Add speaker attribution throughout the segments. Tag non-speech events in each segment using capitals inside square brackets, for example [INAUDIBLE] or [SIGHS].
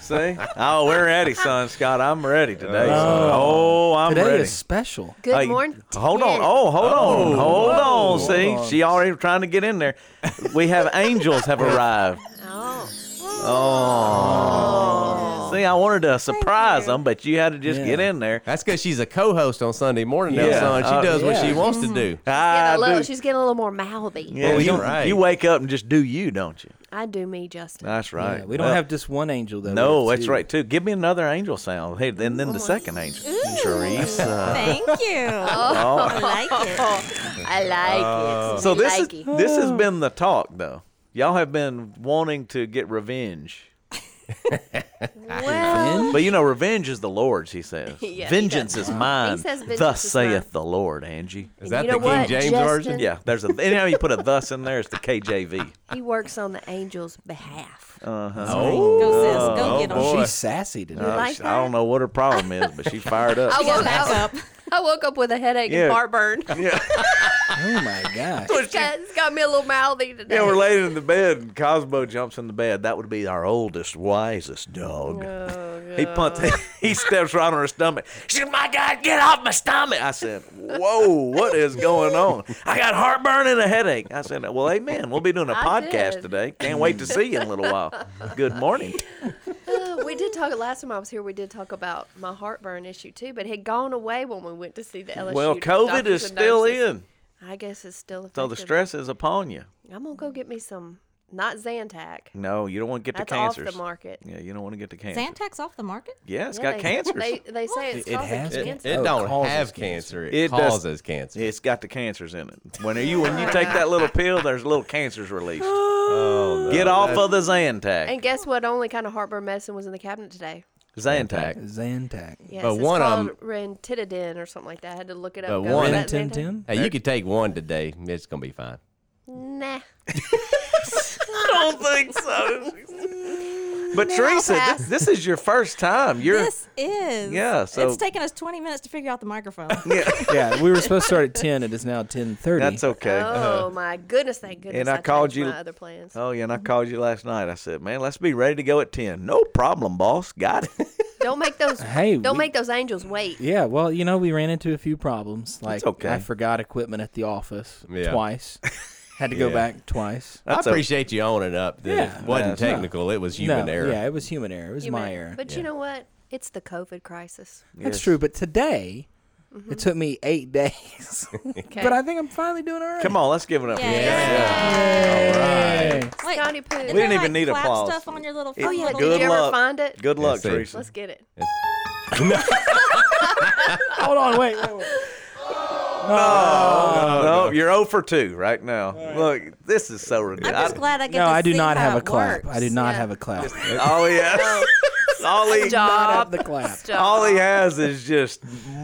Speaker 1: See? Oh, we're ready, son. Scott, I'm ready today. son. Oh, I'm
Speaker 2: Today
Speaker 1: ready.
Speaker 2: is special.
Speaker 3: Good
Speaker 1: Hey,
Speaker 3: morning.
Speaker 1: Hold on.
Speaker 3: Yeah.
Speaker 1: Oh, hold on. Hold on.
Speaker 2: Whoa.
Speaker 1: See,
Speaker 2: Hold on.
Speaker 1: she already trying to get in there.
Speaker 3: [LAUGHS]
Speaker 1: We have angels have arrived.
Speaker 3: Oh.
Speaker 1: Oh. See, I wanted to surprise them, but you had to just
Speaker 2: Yeah.
Speaker 1: get in there.
Speaker 4: That's because she's a co-host on Sunday morning now,
Speaker 1: Yeah.
Speaker 4: son. She
Speaker 1: Uh,
Speaker 4: does what she
Speaker 2: yeah.
Speaker 4: wants
Speaker 5: Mm.
Speaker 4: to do.
Speaker 1: I
Speaker 3: Getting a little,
Speaker 1: do.
Speaker 3: she's getting a little more mouthy.
Speaker 1: Yeah,
Speaker 4: Well,
Speaker 1: you,
Speaker 4: you're right.
Speaker 1: you wake up and just do you, don't you?
Speaker 3: I do me, Justin.
Speaker 1: That's right.
Speaker 2: Yeah, we don't
Speaker 1: Well,
Speaker 2: have just one angel though. we
Speaker 1: No,
Speaker 2: have
Speaker 1: that's
Speaker 2: two.
Speaker 1: right too. Give me another angel sound. Hey, and
Speaker 3: Oh,
Speaker 1: then the second angel. Teresa.
Speaker 3: [LAUGHS]
Speaker 5: Thank you. I like it.
Speaker 3: I like it.
Speaker 1: oh. Uh, So
Speaker 3: We
Speaker 1: this
Speaker 3: like
Speaker 1: is,
Speaker 3: it.
Speaker 1: this has been the talk though. Y'all have been wanting to get revenge.
Speaker 3: well,
Speaker 1: But you know, revenge is the Lord's, he says.
Speaker 3: [LAUGHS] Yeah, he
Speaker 1: vengeance is mine.
Speaker 3: He says vengeance
Speaker 1: thus
Speaker 3: is mine."
Speaker 1: saith the Lord, Angie.
Speaker 4: Is that
Speaker 3: you
Speaker 4: the
Speaker 3: know
Speaker 4: King
Speaker 3: what,
Speaker 4: James
Speaker 3: Justin?
Speaker 4: version?
Speaker 1: Yeah, there's a anyhow you put a thus in there, it's the KJV.
Speaker 3: he works on the angels' behalf.
Speaker 1: Uh,
Speaker 5: Go, sis. Go
Speaker 1: oh,
Speaker 5: get 'em.
Speaker 1: boy.
Speaker 2: She's sassy today.
Speaker 1: Uh,
Speaker 3: like
Speaker 1: sh- I don't
Speaker 3: that?
Speaker 1: know what her problem is, but she fired up.
Speaker 3: [LAUGHS]
Speaker 5: Go back
Speaker 1: [LAUGHS]
Speaker 5: up.
Speaker 3: I woke up with a headache
Speaker 1: Yeah.
Speaker 3: and
Speaker 1: [LAUGHS]
Speaker 3: heartburn.
Speaker 2: oh my gosh.
Speaker 3: it's, got, it's got me a little mouthy today.
Speaker 1: [LAUGHS] Yeah, we're laying in the bed, and Cosmo jumps in the bed. That would be our oldest, wisest dog. [LAUGHS] he punts. He steps right on her stomach. She said, "My God, get off my stomach!" I said, "Whoa, what is going on? I got heartburn and a headache." I said, "Well, amen. We'll be doing a
Speaker 3: I
Speaker 1: podcast
Speaker 3: did.
Speaker 1: today. Can't wait to see you in a little
Speaker 3: [LAUGHS]
Speaker 1: while. Good morning."
Speaker 3: Uh, we did talk last time I was here. We did talk about my heartburn issue too, but it had gone away when we went to see the LSU.
Speaker 1: Well, COVID
Speaker 3: doctors
Speaker 1: is
Speaker 3: and
Speaker 1: still
Speaker 3: nurses.
Speaker 1: in,
Speaker 3: I guess it's still.
Speaker 1: so the
Speaker 3: affecting-
Speaker 1: stress is upon you.
Speaker 3: I'm gonna go get me some, not Zantac.
Speaker 1: No, you don't want to get
Speaker 3: That's
Speaker 1: the cancers.
Speaker 3: off the market.
Speaker 1: Yeah, you don't want to get the cancer.
Speaker 5: Zantac off the market?
Speaker 1: yeah, it's
Speaker 3: Yeah,
Speaker 1: got
Speaker 3: they-
Speaker 1: cancer.
Speaker 3: [LAUGHS] They, they say it's
Speaker 2: It
Speaker 3: causing
Speaker 2: has?
Speaker 4: It,
Speaker 3: cancer.
Speaker 4: it
Speaker 2: Oh,
Speaker 4: don't
Speaker 2: causes
Speaker 4: have
Speaker 2: cancer.
Speaker 4: cancer. It,
Speaker 1: It does-
Speaker 4: causes cancer.
Speaker 1: It's got the cancers in it. When you when you take that little pill, there's little cancers released. Get off of the Zantac.
Speaker 3: And guess what? Only kind of heartburn medicine was in the cabinet today.
Speaker 1: Zantac.
Speaker 2: Zantac.
Speaker 3: Yes,
Speaker 4: But
Speaker 3: it's
Speaker 4: one of 'em-
Speaker 1: um,
Speaker 3: called Rentitidin or something like that. I had to look it up.
Speaker 4: But
Speaker 3: and go,
Speaker 4: one-
Speaker 3: "Is that
Speaker 2: Rin Tin
Speaker 3: Zantac?"
Speaker 2: Tin.
Speaker 4: Hey, you could take one today. It's gonna be fine.
Speaker 3: Nah.
Speaker 1: I don't think so.
Speaker 5: [LAUGHS]
Speaker 1: But Teresa,
Speaker 5: pass.
Speaker 1: this, this is your first time. You're
Speaker 5: This is.
Speaker 1: Yeah, so-
Speaker 5: It's taken us 20 minutes to figure out
Speaker 1: [LAUGHS]
Speaker 5: the microphone. [LAUGHS]
Speaker 2: yeah, we were supposed to start at ten. It is now ten thirty.
Speaker 1: that's okay.
Speaker 3: Oh my goodness! Thank goodness.
Speaker 1: Uh-huh. I called
Speaker 3: changed
Speaker 1: you-
Speaker 3: My other plans.
Speaker 1: Oh yeah, and I called you last night. I said, "Man, let's be ready to go at 10." No problem, boss. [LAUGHS] Got it.
Speaker 3: Don't make those.
Speaker 2: [LAUGHS] Hey,
Speaker 3: Don't
Speaker 2: we-
Speaker 3: make those angels wait.
Speaker 2: Yeah, well, you know, we ran into a few problems. Like
Speaker 1: okay.
Speaker 2: I forgot equipment at the office
Speaker 1: [LAUGHS]
Speaker 4: Yeah.
Speaker 2: twice. Had to go
Speaker 4: Yeah.
Speaker 2: back twice.
Speaker 1: That's
Speaker 4: I
Speaker 1: a-
Speaker 4: appreciate you owning up. That
Speaker 2: Yeah.
Speaker 4: it wasn't
Speaker 1: That's right.
Speaker 4: technical. It was human
Speaker 2: No,
Speaker 4: error.
Speaker 2: Yeah, it was human error. It was
Speaker 3: You
Speaker 2: my
Speaker 3: may-
Speaker 2: error.
Speaker 3: But you know what? It's the COVID crisis.
Speaker 2: That's
Speaker 1: Yes.
Speaker 2: true. But today, it took me eight
Speaker 1: [LAUGHS]
Speaker 2: days. but I think I'm finally doing all right.
Speaker 1: Come on, let's give it up.
Speaker 5: Yeah. Like,
Speaker 3: Johnny Pooh.
Speaker 5: and
Speaker 3: We
Speaker 5: they're
Speaker 1: didn't even
Speaker 5: like,
Speaker 1: need
Speaker 5: clap
Speaker 1: applause.
Speaker 5: stuff on your little
Speaker 1: It-
Speaker 3: Oh yeah.
Speaker 5: little-
Speaker 3: Did you
Speaker 1: Good
Speaker 3: ever
Speaker 1: luck.
Speaker 3: find it?
Speaker 1: Good luck,
Speaker 4: see.
Speaker 1: Teresa.
Speaker 3: Let's get it.
Speaker 2: Hold on, wait. wait, [LAUGHS] wait.
Speaker 5: Oh,
Speaker 1: no, you're 0 for 2 right now. Look, this is so
Speaker 5: I'm
Speaker 1: ridiculous.
Speaker 5: just glad I get
Speaker 2: No,
Speaker 5: to
Speaker 2: I do
Speaker 5: see
Speaker 2: not
Speaker 5: how
Speaker 2: have a
Speaker 5: it
Speaker 2: clap.
Speaker 5: works.
Speaker 2: I do not have a clap. [LAUGHS]
Speaker 1: Oh yeah. [LAUGHS] Ollie,
Speaker 2: Not have
Speaker 3: Stop.
Speaker 2: the clap.
Speaker 3: Stop.
Speaker 1: all he has is just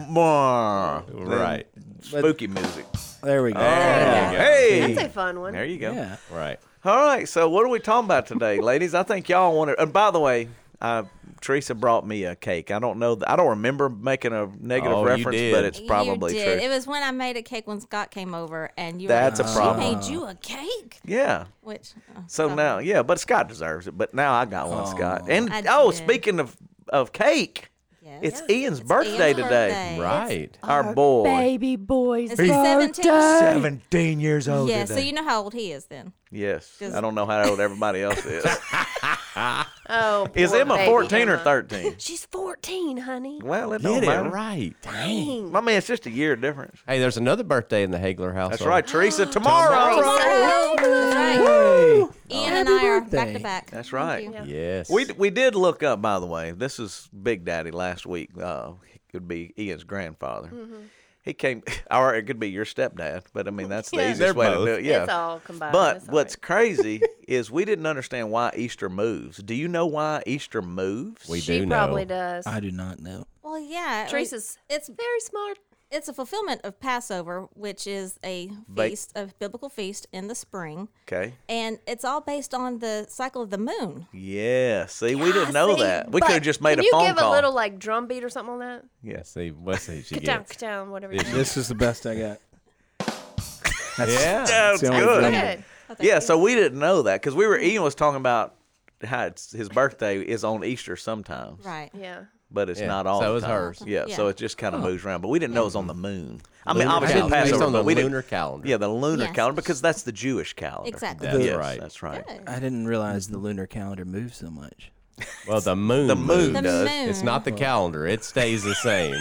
Speaker 1: more
Speaker 4: Right.
Speaker 1: spooky music.
Speaker 2: There we go.
Speaker 1: Hey,
Speaker 3: That's a fun one.
Speaker 1: there you go.
Speaker 2: Yeah.
Speaker 4: Right.
Speaker 1: All right, so what are we talking about today, [LAUGHS] ladies? I think y'all wanted. And by the way, uh, Teresa brought me a cake. I don't know. th- I don't remember making a negative
Speaker 4: Oh, you
Speaker 1: reference,
Speaker 4: did.
Speaker 1: but it's probably
Speaker 5: you did.
Speaker 1: true.
Speaker 5: It was when I made a cake when Scott came over, and you
Speaker 1: That's
Speaker 5: were
Speaker 1: a
Speaker 5: like,
Speaker 1: problem.
Speaker 5: She made you a cake,
Speaker 1: yeah.
Speaker 5: which. oh,
Speaker 1: So
Speaker 5: sorry.
Speaker 1: now, yeah, but Scott deserves it. But now I got one, Scott. And
Speaker 5: I
Speaker 1: oh,
Speaker 5: did.
Speaker 1: speaking of of cake,
Speaker 5: Yes.
Speaker 1: it's Ian's birthday
Speaker 5: Ian's
Speaker 1: today.
Speaker 5: birthday.
Speaker 4: Right.
Speaker 1: Our, boy,
Speaker 3: Baby boys.
Speaker 5: It's the 17th.
Speaker 1: seventeen years old.
Speaker 5: Yeah, so you know how old he is then.
Speaker 1: Yes,
Speaker 5: Just-
Speaker 1: I don't know how old everybody else
Speaker 5: [LAUGHS]
Speaker 1: is.
Speaker 3: Oh,
Speaker 1: [LAUGHS] Is
Speaker 3: poor
Speaker 1: Emma
Speaker 3: baby
Speaker 1: fourteen or
Speaker 3: Emma.
Speaker 1: thirteen?
Speaker 3: She's 14, honey.
Speaker 1: Well, it
Speaker 4: Get
Speaker 1: don't
Speaker 4: it
Speaker 1: matter.
Speaker 4: right.
Speaker 1: My man, it's just a year difference.
Speaker 4: Hey, there's another birthday in the Hagler house.
Speaker 1: That's right, Teresa. Tomorrow.
Speaker 5: That's right.
Speaker 2: Hey.
Speaker 5: Ian and I are back
Speaker 2: birthday.
Speaker 5: to back.
Speaker 1: That's
Speaker 5: Thank
Speaker 1: right.
Speaker 5: you.
Speaker 4: Yes.
Speaker 1: We we did look up, by the way. This is Big Daddy last week. Uh, it could be Ian's grandfather.
Speaker 3: Mm-hmm.
Speaker 1: He came, [LAUGHS] or it could be your stepdad. But I mean, that's the
Speaker 3: Yeah.
Speaker 1: easiest
Speaker 4: They're
Speaker 1: way
Speaker 4: both.
Speaker 1: to do it. Yeah.
Speaker 3: It's all combined.
Speaker 1: but
Speaker 3: It's all
Speaker 1: what's
Speaker 3: right. [LAUGHS]
Speaker 1: crazy is we didn't understand why Easter moves. Do you know why Easter moves?
Speaker 4: we
Speaker 3: she
Speaker 4: do
Speaker 3: probably
Speaker 4: know.
Speaker 3: does.
Speaker 2: I do not know.
Speaker 5: Well, yeah. I mean,
Speaker 3: Teresa's
Speaker 5: It's
Speaker 3: very smart.
Speaker 5: it's a fulfillment of Passover, which is a
Speaker 1: Ba-
Speaker 5: feast, a biblical feast in the spring,
Speaker 1: okay.
Speaker 5: and it's all based on the cycle of the moon.
Speaker 1: Yeah. See, we didn't know
Speaker 3: See,
Speaker 1: that. We
Speaker 3: but
Speaker 1: could have just made
Speaker 3: can
Speaker 1: a phone
Speaker 3: you give
Speaker 1: call.
Speaker 3: a little like drum beat or something on that?
Speaker 4: Yeah. See, let's see if she
Speaker 3: Ka-down,
Speaker 4: gets.
Speaker 3: ka-down, whatever.
Speaker 4: If
Speaker 3: you-
Speaker 2: This is the best I got.
Speaker 4: Yeah.
Speaker 1: That's
Speaker 2: the only
Speaker 1: good.
Speaker 2: thing.
Speaker 3: Good. Mm-hmm.
Speaker 1: Yeah, so we didn't know that because we were Ian was talking about how it's, his birthday is on Easter sometimes,
Speaker 5: Right.
Speaker 3: Yeah.
Speaker 1: but it's
Speaker 4: Yeah,
Speaker 1: not all.
Speaker 4: so
Speaker 1: the
Speaker 4: is
Speaker 1: time.
Speaker 4: hers.
Speaker 1: Yeah, so
Speaker 5: Yeah.
Speaker 1: it just kind of moves around. But we didn't know it was on the moon. I mean,
Speaker 4: Lunar
Speaker 1: obviously
Speaker 4: calendar. Based
Speaker 1: Passover,
Speaker 4: on the
Speaker 1: but we didn't.
Speaker 4: lunar calendar.
Speaker 1: Yeah, the lunar
Speaker 5: Yes.
Speaker 1: calendar because that's the Jewish calendar.
Speaker 5: Exactly.
Speaker 4: That's
Speaker 1: Yes,
Speaker 4: right.
Speaker 1: That's right.
Speaker 5: Good.
Speaker 2: I didn't realize the lunar calendar moved so much.
Speaker 4: Well, the moon.
Speaker 1: The moon
Speaker 5: The
Speaker 1: does.
Speaker 5: moon.
Speaker 4: It's not the calendar. It stays the same.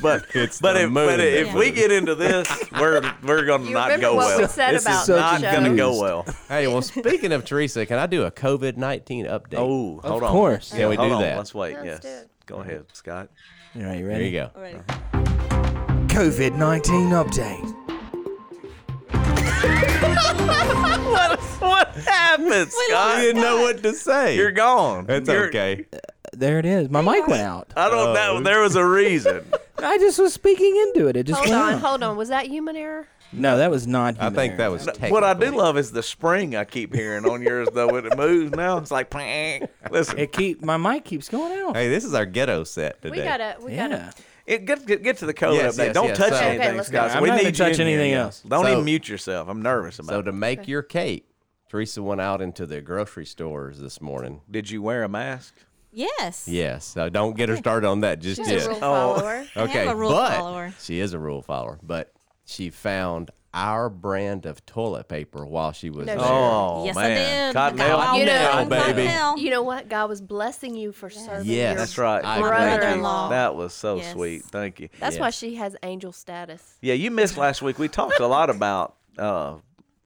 Speaker 1: But
Speaker 4: [LAUGHS] It's
Speaker 1: but
Speaker 4: the
Speaker 1: if,
Speaker 4: moon
Speaker 1: but
Speaker 4: that
Speaker 1: if we
Speaker 4: moves.
Speaker 1: get into this, we're we're gonna
Speaker 3: You
Speaker 1: not
Speaker 3: remember
Speaker 1: go
Speaker 3: what we
Speaker 1: well.
Speaker 3: said
Speaker 2: This is
Speaker 3: about
Speaker 2: so
Speaker 3: the
Speaker 1: not
Speaker 3: show.
Speaker 1: gonna go
Speaker 2: confused.
Speaker 1: well.
Speaker 4: Hey,
Speaker 1: [LAUGHS]
Speaker 4: well, speaking of Teresa, can I do a COVID nineteen update?
Speaker 1: Oh, hold on.
Speaker 2: of course.
Speaker 4: Can we
Speaker 1: Hold
Speaker 4: do
Speaker 1: on,
Speaker 4: that? Mm-hmm.
Speaker 1: Let's wait.
Speaker 3: Yeah,
Speaker 1: yes.
Speaker 3: let's do it.
Speaker 1: Go ahead, Scott. [LAUGHS]
Speaker 2: All right, you ready?
Speaker 4: There you go.
Speaker 5: Already.
Speaker 2: COVID 19 update.
Speaker 1: what what happened,
Speaker 4: I
Speaker 1: Scott?
Speaker 4: didn't know what to say.
Speaker 1: You're gone.
Speaker 4: That's
Speaker 1: You're-
Speaker 4: okay.
Speaker 2: There it is. My mic went out.
Speaker 1: I don't know. There was a reason.
Speaker 2: I just was speaking into it. It just
Speaker 3: Hold
Speaker 2: went
Speaker 3: on,
Speaker 2: out.
Speaker 3: hold on. Was that human error?
Speaker 2: No, that was not.
Speaker 4: I think that was
Speaker 1: what I do
Speaker 4: technical.
Speaker 1: love is the spring I keep hearing on yours though when it moves now. It's like "Pang." listen.
Speaker 2: It keep my mic keeps going out.
Speaker 4: Hey, this is our ghetto set today.
Speaker 3: We gotta, we
Speaker 2: yeah.
Speaker 3: gotta.
Speaker 1: It, get, get get to the code
Speaker 4: Yes,
Speaker 1: update.
Speaker 4: yes,
Speaker 1: don't
Speaker 4: yes.
Speaker 1: touch
Speaker 4: So-
Speaker 3: Okay,
Speaker 1: anything,
Speaker 3: let's
Speaker 1: Scott.
Speaker 3: go.
Speaker 1: we
Speaker 2: I'm not
Speaker 1: need
Speaker 2: gonna
Speaker 1: you
Speaker 2: touch
Speaker 1: in here,
Speaker 2: anything
Speaker 1: yeah.
Speaker 2: else.
Speaker 1: Don't
Speaker 4: So-
Speaker 1: even mute yourself. I'm nervous about
Speaker 4: So
Speaker 1: it.
Speaker 4: to make your cake, Teresa went out into the grocery stores this morning.
Speaker 1: Did you wear a mask?
Speaker 5: Yes.
Speaker 4: Yes, so don't get her started on that just
Speaker 3: She's
Speaker 4: yet.
Speaker 3: a rule
Speaker 1: Oh.
Speaker 3: follower.
Speaker 5: I am
Speaker 4: okay,
Speaker 5: a rule
Speaker 4: but
Speaker 5: follower.
Speaker 4: she is a rule follower. But she found our brand of toilet paper while she was
Speaker 3: No,
Speaker 4: there.
Speaker 3: she didn't.
Speaker 1: Oh
Speaker 5: Yes, I
Speaker 1: man,
Speaker 5: did.
Speaker 1: Cottonelle.
Speaker 5: Cottonelle.
Speaker 3: You know-
Speaker 1: baby.
Speaker 5: Cottonelle.
Speaker 3: You know what? God was blessing you for serving
Speaker 4: Yes.
Speaker 3: your
Speaker 1: That's right.
Speaker 4: I
Speaker 1: Thank you.
Speaker 5: brother-in-law.
Speaker 1: That was so
Speaker 5: Yes.
Speaker 1: sweet. Thank you.
Speaker 3: That's why
Speaker 4: Yes.
Speaker 3: she has angel status.
Speaker 1: Yeah, you missed last week. We talked a lot about uh,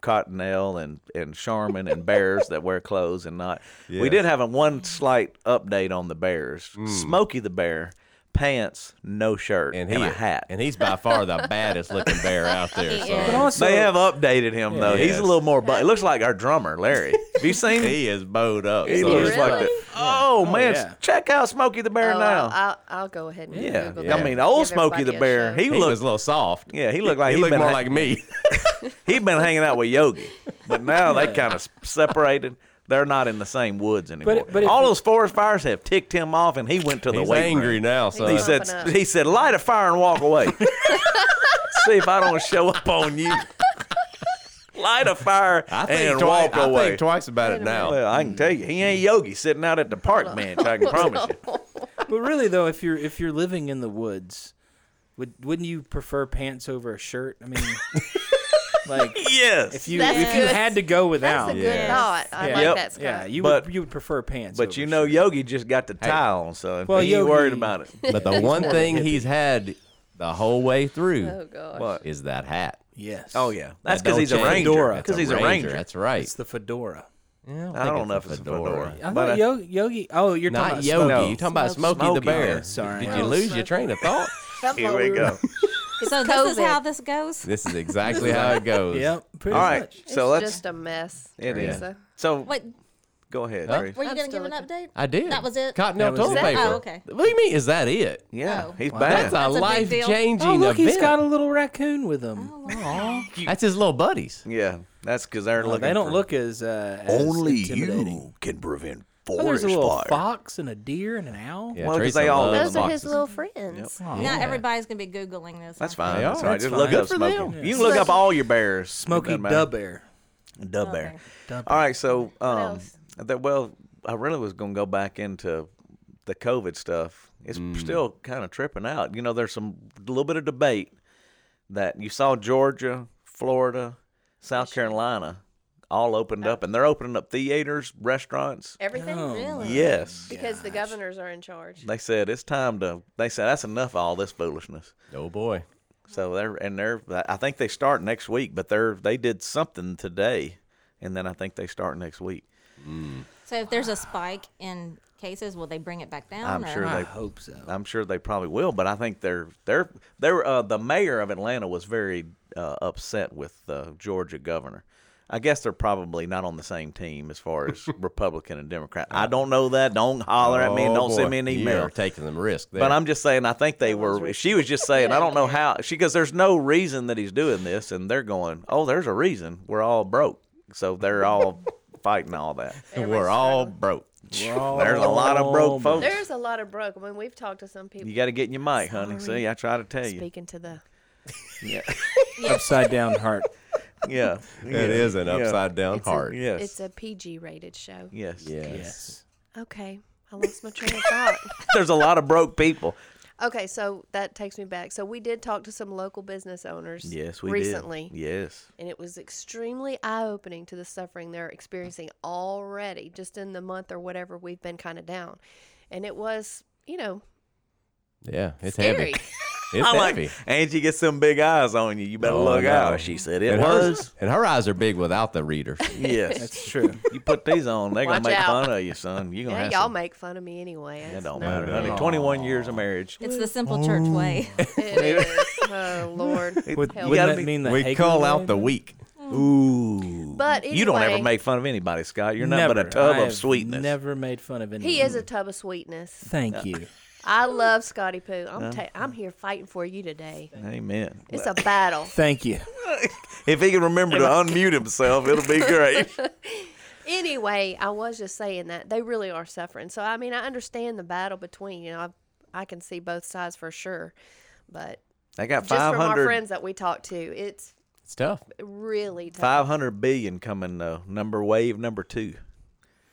Speaker 1: Cottonelle and and Charmin and bears that wear clothes and not. We
Speaker 4: Yes.
Speaker 1: did have a one slight update on the bears.
Speaker 4: Mm.
Speaker 1: Smokey the bear, pants, no shirt,
Speaker 4: And
Speaker 1: and,
Speaker 4: he
Speaker 1: a hat.
Speaker 4: And he's by far the baddest looking bear out
Speaker 3: [LAUGHS]
Speaker 4: there.
Speaker 5: He
Speaker 4: So.
Speaker 5: is.
Speaker 2: But also,
Speaker 1: they have updated him though. He's
Speaker 4: Yes.
Speaker 1: a little more. Bu- it looks like our drummer
Speaker 4: [LAUGHS]
Speaker 1: Larry. Have you seen him?
Speaker 4: He is bowed up.
Speaker 1: He
Speaker 4: so
Speaker 1: looks
Speaker 4: it's
Speaker 1: like
Speaker 3: Really?
Speaker 1: that. Oh, man,
Speaker 2: yeah.
Speaker 1: check out Smokey the bear
Speaker 3: Oh,
Speaker 1: now.
Speaker 3: I'll, I'll, I'll go ahead and
Speaker 1: yeah.
Speaker 3: Google
Speaker 1: I
Speaker 3: that.
Speaker 1: mean, old
Speaker 3: Give
Speaker 1: Smokey the
Speaker 3: everybody a
Speaker 1: bear.
Speaker 3: show.
Speaker 1: He,
Speaker 4: He
Speaker 1: looked.
Speaker 4: was a little soft.
Speaker 1: yeah, he looked like
Speaker 4: he
Speaker 1: he'd
Speaker 4: looked
Speaker 1: been
Speaker 4: more
Speaker 1: ha- [LAUGHS]
Speaker 4: like me.
Speaker 1: he'd been hanging out with Yogi, but now they kind of separated. They're not in the same woods anymore.
Speaker 2: but if
Speaker 1: All
Speaker 2: you-
Speaker 1: those forest fires have ticked him off, and he went to the
Speaker 4: He's
Speaker 1: weight
Speaker 4: angry
Speaker 1: room.
Speaker 4: now. So
Speaker 1: He
Speaker 3: He's
Speaker 1: said,
Speaker 3: Pumping up.
Speaker 1: "He said, light a fire and walk
Speaker 4: [LAUGHS]
Speaker 1: away. See if I don't show up on you. Light a fire
Speaker 4: I
Speaker 1: and
Speaker 4: think, twice,
Speaker 1: walk away."
Speaker 4: I think twice about it now.
Speaker 1: Well, I can tell you, he ain't Yogi sitting out at the park bench. I can promise you.
Speaker 2: but really though, if you're if you're living in the woods, would wouldn't you prefer pants over a shirt? I mean, like
Speaker 1: Yes.
Speaker 2: if you
Speaker 3: That's
Speaker 2: if you
Speaker 3: good.
Speaker 2: had to go
Speaker 3: That's
Speaker 2: without,
Speaker 3: a good
Speaker 4: Yeah.
Speaker 3: thought. I
Speaker 2: Yeah.
Speaker 3: like
Speaker 1: Yep.
Speaker 3: that, Scott.
Speaker 2: yeah, you
Speaker 1: But-
Speaker 2: would you would prefer pants.
Speaker 1: But
Speaker 2: over
Speaker 1: you know,
Speaker 2: shirt.
Speaker 1: Yogi just got the tie on, so
Speaker 2: Well,
Speaker 1: he ain't worried
Speaker 2: Yogi-
Speaker 1: about it.
Speaker 4: But
Speaker 1: [LAUGHS]
Speaker 4: the one thing he's had the whole way through
Speaker 3: Oh gosh.
Speaker 1: What?
Speaker 4: is that hat.
Speaker 2: yes.
Speaker 1: Oh yeah, that's
Speaker 4: That
Speaker 1: because
Speaker 4: don't
Speaker 1: he's a
Speaker 4: change.
Speaker 1: ranger.
Speaker 4: That's
Speaker 1: Because he's a ranger.
Speaker 4: That's right.
Speaker 2: it's the fedora.
Speaker 1: I don't know if it's a fedora.
Speaker 2: I
Speaker 1: But, uh,
Speaker 2: thought Yogi, Yogi. Oh, you're talking
Speaker 4: Not
Speaker 2: about
Speaker 4: Yogi.
Speaker 2: Smokey.
Speaker 1: No.
Speaker 4: You're talking about
Speaker 5: Smokey.
Speaker 4: Smokey, the
Speaker 1: Smokey.
Speaker 4: Bear.
Speaker 1: Yeah,
Speaker 2: sorry.
Speaker 4: Did
Speaker 2: Oh,
Speaker 4: you lose your train of
Speaker 1: [LAUGHS]
Speaker 4: thought?
Speaker 3: That's
Speaker 1: Here
Speaker 3: what
Speaker 1: we
Speaker 3: were-
Speaker 1: go.
Speaker 3: It's
Speaker 5: So this is
Speaker 3: COVID.
Speaker 5: how this goes.
Speaker 4: This is exactly how it goes.
Speaker 2: Yep. Pretty
Speaker 1: All right,
Speaker 2: much.
Speaker 1: so
Speaker 3: it's
Speaker 1: let's.
Speaker 3: just a mess.
Speaker 1: it is.
Speaker 3: Teresa.
Speaker 1: So
Speaker 5: Wait,
Speaker 1: go ahead.
Speaker 4: Huh?
Speaker 1: Teresa.
Speaker 5: were you
Speaker 3: I'm
Speaker 5: going to
Speaker 3: still
Speaker 5: give an update?
Speaker 4: I did.
Speaker 5: That was it?
Speaker 2: That
Speaker 4: Cottonelle
Speaker 2: was
Speaker 4: toilet
Speaker 2: it.
Speaker 4: paper.
Speaker 5: Oh, okay.
Speaker 4: What do you mean? Is that it?
Speaker 1: Yeah,
Speaker 5: Oh.
Speaker 1: he's
Speaker 2: Wow.
Speaker 1: bad.
Speaker 4: That's a
Speaker 5: That's a big
Speaker 4: life
Speaker 5: deal.
Speaker 4: changing
Speaker 2: Oh look,
Speaker 4: event.
Speaker 2: he's got a little raccoon with him.
Speaker 3: Oh.
Speaker 4: That's his little buddies.
Speaker 1: yeah, that's because they're
Speaker 2: Well,
Speaker 1: looking.
Speaker 2: they don't
Speaker 1: for-
Speaker 2: look as, uh, as intimidating.
Speaker 1: can prevent
Speaker 2: Oh, there's a little fox and a deer and an owl.
Speaker 4: Yeah,
Speaker 1: Well, 'cause
Speaker 4: Teresa
Speaker 1: they all
Speaker 4: loves
Speaker 1: live in
Speaker 3: Those are
Speaker 1: boxes.
Speaker 3: his little friends.
Speaker 2: Aw.
Speaker 5: Now everybody's going to be Googling this.
Speaker 1: That's
Speaker 5: aren't
Speaker 1: fine.
Speaker 4: They
Speaker 1: That's
Speaker 4: are.
Speaker 1: all right. Just
Speaker 2: That's
Speaker 1: look
Speaker 2: fine.
Speaker 1: up
Speaker 4: Good for them.
Speaker 1: Smokey. You can look up
Speaker 5: Smokey-
Speaker 1: all your bears.
Speaker 2: Smoky
Speaker 1: Dub.
Speaker 2: Dub Bear.
Speaker 1: Dub bear.
Speaker 2: Dub
Speaker 1: All right, so um,
Speaker 3: else?
Speaker 1: that well, I really was gonna go back into the COVID stuff. It's still kind of tripping out. You know, there's some little bit of debate that you saw Georgia, Florida, South Carolina all opened up, and they're opening up theaters, restaurants.
Speaker 3: Everything
Speaker 5: they? Really?
Speaker 1: Yes,
Speaker 3: because the governors are in charge.
Speaker 1: they said it's time to. They said that's enough of all this foolishness.
Speaker 4: Oh boy.
Speaker 1: So they're and they're. I think they start next week, but they're they did something today, and then I think they start next week.
Speaker 5: So if there's a spike in cases, will they bring it back down?
Speaker 1: I'm
Speaker 5: or-
Speaker 1: sure
Speaker 2: I
Speaker 1: they
Speaker 2: hope so.
Speaker 1: I'm sure they probably will, but I think they're they're they're uh, the mayor of Atlanta was very uh, upset with the Georgia governor. I guess they're probably not on the same team as far
Speaker 4: [LAUGHS]
Speaker 1: as Republican and Democrat. I don't know that. Don't holler at me and
Speaker 4: Oh,
Speaker 1: don't
Speaker 4: boy.
Speaker 1: send me an
Speaker 4: You
Speaker 1: email.
Speaker 4: are taking them risk. There.
Speaker 1: But I'm just saying, I think they were. She was just saying, I don't know how. She goes, there's no reason that he's doing this, and they're going, oh, there's a reason. We're all broke, so they're all fighting all that.
Speaker 4: We're all broke. [LAUGHS]
Speaker 1: There's a lot of broke folks.
Speaker 3: There's a lot of broke. I mean, we've talked to some people
Speaker 1: you got to get in your mic, honey. See, I try to tell you.
Speaker 3: speaking to the
Speaker 1: Yeah.
Speaker 3: [LAUGHS]
Speaker 2: Upside down heart.
Speaker 1: yeah.
Speaker 4: It is an upside down
Speaker 3: It's a-
Speaker 4: heart.
Speaker 1: Yes.
Speaker 3: It's a PG rated show.
Speaker 1: Yes.
Speaker 4: Yes.
Speaker 2: Yes.
Speaker 3: Okay. I lost my train of thought. [LAUGHS]
Speaker 1: There's a lot of broke people.
Speaker 3: Okay, so that takes me back. So we did talk to some local business owners
Speaker 1: Yes, we
Speaker 3: recently.
Speaker 1: Did. Yes.
Speaker 3: And it was extremely eye opening to the suffering they're experiencing already, just in the month or whatever we've been kind of down. And it was, you know,
Speaker 4: Yeah, it's
Speaker 3: scary.
Speaker 4: heavy.
Speaker 3: [LAUGHS]
Speaker 4: It's
Speaker 1: I'm
Speaker 4: heavy.
Speaker 1: like, Angie gets some big eyes on you. You better
Speaker 4: Oh,
Speaker 1: look
Speaker 4: no.
Speaker 1: out. She said it
Speaker 4: and
Speaker 1: was.
Speaker 4: Her, and her eyes are big without the reader.
Speaker 1: Yes.
Speaker 2: That's true.
Speaker 1: you put these on, they're going
Speaker 3: Watch
Speaker 1: to make
Speaker 3: out.
Speaker 1: fun of you, son. You're going to
Speaker 3: Yeah,
Speaker 1: have
Speaker 3: y'all
Speaker 1: some-
Speaker 3: make fun of me anyway.
Speaker 1: That
Speaker 3: It's-
Speaker 1: don't matter, honey. 21 years of marriage.
Speaker 5: It's the simple church way.
Speaker 3: It is. Oh,
Speaker 1: [LAUGHS]
Speaker 3: Lord.
Speaker 2: Would,
Speaker 3: Help.
Speaker 2: wouldn't
Speaker 1: gotta
Speaker 2: that
Speaker 1: be-
Speaker 2: mean the
Speaker 4: we
Speaker 2: Hager
Speaker 4: call
Speaker 2: way?
Speaker 4: out the weak.
Speaker 1: Ooh.
Speaker 3: But
Speaker 1: you don't ever
Speaker 3: anyway-
Speaker 1: make fun of anybody, Scott. You're nothing but a
Speaker 2: Never.
Speaker 1: tub
Speaker 2: I
Speaker 1: of
Speaker 2: have
Speaker 1: sweetness.
Speaker 2: Never made fun of anyone.
Speaker 3: He is a tub of sweetness.
Speaker 2: Thank you.
Speaker 3: I love Scotty Pooh. I'm, ta- I'm here fighting for you today.
Speaker 1: Amen.
Speaker 3: It's a battle.
Speaker 2: Thank you.
Speaker 1: If he can remember to unmute himself, it'll be great.
Speaker 3: anyway, I was just saying that they really are suffering. So I mean, I understand the battle between. You know, I, I can see both sides for sure, but
Speaker 1: I got
Speaker 3: just from our
Speaker 1: 500,
Speaker 3: friends that we talk to, it's
Speaker 4: It's tough.
Speaker 3: really tough.
Speaker 1: 500 billion coming, uh, number wave number two.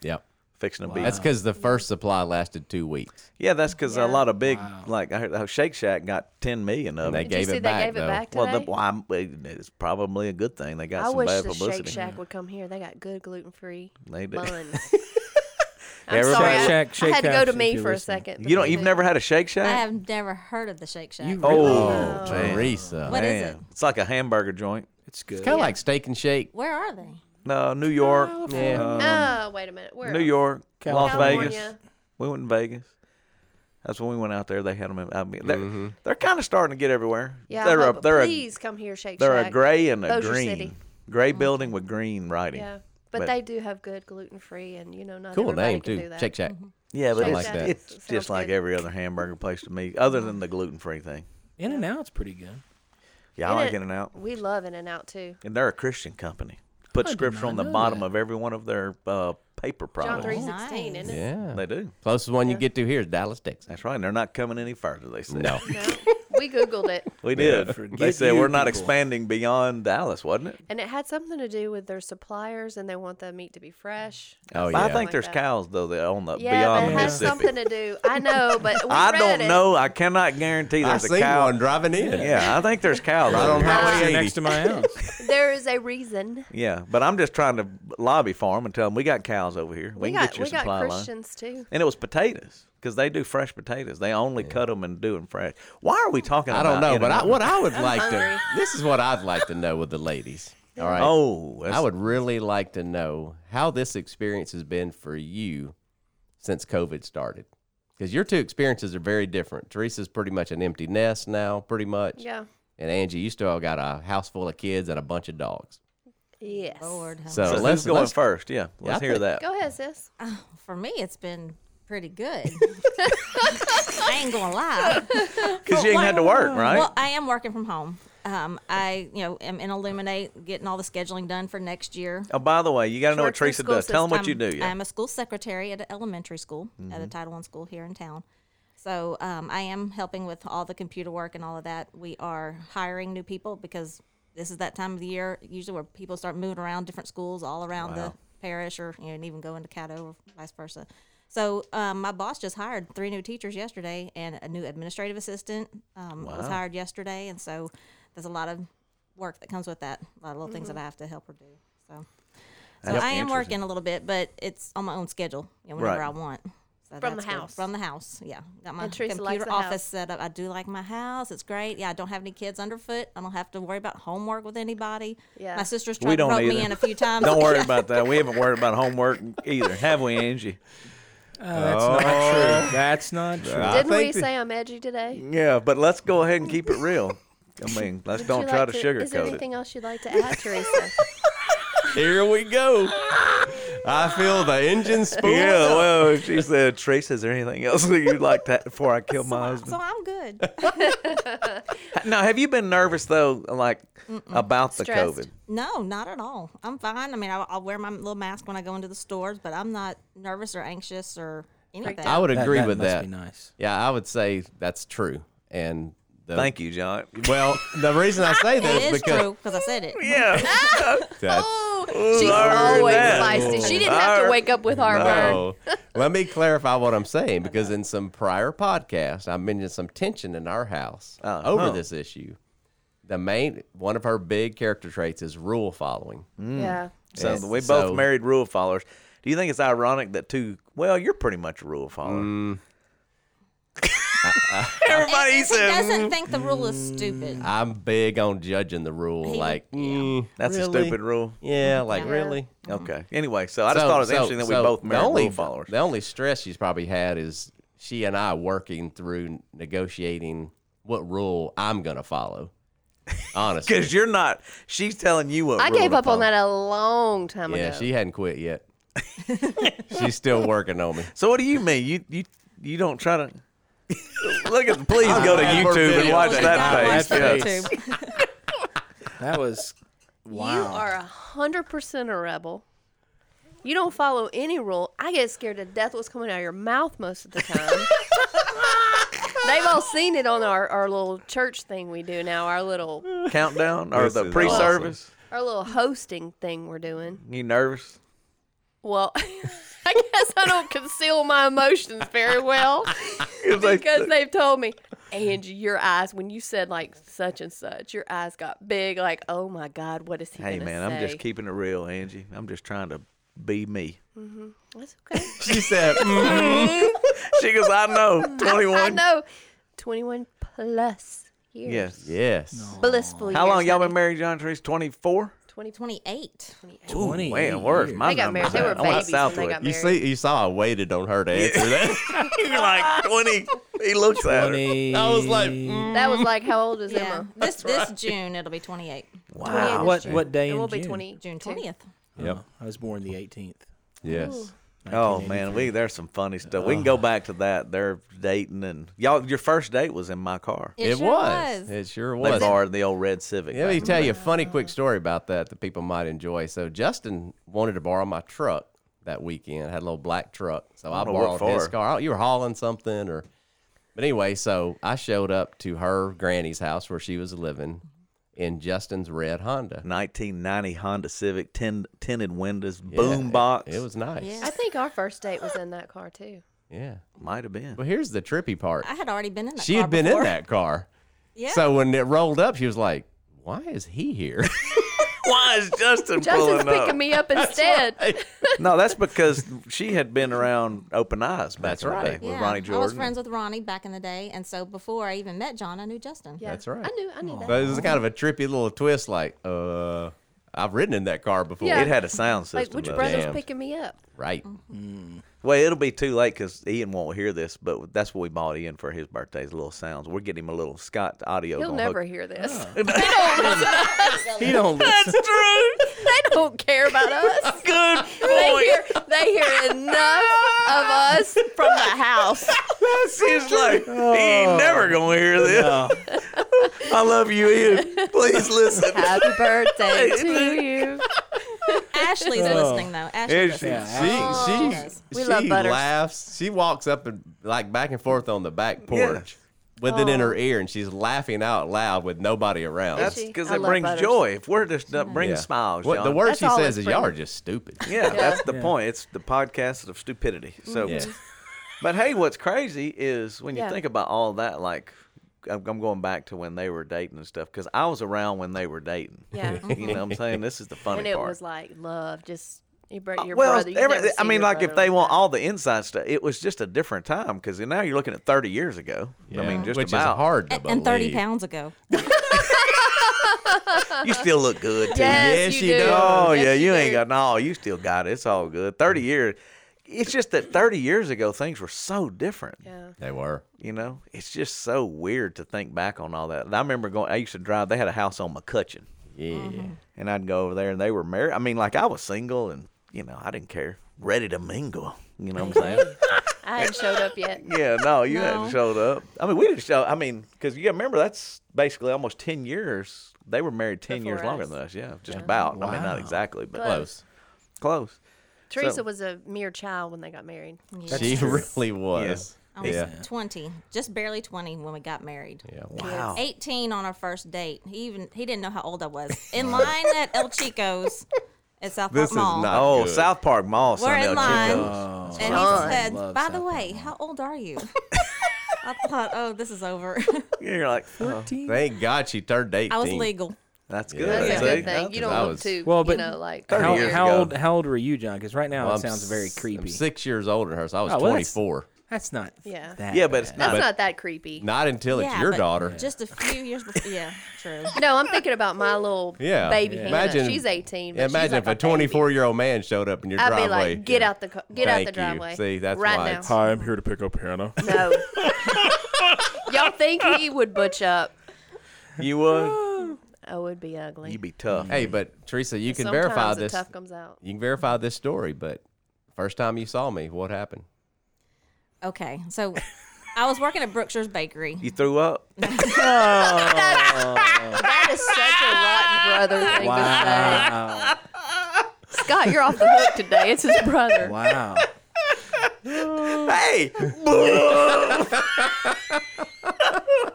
Speaker 4: Yep.
Speaker 1: Fixing to be.
Speaker 4: That's because the first supply lasted two weeks.
Speaker 1: yeah, that's because
Speaker 3: Yeah.
Speaker 1: a lot of big, like, I heard uh, Shake Shack got 10 million of
Speaker 4: And they
Speaker 1: it.
Speaker 3: Did you
Speaker 4: gave
Speaker 3: see
Speaker 4: it
Speaker 3: they
Speaker 4: back
Speaker 3: gave
Speaker 4: though.
Speaker 3: it back
Speaker 1: Well, the,
Speaker 3: today?
Speaker 1: well I'm, it's probably a good thing. They got
Speaker 3: I
Speaker 1: some
Speaker 3: wish
Speaker 1: bad
Speaker 3: the
Speaker 1: publicity.
Speaker 3: Shake Shack would come here. They got good gluten free
Speaker 1: They do.
Speaker 3: buns. [LAUGHS] I'm
Speaker 1: Everybody-
Speaker 3: sorry,
Speaker 1: Shake
Speaker 3: I,
Speaker 2: Shack,
Speaker 3: I
Speaker 2: Shake
Speaker 3: had to go
Speaker 2: Shack,
Speaker 3: to
Speaker 2: if
Speaker 3: me
Speaker 2: you're
Speaker 3: for a
Speaker 2: listening.
Speaker 3: second.
Speaker 1: [LAUGHS] You don't,
Speaker 3: but
Speaker 1: you've
Speaker 3: they-
Speaker 1: never had a Shake Shack?
Speaker 5: I have never heard of the Shake Shack.
Speaker 2: You
Speaker 1: Oh,
Speaker 4: Oh,
Speaker 1: man.
Speaker 4: Teresa.
Speaker 5: What is
Speaker 1: Man,
Speaker 5: it?
Speaker 1: It's like a hamburger joint.
Speaker 2: It's good.
Speaker 4: Kind of like steak and shake.
Speaker 5: Where are they?
Speaker 1: No, New York. uh,
Speaker 4: Yeah.
Speaker 3: Oh, wait a minute. Where
Speaker 1: New
Speaker 3: else?
Speaker 1: York,
Speaker 2: California.
Speaker 1: Las Vegas. We went in Vegas. That's when we went out there. They had them. In, I mean, they're,
Speaker 4: Mm-hmm.
Speaker 1: they're kind of starting to get everywhere.
Speaker 3: Yeah,
Speaker 1: they're
Speaker 3: I
Speaker 1: a
Speaker 3: hope-
Speaker 1: they're a
Speaker 3: please come here, Shake
Speaker 1: they're
Speaker 3: Shack.
Speaker 1: a gray and a
Speaker 3: Those are
Speaker 1: green,
Speaker 3: city. Mm-hmm.
Speaker 1: gray building with green writing.
Speaker 3: Yeah, but,
Speaker 1: But-
Speaker 3: they do have good gluten free, and you know, not
Speaker 4: Cool
Speaker 3: everybody
Speaker 4: name
Speaker 3: can
Speaker 4: too.
Speaker 3: do that.
Speaker 4: Shake Shack.
Speaker 1: yeah, but
Speaker 4: Shake
Speaker 1: it's,
Speaker 4: Shack. Like that.
Speaker 1: it's
Speaker 3: Sounds
Speaker 1: just like
Speaker 3: good.
Speaker 1: every other hamburger place to me, other than the gluten free thing.
Speaker 2: In and Out's pretty good.
Speaker 1: Yeah, I like
Speaker 3: In-N-
Speaker 1: In and Out,
Speaker 3: We love In and Out too.
Speaker 1: and they're a Christian company. Put
Speaker 3: Oh,
Speaker 2: I did
Speaker 1: scripture
Speaker 2: not
Speaker 1: on the
Speaker 2: know
Speaker 1: bottom
Speaker 2: that.
Speaker 1: of every one of their uh, paper
Speaker 3: John
Speaker 1: products.
Speaker 3: three sixteen,
Speaker 5: Nice.
Speaker 3: isn't it?
Speaker 4: Oh, Yeah.
Speaker 1: They do.
Speaker 4: Closest one you get to here is
Speaker 1: [LAUGHS]
Speaker 4: Dallas, Texas.
Speaker 1: That's right. And they're not coming any further. They said.
Speaker 4: No.
Speaker 3: No, we googled it,
Speaker 1: [LAUGHS] We did. they
Speaker 2: forget
Speaker 1: said
Speaker 2: you
Speaker 1: we're not
Speaker 2: people."
Speaker 1: expanding beyond Dallas, wasn't
Speaker 4: Oh,
Speaker 1: it?
Speaker 3: and it had something to do with their suppliers, and they want the meat to be fresh.
Speaker 4: Oh
Speaker 1: I
Speaker 4: yeah.
Speaker 1: think
Speaker 3: like
Speaker 1: there's
Speaker 3: that.
Speaker 1: cows though that own the
Speaker 3: Yeah,
Speaker 1: beyond
Speaker 3: but it has
Speaker 1: Mississippi.
Speaker 3: something to do. I know, but we
Speaker 1: I
Speaker 3: read
Speaker 1: don't
Speaker 3: it.
Speaker 1: know. I cannot guarantee
Speaker 4: I
Speaker 1: there's a
Speaker 4: seen
Speaker 1: cow.
Speaker 4: one driving in.
Speaker 1: Yeah, I think there's cows.
Speaker 4: Right
Speaker 1: over
Speaker 4: on
Speaker 1: here.
Speaker 4: Highway 80.
Speaker 2: Next to [LAUGHS] my house.
Speaker 3: There is a reason.
Speaker 1: Yeah, but I'm just trying to lobby for them and tell them we got cows over here. We,
Speaker 3: We
Speaker 1: can
Speaker 3: got
Speaker 1: get your
Speaker 3: we got
Speaker 1: supply line.
Speaker 3: Christians too.
Speaker 1: And it was potatoes because they do fresh potatoes. They only cut 'em cut them and do them fresh. Why are we talking?
Speaker 4: I don't
Speaker 1: about
Speaker 4: know,
Speaker 1: In
Speaker 4: but
Speaker 1: and
Speaker 4: I,
Speaker 1: Out? [LAUGHS]
Speaker 4: what I would like to
Speaker 3: hungry.
Speaker 4: this is what I'd like to know with the ladies. All right.
Speaker 1: Oh, that's-
Speaker 4: I would really like to know how this experience has been for you since COVID started. Because your two experiences are very different. Teresa's pretty much an empty nest now, pretty much.
Speaker 3: Yeah.
Speaker 4: And Angie, you still got a house full of kids and a bunch of [LAUGHS] dogs.
Speaker 3: Yes.
Speaker 5: Lord, help.
Speaker 4: So,
Speaker 1: So
Speaker 4: let's
Speaker 1: who's going
Speaker 4: let's-
Speaker 1: first? Yeah,
Speaker 4: I
Speaker 1: uh, let's hear
Speaker 4: think-
Speaker 1: that.
Speaker 3: Go ahead, sis.
Speaker 5: for me, it's been
Speaker 1: [LAUGHS]
Speaker 5: pretty good. I ain't gonna lie.
Speaker 1: Because you ain't had to work, right?
Speaker 5: Well, I am working from home. Um, I, you know, am in Illuminate, getting all the scheduling done for next year.
Speaker 1: oh, by the way, you got to know what
Speaker 5: Work through
Speaker 1: Teresa
Speaker 5: school
Speaker 1: does. Tell them what you
Speaker 5: system.
Speaker 1: do. Yeah. Mm-hmm.
Speaker 5: I'm a school secretary at an elementary school, at a Title I school here in town. So um, I am helping with all the computer work and all of that. We are hiring new people because this is that time of the year usually where people start moving around different schools all around the parish or you know, and even go into Caddo or vice versa. So um, my boss just hired three new teachers yesterday and a new administrative assistant um, was hired yesterday. And so there's a lot of work that comes with that, a lot of little things
Speaker 1: Mm-hmm.
Speaker 5: that I have to help her do. So so I am working a little bit, but it's on my own schedule, you know, whenever
Speaker 1: Right.
Speaker 5: I want. So
Speaker 3: From the
Speaker 5: that's good.
Speaker 3: house.
Speaker 5: From the house, yeah. Got my
Speaker 3: And Teresa likes
Speaker 5: computer
Speaker 3: the house.
Speaker 5: office set up. I do like my house. It's great. Yeah, I don't have any kids underfoot. I don't have to worry about homework with anybody.
Speaker 3: Yeah.
Speaker 5: My sister's
Speaker 1: We
Speaker 5: tried to
Speaker 1: don't
Speaker 5: rope
Speaker 1: either.
Speaker 5: me in
Speaker 1: [LAUGHS]
Speaker 5: a
Speaker 3: [LAUGHS]
Speaker 5: few times.
Speaker 1: Don't worry about that. We haven't worried about homework either, have we, Angie?
Speaker 2: Oh, that's not true. That's not true.
Speaker 4: I
Speaker 3: Didn't we
Speaker 4: think that-
Speaker 3: say I'm edgy today?
Speaker 1: Yeah, but let's go ahead and keep it real. [LAUGHS] I mean, let's
Speaker 3: Would
Speaker 1: don't
Speaker 3: you
Speaker 1: try
Speaker 3: like
Speaker 1: to,
Speaker 3: Is there
Speaker 1: sugarcoat it.
Speaker 3: anything else you'd like to [LAUGHS] add, Teresa?
Speaker 4: Here we go. I feel the [LAUGHS] engine spool.
Speaker 3: [LAUGHS]
Speaker 1: Yeah, well, she said, Trace, is there anything else that you'd like to before
Speaker 3: [LAUGHS]
Speaker 1: I kill my
Speaker 5: So
Speaker 1: husband?
Speaker 5: I'm good. [LAUGHS]
Speaker 1: Now, have you been nervous though, like about the
Speaker 3: Stressed.
Speaker 1: COVID?
Speaker 5: No, not at all. I'm fine. I mean, I'll, I'll wear my little mask when I go into the stores, but I'm not nervous or anxious or anything.
Speaker 4: I would
Speaker 2: That-
Speaker 4: agree
Speaker 2: that
Speaker 4: with
Speaker 2: must
Speaker 4: that.
Speaker 2: Be nice.
Speaker 4: Yeah, I would say that's true. And the-
Speaker 1: Thank you, John.
Speaker 4: Well, the reason I say that
Speaker 5: [LAUGHS] It
Speaker 4: is
Speaker 5: is
Speaker 4: because
Speaker 5: true because I said it.
Speaker 1: Yeah.
Speaker 4: That's-
Speaker 3: Oh, she's
Speaker 1: I heard
Speaker 3: always
Speaker 1: that.
Speaker 3: feisty. She didn't have
Speaker 1: Arr.
Speaker 3: to wake up with heartburn.
Speaker 4: No. Oh. [LAUGHS] Let me clarify what I'm saying because in some prior podcast, I mentioned some tension in our house
Speaker 1: Uh-huh.
Speaker 4: over this issue. The main one of her big character traits is rule following.
Speaker 3: Yeah.
Speaker 1: Mm. So [LAUGHS]
Speaker 4: Yes.
Speaker 1: we both
Speaker 4: So-
Speaker 1: married rule followers. Do you think it's ironic that two? Well, you're pretty much a rule follower.
Speaker 4: Mm.
Speaker 1: Everybody "Mm-hmm."
Speaker 5: If he
Speaker 1: says
Speaker 5: doesn't think the rule is stupid.
Speaker 4: I'm big on judging the rule.
Speaker 5: He-
Speaker 4: like, mm,
Speaker 1: that's
Speaker 4: really?
Speaker 1: a stupid rule.
Speaker 4: Yeah, like really.
Speaker 1: Okay. Anyway, so I just
Speaker 4: Mm. So-
Speaker 1: thought it was
Speaker 4: so-
Speaker 1: interesting that we
Speaker 4: so
Speaker 1: both
Speaker 4: the
Speaker 1: married
Speaker 4: only-
Speaker 1: rule followers.
Speaker 4: The only stress she's probably had is she and I working through negotiating what rule I'm
Speaker 1: [LAUGHS]
Speaker 4: gonna follow. Honestly,
Speaker 1: Because you're not. She's telling you what.
Speaker 3: I
Speaker 1: rule
Speaker 3: gave
Speaker 1: to
Speaker 3: up on
Speaker 1: follow.
Speaker 3: that a long time
Speaker 4: yeah,
Speaker 3: ago.
Speaker 4: she hadn't
Speaker 1: [LAUGHS]
Speaker 4: quit yet. she's still working on me.
Speaker 1: So what do you mean? You you you don't try to. [LAUGHS] Look at. Please go to
Speaker 4: glad we're
Speaker 1: YouTube and
Speaker 4: videoing
Speaker 1: watch
Speaker 5: Well, you
Speaker 1: that
Speaker 5: gotta
Speaker 1: page. Yeah. [LAUGHS]
Speaker 2: Yes.
Speaker 5: watch the YouTube.
Speaker 2: That was wow.
Speaker 3: You are a hundred percent a rebel. You don't follow any rule. I get scared to death what's coming out of your mouth most of the [LAUGHS] time. They've all seen it on our, our little church thing we do now, our little
Speaker 1: Countdown or
Speaker 4: This
Speaker 1: the
Speaker 4: is
Speaker 1: pre-service.
Speaker 3: our little hosting thing we're doing.
Speaker 1: You nervous?
Speaker 3: Well, [LAUGHS] I guess I don't conceal my emotions very
Speaker 1: [LAUGHS]
Speaker 3: well because they've told me, and your eyes, when you said like such and such, your eyes got big, like, oh my God, what is he
Speaker 1: Hey
Speaker 3: gonna
Speaker 1: man, I'm
Speaker 3: say?"
Speaker 1: just keeping it real, Angie. I'm just trying to be me.
Speaker 3: That's okay. [LAUGHS]
Speaker 4: She [LAUGHS] said,
Speaker 1: "Mm-hmm."
Speaker 4: mm.
Speaker 1: She goes, I know. Twenty
Speaker 3: I
Speaker 1: one.
Speaker 3: know. 21 plus years.
Speaker 1: Yes.
Speaker 4: "Yes."
Speaker 3: Blissful years.
Speaker 1: How long y'all been married, John Trace? Twenty four.
Speaker 3: 20,
Speaker 5: 28.
Speaker 3: 28.
Speaker 1: Ooh,
Speaker 2: 28
Speaker 1: man, where's
Speaker 2: years.
Speaker 1: my
Speaker 3: They got married.
Speaker 1: numbers
Speaker 3: They
Speaker 1: at?
Speaker 3: were
Speaker 1: I went
Speaker 3: babies when they
Speaker 1: southward.
Speaker 3: got
Speaker 4: You
Speaker 3: married.
Speaker 4: see, you saw I waited on her to
Speaker 1: [LAUGHS]
Speaker 4: answer that.
Speaker 1: You're like twenty. He looks at her.
Speaker 4: I was like,
Speaker 3: That was like, how old is
Speaker 5: Yeah.
Speaker 3: Emma?
Speaker 5: This this June it'll be 28.
Speaker 1: Wow.
Speaker 2: what what day
Speaker 3: It
Speaker 2: in
Speaker 3: will
Speaker 2: June?
Speaker 3: be 20.
Speaker 5: June 20th.
Speaker 4: "Yep,
Speaker 2: I was born the 18th.
Speaker 4: yes."
Speaker 1: Oh man, we there's some funny stuff. We can go back to that. They're dating and y'all. Your first date was in my car.
Speaker 5: It, sure was.
Speaker 4: It sure
Speaker 1: They
Speaker 4: was.
Speaker 1: borrowed the old red Civic.
Speaker 4: Let
Speaker 1: back
Speaker 4: me
Speaker 1: in
Speaker 4: tell you a funny quick story about that that people might enjoy. So Justin wanted to borrow my truck that weekend. I had a little black truck, so I,
Speaker 1: don't know what
Speaker 4: borrowed his
Speaker 1: for.
Speaker 4: car. You were hauling something, or but anyway, so I showed up to her granny's house where she was living in Justin's red Honda.
Speaker 1: 1990 Honda Civic, tin, tinted windows,
Speaker 4: Yeah,
Speaker 1: boom box.
Speaker 4: It, it was nice.
Speaker 5: Yeah.
Speaker 3: I think our first date was in that car, too.
Speaker 4: yeah.
Speaker 1: might have been.
Speaker 4: Well, here's the trippy part.
Speaker 5: I had already been in that
Speaker 4: she
Speaker 5: car
Speaker 4: had been
Speaker 5: before.
Speaker 4: in that car.
Speaker 5: [LAUGHS] Yeah.
Speaker 4: So when it rolled up, she was like, "Why is he here?" [LAUGHS]
Speaker 1: Why is Justin
Speaker 3: Justin's
Speaker 1: [LAUGHS] pulling up?
Speaker 3: picking me up instead.
Speaker 1: no, that's because she had been around Open Eyes back
Speaker 4: That's
Speaker 1: in the
Speaker 4: right.
Speaker 1: day with Ronnie Jordan.
Speaker 5: I was friends with Ronnie back in the day, and so before I even met John, I knew Justin.
Speaker 3: Yeah.
Speaker 4: That's right.
Speaker 3: I knew, I knew that.
Speaker 4: But it was kind of a trippy little twist. Like, uh, I've ridden in that car before.
Speaker 3: Yeah.
Speaker 1: It had a sound system.
Speaker 3: Like, which
Speaker 1: though.
Speaker 3: brother's
Speaker 4: Damn.
Speaker 3: picking me up?
Speaker 4: Right.
Speaker 1: Well, it'll be too late because Ian won't hear this, but that's what we bought Ian for his birthday, is little sounds. We're getting him a little Scott audio.
Speaker 3: He'll
Speaker 1: gonna
Speaker 3: never
Speaker 1: hook-
Speaker 3: hear this.
Speaker 2: He [LAUGHS] don't listen.
Speaker 3: they [LAUGHS] don't care about us.
Speaker 1: [LAUGHS] Good
Speaker 3: They
Speaker 1: boy.
Speaker 3: hear, they hear enough of us from the
Speaker 1: [LAUGHS]
Speaker 3: house.
Speaker 1: That's his like, he ain't never going to hear this. I love you, Ian. Please listen.
Speaker 3: Happy birthday to [LAUGHS] you.
Speaker 5: [LAUGHS] Ashley's
Speaker 4: Oh.
Speaker 5: listening though. Ashley,
Speaker 1: It's-
Speaker 5: listens.
Speaker 2: Yeah.
Speaker 4: She,
Speaker 5: Oh.
Speaker 4: she,
Speaker 5: She does.
Speaker 3: We
Speaker 4: she
Speaker 3: love Butters.
Speaker 4: laughs. She walks up and like back and forth on the back porch with it in her ear, and she's laughing out loud with nobody around.
Speaker 1: That's
Speaker 3: she?
Speaker 1: because
Speaker 3: I
Speaker 1: it
Speaker 3: love
Speaker 1: brings
Speaker 3: butters.
Speaker 1: joy. If we're just not bringing
Speaker 4: Yeah.
Speaker 1: smiles,
Speaker 4: What,
Speaker 1: John.
Speaker 4: the word
Speaker 3: That's
Speaker 4: she
Speaker 3: all
Speaker 4: says
Speaker 3: it's
Speaker 4: is, y'all are
Speaker 3: bringing.
Speaker 4: just stupid.
Speaker 1: Yeah, that's the
Speaker 2: Yeah.
Speaker 1: point. It's the podcast of stupidity. So,
Speaker 3: Mm-hmm.
Speaker 4: Yeah.
Speaker 1: but hey, what's crazy is when you
Speaker 3: Yeah.
Speaker 1: think about all that, like I'm I'm going back to when they were dating and stuff, because I was around when they were dating.
Speaker 4: [LAUGHS]
Speaker 3: Yeah.
Speaker 1: you know what I'm saying? This is the funny
Speaker 3: And it
Speaker 1: part.
Speaker 3: was like love, just your, bro- your
Speaker 1: Uh, well,
Speaker 3: brother. you
Speaker 1: every-
Speaker 3: never
Speaker 1: I
Speaker 3: see
Speaker 1: mean,
Speaker 3: your
Speaker 1: like if
Speaker 3: brother
Speaker 1: they
Speaker 3: like
Speaker 1: want
Speaker 3: that.
Speaker 1: all the inside stuff, it was just a different time because now you're looking at 30 years ago. I mean, just
Speaker 4: Which
Speaker 1: about.
Speaker 4: is hard to
Speaker 5: and, and 30
Speaker 4: believe.
Speaker 5: pounds ago.
Speaker 1: You still look good.
Speaker 3: [LAUGHS]
Speaker 1: Too.
Speaker 3: Yes,
Speaker 4: Yes,
Speaker 3: you
Speaker 4: you
Speaker 3: do.
Speaker 4: do.
Speaker 1: Oh
Speaker 3: Yes,
Speaker 1: yeah, you
Speaker 3: do.
Speaker 1: ain't got no. You still got it. It's all good. Thirty
Speaker 4: Mm.
Speaker 1: years. It's just that thirty years ago things were so different.
Speaker 3: Yeah.
Speaker 4: They were.
Speaker 1: You know, it's just so weird to think back on all that. And I remember going. I used to drive. They had a house on McCutcheon,
Speaker 4: Yeah.
Speaker 1: and I'd go over there, and they were married. I mean, like I was single, and you know, I didn't care. Ready to mingle. You know what I'm saying?
Speaker 3: I hadn't showed up yet.
Speaker 1: [LAUGHS] yeah. No, you
Speaker 5: No.
Speaker 1: hadn't showed up. I mean, we didn't show. I mean, because you remember that's basically almost ten years. They were married ten years
Speaker 3: Before
Speaker 1: longer
Speaker 3: us.
Speaker 1: than us. Yeah, just about. I mean, not
Speaker 2: Wow.
Speaker 1: exactly, but
Speaker 3: Close.
Speaker 4: Close.
Speaker 1: Close.
Speaker 3: Teresa
Speaker 1: So-
Speaker 3: was a mere child when they got married.
Speaker 4: She really was.
Speaker 5: I was
Speaker 4: Yeah.
Speaker 5: 20, just barely 20 when we got married.
Speaker 4: Yeah.
Speaker 1: Wow.
Speaker 5: 18 on our first date. He even he didn't know how old I was. In line at El Chico's at South
Speaker 4: This
Speaker 5: Park
Speaker 4: is
Speaker 5: Mall.
Speaker 4: not-
Speaker 1: Oh,
Speaker 4: Good.
Speaker 1: South Park Mall.
Speaker 5: We're
Speaker 1: son,
Speaker 5: in
Speaker 1: El
Speaker 5: line.
Speaker 1: Chico's.
Speaker 5: and
Speaker 3: fun.
Speaker 5: he said,
Speaker 2: Love
Speaker 5: "By
Speaker 2: South
Speaker 5: the
Speaker 2: Park
Speaker 5: way, how old are [LAUGHS] you?" I thought, "Oh, this
Speaker 4: [LAUGHS]
Speaker 5: is over."
Speaker 1: You're like, oh,
Speaker 4: Thank God she turned 18.
Speaker 5: I was legal.
Speaker 1: that's good.
Speaker 3: That's
Speaker 4: Yeah.
Speaker 3: a
Speaker 1: see?
Speaker 3: good thing. You don't
Speaker 4: I
Speaker 3: want
Speaker 4: was-
Speaker 3: to,
Speaker 2: Well, but
Speaker 3: you know, like.
Speaker 1: Thirty
Speaker 2: how,
Speaker 1: years
Speaker 2: how
Speaker 1: ago.
Speaker 2: old how old were you, John? Because right now
Speaker 4: Well,
Speaker 2: it sounds very
Speaker 4: s-
Speaker 2: creepy.
Speaker 4: I'm six years older than her, so I was
Speaker 2: Oh, well, that's-
Speaker 4: 24.
Speaker 2: That's not.
Speaker 3: Yeah.
Speaker 2: that
Speaker 1: Yeah, but it's
Speaker 2: bad.
Speaker 1: not.
Speaker 3: That's not that creepy.
Speaker 4: Not until it's
Speaker 5: Yeah,
Speaker 4: your
Speaker 5: but
Speaker 4: daughter.
Speaker 5: Just a few years before. Yeah, true.
Speaker 3: No, I'm thinking about my little
Speaker 4: Yeah.
Speaker 3: baby
Speaker 4: Yeah.
Speaker 3: Hannah.
Speaker 4: Imagine-
Speaker 3: she's 18. But
Speaker 4: Yeah, imagine
Speaker 3: she's like
Speaker 4: if a 24 year old man showed up in your
Speaker 3: I'd
Speaker 4: driveway.
Speaker 3: be like, get out the co- get out
Speaker 4: Thank
Speaker 3: the
Speaker 4: you.
Speaker 3: driveway.
Speaker 4: See, that's
Speaker 3: right
Speaker 4: why
Speaker 3: now.
Speaker 4: it's-
Speaker 6: Hi, I'm here to pick up Hannah.
Speaker 3: No. Y'all think he would butch up? [LAUGHS]
Speaker 1: You would.
Speaker 3: I would be ugly.
Speaker 1: You'd be tough.
Speaker 4: Hey, but Teresa, you can
Speaker 3: Sometimes
Speaker 4: verify
Speaker 3: the
Speaker 4: this.
Speaker 3: tough comes out.
Speaker 4: You can verify this story, but first time you saw me, what happened?
Speaker 5: Okay, so I was working at Brookshire's Bakery.
Speaker 1: You threw
Speaker 5: [LAUGHS]
Speaker 1: up.
Speaker 3: That is such a rotten brother thing
Speaker 2: Wow.
Speaker 3: to say. Scott, you're off the hook today. It's his brother.
Speaker 2: wow.
Speaker 1: Hey,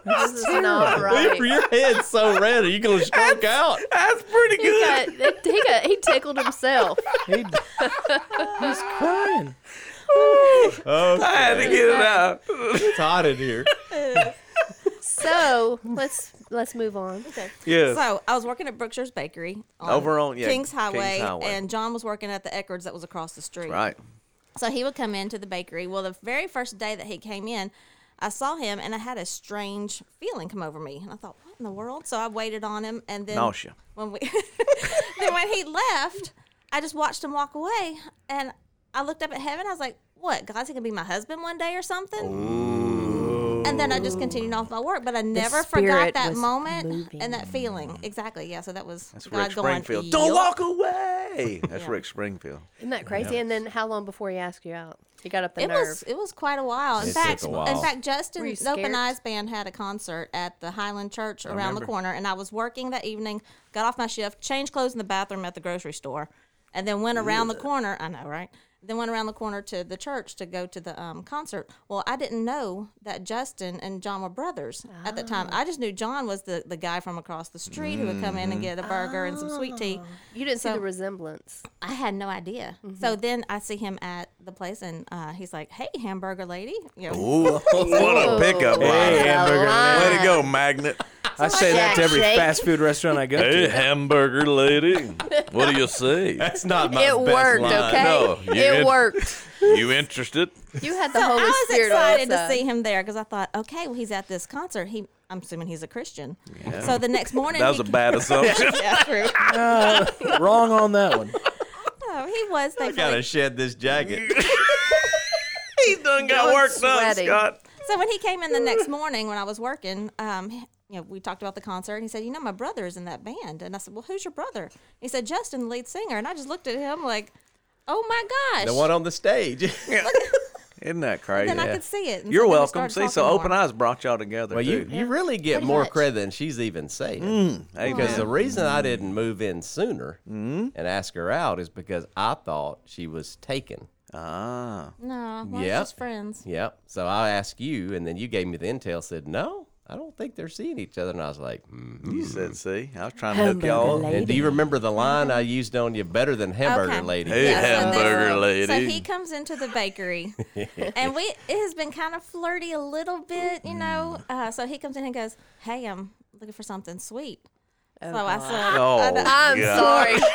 Speaker 3: This is not right.
Speaker 4: [LAUGHS] Your head's so red. Are you going to stroke out?
Speaker 1: that's pretty
Speaker 3: He
Speaker 1: good.
Speaker 3: got, he got he tickled himself. [LAUGHS]
Speaker 2: He, he's crying.
Speaker 1: I had to get it out.
Speaker 4: It's hot in here.
Speaker 3: So let's let's move on.
Speaker 1: Yeah.
Speaker 5: So I was working at Brookshire's Bakery on
Speaker 1: Over on- yeah,
Speaker 5: Kings,
Speaker 1: Kings
Speaker 5: Highway,
Speaker 1: Highway.
Speaker 5: and John was working at the Eckerd's that was across the street.
Speaker 1: right.
Speaker 5: So he would come into the bakery. Well, the very first day that he came in, I saw him and I had a strange feeling come over me. And I thought, what in the world? So I waited on him and then
Speaker 1: Nausea.
Speaker 5: When we [LAUGHS] then when he left, I just watched him walk away and I looked up at heaven. I was like, what? God's gonna be my husband one day or something? And then I just continued off my work, but I never
Speaker 3: spirit
Speaker 5: forgot that
Speaker 3: was
Speaker 5: moment
Speaker 3: moving.
Speaker 5: and that feeling. Exactly. Yeah. So that was
Speaker 1: That's
Speaker 5: God
Speaker 1: Rick
Speaker 5: going.
Speaker 1: Springfield.
Speaker 5: "Yup."
Speaker 1: Don't walk
Speaker 5: [LAUGHS]
Speaker 1: away. That's
Speaker 5: Yeah.
Speaker 1: Rick Springfield.
Speaker 3: Isn't that crazy? And then how long before he asked you out? He got up the
Speaker 5: It
Speaker 3: nerve.
Speaker 5: was it was quite a while. In
Speaker 4: It took
Speaker 5: fact,
Speaker 4: a
Speaker 5: in
Speaker 4: while.
Speaker 5: fact,
Speaker 3: Were you
Speaker 5: Justin's
Speaker 3: scared?
Speaker 5: Open Eyes Band had a concert at the Highland Church around the
Speaker 1: remember.
Speaker 5: corner, and I was working that evening. Got off my shift, changed clothes in the bathroom at the grocery store, and then went around the corner. I know, right? Then went around the corner to the church to go to the um, concert. Well, I didn't know that Justin and John were brothers at the time.
Speaker 3: Ah.
Speaker 5: I just knew John was the, the guy from across the street who would come in
Speaker 4: Mm-hmm.
Speaker 5: and get a burger and some sweet tea.
Speaker 3: you didn't see
Speaker 5: so-
Speaker 3: the resemblance.
Speaker 5: I had no idea. So
Speaker 3: Mm-hmm.
Speaker 5: then I see him at the place, and uh, he's like, "Hey, hamburger lady." You know,
Speaker 1: Ooh, what a pickup line.
Speaker 2: Hey, hamburger lady.
Speaker 1: Way to go, Magnet.
Speaker 2: I say that to every fast food restaurant I go to.
Speaker 6: Hey, hamburger
Speaker 5: [LAUGHS]
Speaker 6: lady. What do you say?
Speaker 4: That's not my
Speaker 3: It
Speaker 4: best
Speaker 3: worked,
Speaker 4: line.
Speaker 3: okay?
Speaker 6: No, you
Speaker 3: it
Speaker 6: did-
Speaker 3: worked.
Speaker 6: You interested?
Speaker 3: [LAUGHS] You had the
Speaker 5: So
Speaker 3: Holy
Speaker 5: I was
Speaker 3: Spirit
Speaker 5: excited
Speaker 3: on
Speaker 5: to
Speaker 3: your
Speaker 5: see
Speaker 3: side.
Speaker 5: him there because I thought, okay, well, he's at this concert. He, I'm assuming he's a Christian. So the next morning,
Speaker 1: That was
Speaker 5: he,
Speaker 1: a bad assumption.
Speaker 5: [LAUGHS]
Speaker 1: [LAUGHS]
Speaker 5: yeah, true.
Speaker 2: Uh, Wrong on that one.
Speaker 5: No, he was.
Speaker 4: I got to
Speaker 5: Thankfully.
Speaker 4: shed this jacket.
Speaker 1: He's done got
Speaker 3: Going
Speaker 1: worked up,
Speaker 3: sweaty.
Speaker 1: Scott.
Speaker 5: So when he came in the next morning when I was working, um, he- you know, we talked about the concert, and he said, "You know, my brother is in that band," and I said, "Well, who's your brother?" He said, "Justin, the lead singer," and I just looked at him like, "Oh my gosh!"
Speaker 4: the one on the stage. [LAUGHS]
Speaker 1: Isn't that crazy?
Speaker 5: then I could see it. and
Speaker 1: You're
Speaker 5: so then we
Speaker 1: welcome.
Speaker 5: started
Speaker 1: See, so
Speaker 5: talking
Speaker 1: Open
Speaker 5: more.
Speaker 1: Eyes brought y'all together.
Speaker 4: Well, you,
Speaker 1: too.
Speaker 4: you really get
Speaker 5: Pretty
Speaker 4: more
Speaker 5: much.
Speaker 4: credit than she's even saying.
Speaker 1: Amen.
Speaker 4: Because the reason I didn't move in sooner and ask her out is because I thought she was taken.
Speaker 1: Ah.
Speaker 5: No, we're
Speaker 4: Yep.
Speaker 5: just friends.
Speaker 4: Yep. So I asked you, and then you gave me the intel, said, no, I don't think they're seeing each other. And I was like, mm.
Speaker 1: You said, see, I was trying to hook y'all up.
Speaker 4: And do you remember the line I used on you better than hamburger
Speaker 5: Okay.
Speaker 4: lady?
Speaker 6: Hey,
Speaker 5: so this-
Speaker 6: hamburger lady.
Speaker 5: So he comes into the bakery, and we it has been kind of flirty a little bit, you know. Uh, so he comes in and goes, "Hey, I'm looking for something sweet." so I said,
Speaker 1: Oh,
Speaker 3: I'm
Speaker 1: [LAUGHS]
Speaker 3: sorry.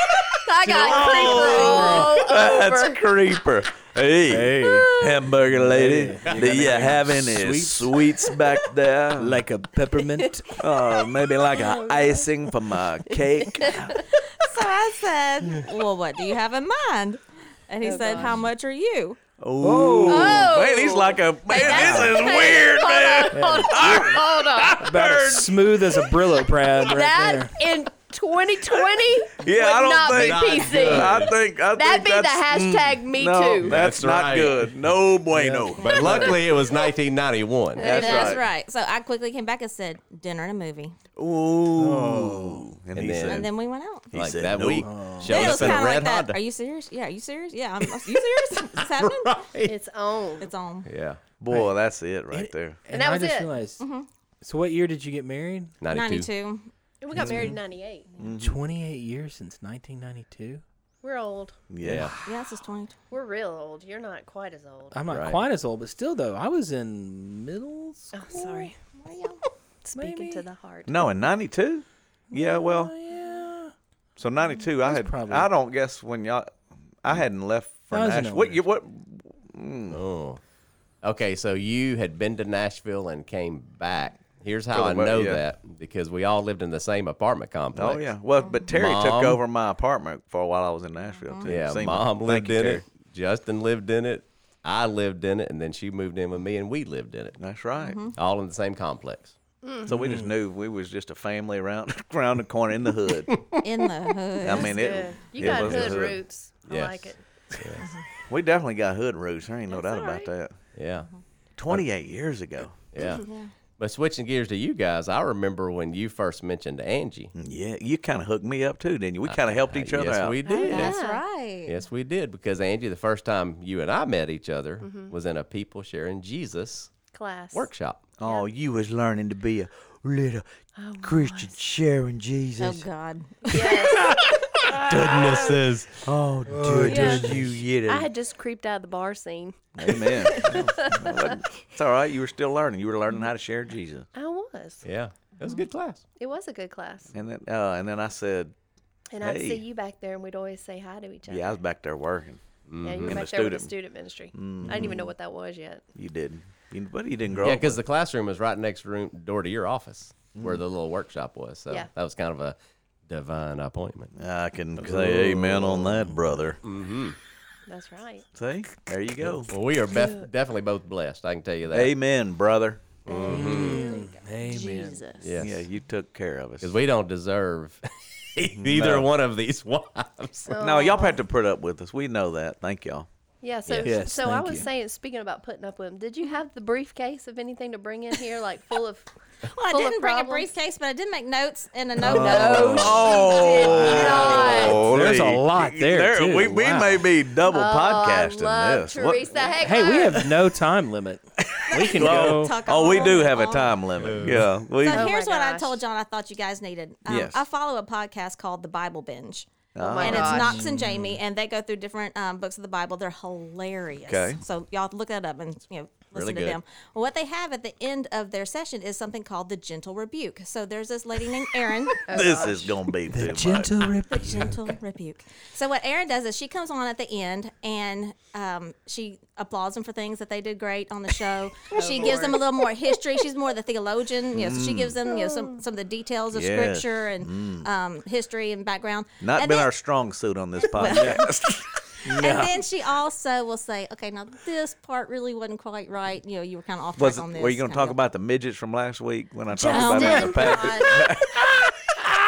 Speaker 3: I got creeper all
Speaker 1: [LAUGHS] that's
Speaker 3: over.
Speaker 1: creeper. Hey, hamburger lady,
Speaker 2: Hey, you
Speaker 1: do
Speaker 2: got
Speaker 1: you
Speaker 2: any
Speaker 1: have any sweets,
Speaker 2: sweets?
Speaker 1: back there?
Speaker 2: Like a peppermint.
Speaker 1: oh, maybe like a
Speaker 3: [LAUGHS]
Speaker 1: icing for my cake.
Speaker 5: "So I said, well, what do you have in mind?" And he said, "How much are you?"
Speaker 1: Oh, man, he's like a man.
Speaker 3: that's-
Speaker 1: this is
Speaker 3: hey,
Speaker 1: weird, man.
Speaker 3: Hold on, hold on.
Speaker 2: About as smooth as a Brillo pad right
Speaker 3: That in 2020
Speaker 1: Yeah,
Speaker 3: would
Speaker 1: I don't
Speaker 3: not
Speaker 1: think-
Speaker 3: be PC.
Speaker 1: I think I
Speaker 3: That'd
Speaker 1: think
Speaker 3: be the
Speaker 1: that's, mm,
Speaker 3: hashtag me
Speaker 1: no,
Speaker 3: too.
Speaker 1: That's,
Speaker 4: That's
Speaker 1: not
Speaker 4: right.
Speaker 1: good. No bueno.
Speaker 4: [LAUGHS] But luckily, it was 1991.
Speaker 1: That's right.
Speaker 5: right. So I quickly came back and said dinner and a movie,
Speaker 1: Ooh. And, he
Speaker 4: then-
Speaker 1: said,
Speaker 5: and then we went out.
Speaker 4: like
Speaker 1: said
Speaker 4: that
Speaker 1: no. Uh-huh.
Speaker 4: week,
Speaker 5: Then
Speaker 4: showed
Speaker 5: it
Speaker 4: up
Speaker 5: was
Speaker 4: in
Speaker 5: kind
Speaker 4: a
Speaker 5: of like
Speaker 4: red
Speaker 5: that.
Speaker 4: Honda.
Speaker 5: Are you serious? Yeah, are you serious? Yeah, I'm, are you serious? It's happening.
Speaker 3: It's on.
Speaker 5: It's on.
Speaker 4: yeah,
Speaker 1: boy, that's it right there.
Speaker 2: And,
Speaker 3: that
Speaker 2: I
Speaker 3: was
Speaker 2: just
Speaker 3: it. Mm-hmm.
Speaker 2: realized. So what year did you get married?
Speaker 4: 92.
Speaker 5: 92.
Speaker 3: And we got married in 98.
Speaker 1: Mm-hmm.
Speaker 2: 28 years since 1992.
Speaker 3: We're old.
Speaker 1: Yeah.
Speaker 5: Yeah, this is 20.
Speaker 3: We're real old. You're not quite as old.
Speaker 2: I'm not
Speaker 4: Right.
Speaker 2: quite as old, but still though, I was in middle school.
Speaker 3: Oh, sorry. Speaking
Speaker 2: Maybe.
Speaker 3: to the heart.
Speaker 1: No, in '92. Yeah, well,
Speaker 3: Oh,
Speaker 2: Yeah.
Speaker 1: so '92. I had.
Speaker 2: probably-
Speaker 1: I don't guess when y'all. I hadn't left for
Speaker 2: I was in
Speaker 1: Nashville. What?
Speaker 2: elementary
Speaker 1: You, what?
Speaker 4: Oh. Okay, so you had been to Nashville and came back. Here's how
Speaker 1: For the
Speaker 4: I
Speaker 1: wed-
Speaker 4: know
Speaker 1: yeah.
Speaker 4: that because we all lived in the same apartment complex.
Speaker 1: Oh yeah. Well, but Terry took
Speaker 4: Mom.
Speaker 1: over my apartment for a while. I was in Nashville too.
Speaker 4: Yeah,
Speaker 1: Seaman.
Speaker 4: mom
Speaker 1: Thank
Speaker 4: lived
Speaker 1: you,
Speaker 4: in
Speaker 1: Terry.
Speaker 4: it. Justin lived in it. I lived in it, and then she moved in with me, and we lived in it,
Speaker 1: That's right.
Speaker 3: Mm-hmm.
Speaker 4: all in the same complex.
Speaker 1: So we just knew we was just a family around [LAUGHS] around the corner in the
Speaker 4: [LAUGHS]
Speaker 1: hood.
Speaker 5: In the hood.
Speaker 1: I mean, it.
Speaker 3: Good. You
Speaker 1: it
Speaker 3: got
Speaker 1: was a
Speaker 3: hood roots. I
Speaker 4: Yes.
Speaker 3: like it.
Speaker 1: We definitely got hood roots. There ain't no doubt about that.
Speaker 4: Yeah,
Speaker 1: 28 years ago.
Speaker 4: yeah. But switching gears to you guys, I remember when you first mentioned Angie.
Speaker 1: Yeah, you kind of hooked me up too, didn't you? We kind of helped each other
Speaker 4: Uh, yes,
Speaker 1: out.
Speaker 4: we did.
Speaker 5: That's right.
Speaker 4: Yes, we did. Because Angie, the first time you and I met each other was in a people sharing Jesus
Speaker 3: Class.
Speaker 4: workshop.
Speaker 1: Oh, you was learning to be a little Christian sharing Jesus.
Speaker 5: Oh, God.
Speaker 3: [LAUGHS]
Speaker 4: Goodnesses.
Speaker 1: Oh, dude,
Speaker 3: yeah.
Speaker 1: you get
Speaker 3: I had just creeped out of the bar scene.
Speaker 1: [LAUGHS] Amen. it's all right. You were still learning. You were learning how to share Jesus.
Speaker 3: I was.
Speaker 4: Yeah, it was a good class.
Speaker 3: It was a good class.
Speaker 1: And then, uh, and then I said,
Speaker 3: And I'd
Speaker 1: Hey.
Speaker 3: see you back there, and we'd always say hi to each other.
Speaker 1: yeah, I was back there working.
Speaker 3: Yeah, you were
Speaker 1: And
Speaker 3: back
Speaker 1: the
Speaker 3: there with the
Speaker 1: student.
Speaker 3: student ministry. I didn't even know what that was yet.
Speaker 1: You didn't. You, but you didn't grow
Speaker 4: Yeah,
Speaker 1: up.
Speaker 4: because the classroom was right next room door to your office where
Speaker 1: Mm-hmm.
Speaker 4: the little workshop was. So
Speaker 3: Yeah.
Speaker 4: that was kind of a divine appointment.
Speaker 1: I can say amen on that, brother.
Speaker 3: That's right.
Speaker 1: See? There you go.
Speaker 4: Well, we are bef- definitely both blessed. I can tell you that.
Speaker 1: Amen, brother.
Speaker 2: Amen.
Speaker 3: Jesus.
Speaker 4: Yes.
Speaker 1: Yeah, you took care of us.
Speaker 4: Because we don't deserve [LAUGHS] either one of these wives.
Speaker 1: No, y'all had to put up with us. We know that. Thank y'all.
Speaker 3: Yeah, so
Speaker 2: Yes,
Speaker 3: so I
Speaker 2: thank
Speaker 3: was
Speaker 2: you.
Speaker 3: saying, speaking about putting up with him, did you have the briefcase of anything to bring in here, like full of?
Speaker 5: Well, I
Speaker 3: full of
Speaker 5: didn't bring a
Speaker 3: problems.
Speaker 5: briefcase, but I did make notes and a Oh, note.
Speaker 3: Oh,
Speaker 1: Oh,
Speaker 2: There's a lot there, too.
Speaker 1: We, we
Speaker 2: Wow.
Speaker 1: may be double podcasting
Speaker 3: Oh, I love
Speaker 1: this. What-
Speaker 3: Teresa Heckler.
Speaker 2: Hey, we
Speaker 3: [LAUGHS]
Speaker 2: have no time limit. We can go.
Speaker 5: Talk
Speaker 1: oh, we
Speaker 5: all
Speaker 1: do have a
Speaker 5: on.
Speaker 1: time limit. Yeah, we. Oh,
Speaker 5: So
Speaker 3: Oh, my
Speaker 5: here's what I
Speaker 3: gosh.
Speaker 5: told John I thought you guys needed. Um,
Speaker 1: Yes.
Speaker 5: I follow a podcast called The Bible Binge.
Speaker 3: Oh my
Speaker 5: and
Speaker 3: gosh.
Speaker 5: it's Knox
Speaker 1: Mm.
Speaker 5: and Jamie, and they go through different um, books of the Bible. They're hilarious.
Speaker 1: Okay.
Speaker 5: So y'all look that up and you know listen
Speaker 4: Really
Speaker 5: to
Speaker 4: good.
Speaker 5: them. Well, what they have at the end of their session is something called the gentle rebuke. So there's this lady named
Speaker 1: [LAUGHS]
Speaker 5: Erin.
Speaker 1: this is gonna be too much.
Speaker 5: the gentle rebuke. So what Erin does is she comes on at the end and um, she applauds them for things that they did great on the show.
Speaker 1: [LAUGHS] Oh,
Speaker 5: she gives them a little more history. She's more the theologian. You know, so she gives them you know some some of the details of
Speaker 1: Mm. Yes. Mm.
Speaker 5: scripture and um, history and background.
Speaker 1: Not
Speaker 5: and
Speaker 1: been
Speaker 5: then-
Speaker 1: our strong suit
Speaker 3: [LAUGHS]
Speaker 1: on this podcast.
Speaker 5: And then she also will say, "Okay, now this part really wasn't quite right. You know, you were kind of off
Speaker 1: Was
Speaker 5: track on
Speaker 1: it,
Speaker 5: this."
Speaker 1: were you gonna
Speaker 5: kind
Speaker 1: talk
Speaker 5: of
Speaker 1: about the midgets from last week when I
Speaker 5: deal."
Speaker 1: talked about
Speaker 3: Oh
Speaker 1: them in [LAUGHS] the packet?
Speaker 5: God.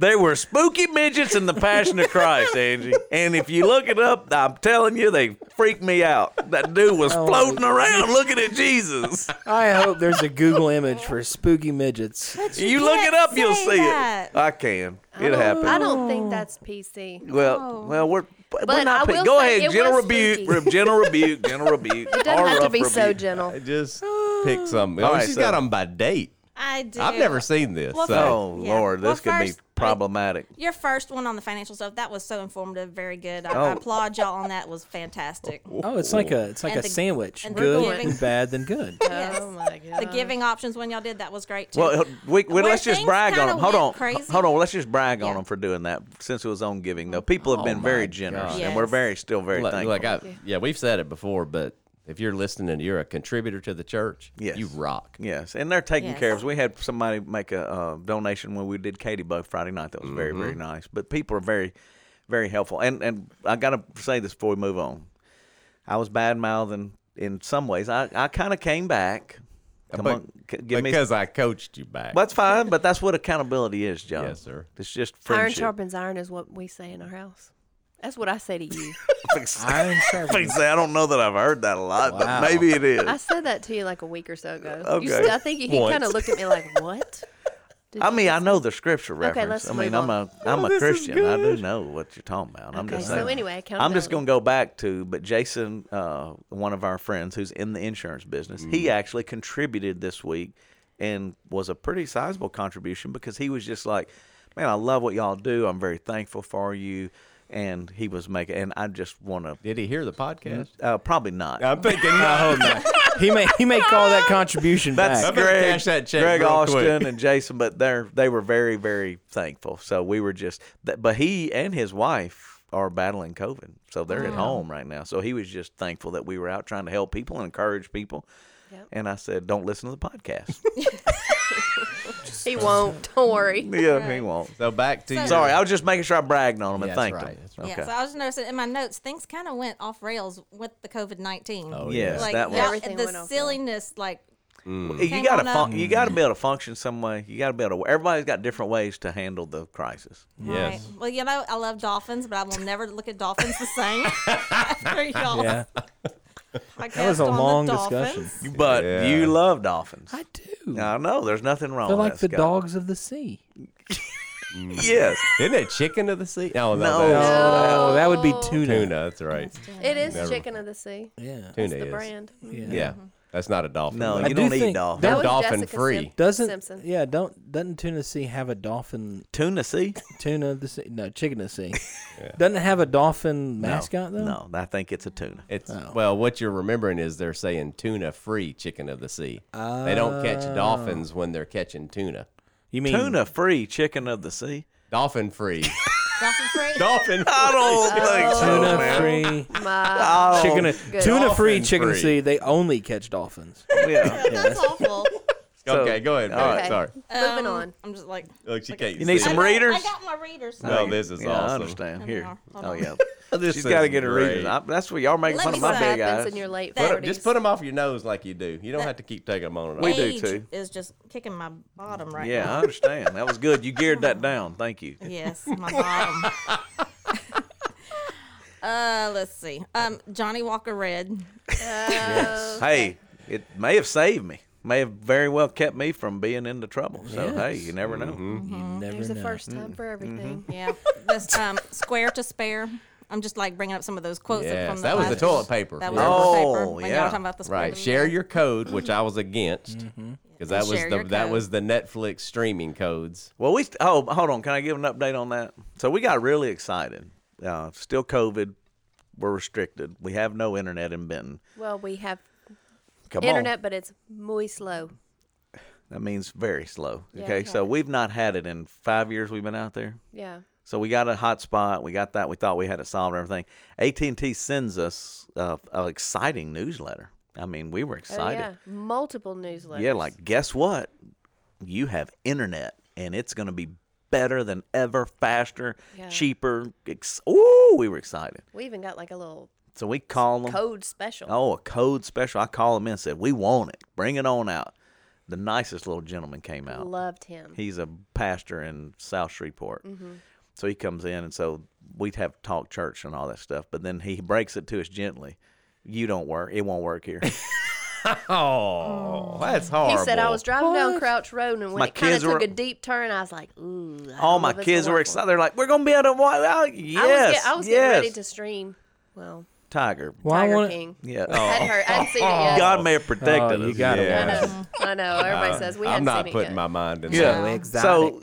Speaker 1: They were spooky midgets in the Passion of Christ, Angie. And if you look it up, I'm telling you, they freaked me out. That dude was floating around looking at
Speaker 3: [LAUGHS]
Speaker 1: Jesus.
Speaker 2: I hope there's a Google image for spooky midgets.
Speaker 5: But
Speaker 1: You look it
Speaker 5: can't
Speaker 1: up, you'll
Speaker 5: say
Speaker 1: see
Speaker 5: that.
Speaker 1: it. I can. It
Speaker 3: I
Speaker 1: happened.
Speaker 3: don't think that's PC.
Speaker 1: Well, well, we're but we're
Speaker 3: But I
Speaker 1: not. pick-
Speaker 3: will
Speaker 1: go
Speaker 3: say
Speaker 1: ahead,
Speaker 3: it
Speaker 1: general
Speaker 3: was
Speaker 1: rebuke,
Speaker 3: spooky.
Speaker 1: re- general rebuke,
Speaker 3: [LAUGHS]
Speaker 1: general rebuke.
Speaker 3: It doesn't have to be so gentle.
Speaker 4: [LAUGHS] Just pick [SIGHS] something.
Speaker 1: All
Speaker 4: Oh,
Speaker 1: right,
Speaker 4: she's
Speaker 1: so-
Speaker 4: got them by date.
Speaker 5: I do.
Speaker 4: I've never seen this.
Speaker 5: Well,
Speaker 4: so.
Speaker 1: Oh
Speaker 5: Yeah.
Speaker 1: Lord,
Speaker 5: Well,
Speaker 1: this could be
Speaker 5: first-
Speaker 1: problematic.
Speaker 5: Your first one on the financial stuff that was so informative, very good. I,
Speaker 1: Oh.
Speaker 5: I applaud y'all on that. It Was fantastic.
Speaker 2: Oh, it's like a it's like
Speaker 5: And
Speaker 2: a
Speaker 5: the-
Speaker 2: sandwich.
Speaker 5: and the
Speaker 2: Good
Speaker 5: giving.
Speaker 2: and bad, then
Speaker 5: [LAUGHS]
Speaker 2: good.
Speaker 5: Yes.
Speaker 3: Oh my god.
Speaker 5: The giving options when y'all did that was great too.
Speaker 1: Well, we, we,
Speaker 5: Where
Speaker 1: let's just
Speaker 5: things
Speaker 1: brag on
Speaker 5: kinda
Speaker 1: them. Hold
Speaker 5: went
Speaker 1: on,
Speaker 5: crazy.
Speaker 1: hold on. Let's just brag on
Speaker 5: Yeah. Oh,
Speaker 1: them for doing that since it was on giving. Though people have been very generous,
Speaker 5: God.
Speaker 1: and we're
Speaker 5: Yes.
Speaker 1: very still very
Speaker 4: Like,
Speaker 1: thankful.
Speaker 4: like I, yeah, we've said it before, but if you're listening and you're a contributor to the church,
Speaker 1: Yes.
Speaker 4: you rock.
Speaker 1: Yes, and they're taking
Speaker 5: Yes.
Speaker 1: care of us. We had somebody make a uh, donation when we did Katie Bug Friday night. That was very, very
Speaker 5: Mm-hmm.
Speaker 1: nice. But people are very, very helpful. And and I gotta say this before we move on. I was bad mouthing in some ways. I, I kind of came back
Speaker 5: Uh,
Speaker 1: Come
Speaker 4: But-
Speaker 1: on, c- give me.
Speaker 4: because I coached you back.
Speaker 1: That's fine, but that's what accountability is, John.
Speaker 4: Yes, sir.
Speaker 1: It's just
Speaker 3: Iron
Speaker 1: friendship. [LAUGHS]
Speaker 3: sharpens iron is what we say in our house. That's what I say to you.
Speaker 2: Iron sharpens.
Speaker 1: Say, [LAUGHS] I don't know that I've heard that a lot, but
Speaker 2: Wow.
Speaker 1: maybe it is.
Speaker 3: I said that to you like a week or so ago. You
Speaker 1: Okay.
Speaker 3: s- I think you, he kind of looked at me like, "What?" Did
Speaker 1: I
Speaker 3: you
Speaker 1: mean, I know the scripture reference.
Speaker 3: let's
Speaker 1: I mean,
Speaker 3: move
Speaker 1: I'm
Speaker 3: on.
Speaker 1: a I'm a Christian. I do know what you're talking about. I'm
Speaker 3: Okay,
Speaker 1: just
Speaker 3: so
Speaker 1: saying.
Speaker 3: anyway,
Speaker 1: I'm just
Speaker 3: accountability.
Speaker 1: going to go back to, but Jason, uh, one of our friends who's in the insurance business, he actually contributed this week and was a pretty sizable contribution because he was just like, "Man, I love what y'all do. I'm very thankful for you." And he was making, and I just want to.
Speaker 4: Did he hear the podcast?
Speaker 1: Uh, probably not.
Speaker 4: I'm thinking, [LAUGHS] no, no.
Speaker 2: he may he may call that contribution
Speaker 1: That's [LAUGHS]
Speaker 2: back.
Speaker 4: better
Speaker 1: Greg,
Speaker 4: cash that check
Speaker 1: Greg
Speaker 4: real
Speaker 1: Austin
Speaker 4: quick.
Speaker 1: and Jason, but they are they were very very thankful. So we were just, th- but he and his wife are battling COVID, so they're at home right now. So he was just thankful that we were out trying to help people and encourage people.
Speaker 3: Yep.
Speaker 1: And I said, "Don't listen to the
Speaker 5: [LAUGHS]
Speaker 1: podcast."
Speaker 3: He won't. Don't
Speaker 1: [LAUGHS]
Speaker 3: worry.
Speaker 1: yeah, he won't.
Speaker 4: So back to you.
Speaker 1: Sorry, I was just making sure I bragged on him and
Speaker 4: Yeah, that's
Speaker 1: thanked
Speaker 4: right,
Speaker 1: him.
Speaker 4: that's right.
Speaker 5: Yeah, so
Speaker 1: Okay.
Speaker 5: I was just noticing in my notes, things kind of went off rails with the COVID nineteen.
Speaker 4: Oh,
Speaker 1: Yes,
Speaker 5: like
Speaker 1: that
Speaker 5: y'all-
Speaker 1: was.
Speaker 3: Everything went
Speaker 5: the
Speaker 3: off rails.
Speaker 5: silliness, like
Speaker 1: You
Speaker 5: Hang
Speaker 1: got to
Speaker 5: on
Speaker 1: fun- you got to be able to function some way. You got to be able to. Everybody's got different ways to handle the crisis.
Speaker 4: Yes.
Speaker 5: right. Well, you know, I love dolphins, but I will never look at dolphins
Speaker 1: [LAUGHS]
Speaker 5: the same. after y'all
Speaker 2: Yeah,
Speaker 5: podcast
Speaker 2: that was a
Speaker 5: on the
Speaker 2: long
Speaker 5: dolphins.
Speaker 2: discussion.
Speaker 1: But
Speaker 4: Yeah.
Speaker 1: you love dolphins.
Speaker 2: I do.
Speaker 1: I know there's nothing wrong.
Speaker 2: They're
Speaker 1: with
Speaker 2: like
Speaker 1: that,
Speaker 2: the
Speaker 1: Scott.
Speaker 2: dogs of the sea.
Speaker 1: Yes.
Speaker 4: Isn't it chicken of the sea? No,
Speaker 1: No.
Speaker 4: no, that's
Speaker 2: Oh, that would be
Speaker 3: No.
Speaker 2: tuna.
Speaker 4: tuna. That's right.
Speaker 3: It is
Speaker 4: Never.
Speaker 3: chicken of the sea.
Speaker 2: Yeah.
Speaker 4: Tuna
Speaker 3: The
Speaker 4: is.
Speaker 3: brand.
Speaker 4: Yeah. that's not a dolphin.
Speaker 1: No,
Speaker 4: though.
Speaker 1: you
Speaker 2: I do
Speaker 1: don't eat
Speaker 2: think-
Speaker 1: dolphins.
Speaker 3: That
Speaker 4: They're
Speaker 3: was
Speaker 4: dolphin
Speaker 3: Jessica
Speaker 4: free.
Speaker 3: Sim-
Speaker 2: Doesn't
Speaker 3: Simpson.
Speaker 2: yeah don't doesn't tuna sea have a dolphin
Speaker 1: Tuna sea?
Speaker 2: tuna of the sea no chicken of the
Speaker 1: [LAUGHS]
Speaker 2: sea doesn't it have a dolphin mascot
Speaker 1: no,
Speaker 2: though
Speaker 1: No, I think it's a tuna.
Speaker 4: It's well, what you're remembering is they're saying tuna free chicken of the sea. they don't catch
Speaker 1: Oh.
Speaker 4: dolphins when they're catching tuna.
Speaker 2: you mean
Speaker 1: Tuna free chicken of the sea? [LAUGHS]
Speaker 4: Dolphin free.
Speaker 5: Dolphin free.
Speaker 4: dolphin
Speaker 1: I don't think
Speaker 2: tuna free
Speaker 3: My
Speaker 2: chicken
Speaker 1: Oh,
Speaker 2: of, tuna free
Speaker 4: Dolphin
Speaker 2: chicken of
Speaker 4: free.
Speaker 2: the sea they only catch dolphins
Speaker 1: Oh, yeah.
Speaker 5: That's awful.
Speaker 4: [LAUGHS] okay, go ahead. babe.
Speaker 3: right.
Speaker 4: Oh, Sorry.
Speaker 3: [LAUGHS] moving
Speaker 5: Um,
Speaker 3: on.
Speaker 5: I'm just like.
Speaker 4: Look, she can't
Speaker 1: You need
Speaker 4: see
Speaker 1: some
Speaker 4: it.
Speaker 5: I got-
Speaker 1: readers?
Speaker 5: I got my readers.
Speaker 4: No, this is
Speaker 1: yeah, I
Speaker 4: awesome.
Speaker 1: understand.
Speaker 5: we
Speaker 1: Here.
Speaker 5: are. Hold
Speaker 1: Oh,
Speaker 5: on.
Speaker 1: yeah.
Speaker 4: This
Speaker 1: She's
Speaker 4: is
Speaker 1: got to get her
Speaker 4: great.
Speaker 1: reading. I, that's what y'all making
Speaker 5: Let
Speaker 1: fun
Speaker 5: me
Speaker 1: of my
Speaker 5: see.
Speaker 1: big
Speaker 3: happens
Speaker 1: eyes.
Speaker 3: in your late Uh,
Speaker 5: Put
Speaker 4: Put 'em-
Speaker 3: 40s.
Speaker 4: just put them off your nose like you do. You don't have to keep taking them on and
Speaker 1: We
Speaker 4: off.
Speaker 1: do
Speaker 5: Age
Speaker 1: too.
Speaker 5: Is just kicking my bottom right
Speaker 1: yeah,
Speaker 5: now.
Speaker 1: I understand. That was good. You geared that down. Thank you.
Speaker 5: Yes, my bottom. [LAUGHS] uh, let's see. Um, Johnny Walker Red.
Speaker 1: Hey, it may have saved me. May have very well kept me from being into trouble. So hey, you never know.
Speaker 3: Mm-hmm.
Speaker 2: you never
Speaker 3: There's a
Speaker 2: know.
Speaker 3: first
Speaker 1: Mm-hmm.
Speaker 3: time for everything.
Speaker 5: Yeah. This um, Square to Spare. I'm just like bringing up some of those quotes
Speaker 4: Yes,
Speaker 5: from the
Speaker 4: that was the
Speaker 5: last-
Speaker 4: toilet paper.
Speaker 5: That was
Speaker 1: Yeah.
Speaker 5: the toilet
Speaker 1: Oh,
Speaker 5: paper. When y'all
Speaker 1: yeah.
Speaker 5: were talking about the square
Speaker 4: Right.
Speaker 5: to-
Speaker 4: Share your code, which I was against, because
Speaker 1: Mm-hmm.
Speaker 4: that was
Speaker 5: Share
Speaker 4: the
Speaker 5: your
Speaker 4: that
Speaker 5: code.
Speaker 4: was the Netflix streaming codes.
Speaker 1: Well, we oh hold on. Can I give an update on that? So we got really excited. Uh, still COVID. We're restricted. We have no internet in Benton.
Speaker 3: Well, we have
Speaker 1: Mm-hmm. Come
Speaker 3: internet, but it's muy slow.
Speaker 1: on. That means very slow.
Speaker 3: Yeah,
Speaker 1: okay.
Speaker 3: we
Speaker 1: So we've not had it in five years. We've been out there.
Speaker 3: Yeah.
Speaker 1: So we got a hotspot. We got that. We thought we had it solved. and Everything. AT and T sends us uh, an exciting newsletter. I mean, we were
Speaker 3: Oh,
Speaker 1: excited.
Speaker 3: yeah. Multiple newsletters.
Speaker 1: Yeah, like guess what? You have internet, and it's going to be better than ever, faster,
Speaker 3: Yeah.
Speaker 1: cheaper. Ex- Ooh, we were excited.
Speaker 3: we even got like a little
Speaker 1: So we call them.
Speaker 3: code special.
Speaker 1: Oh, a code special. I called him in and said, "We want it. Bring it on out." The nicest little gentleman came out.
Speaker 3: Loved him.
Speaker 1: He's a pastor in South Shreveport.
Speaker 3: Mm-hmm.
Speaker 1: So he comes in, and so we'd have talk church and all that stuff. But then he breaks it to us gently. You don't work. It won't
Speaker 3: [LAUGHS]
Speaker 1: work here.
Speaker 4: Oh, that's horrible.
Speaker 3: He said I was driving down Crouch Road, and when
Speaker 1: My
Speaker 3: it kind of
Speaker 1: kids were-
Speaker 3: took a deep turn, I was like, "Ooh!" I don't know
Speaker 1: all my
Speaker 3: if it's
Speaker 1: kids
Speaker 3: gonna
Speaker 1: were
Speaker 3: work for me.
Speaker 1: excited. They're like, "We're gonna be able to watch." Oh, yes,
Speaker 3: I was, get, I was
Speaker 1: yes.
Speaker 3: getting ready to stream. Well,
Speaker 1: Tiger.
Speaker 2: Well, I
Speaker 3: Tiger
Speaker 2: wanna-
Speaker 3: King.
Speaker 1: Yeah.
Speaker 3: I hadn't heard. I hadn't seen it yet.
Speaker 1: [LAUGHS] God may have protected
Speaker 2: Oh, you
Speaker 1: us.
Speaker 2: got it.
Speaker 3: I know. I know. Everybody
Speaker 1: Uh,
Speaker 3: says
Speaker 4: [LAUGHS]
Speaker 3: we
Speaker 4: I'm
Speaker 3: hadn't
Speaker 4: not
Speaker 3: seen
Speaker 4: putting
Speaker 3: it yet.
Speaker 4: my mind in
Speaker 1: Yeah.
Speaker 4: that.
Speaker 1: So,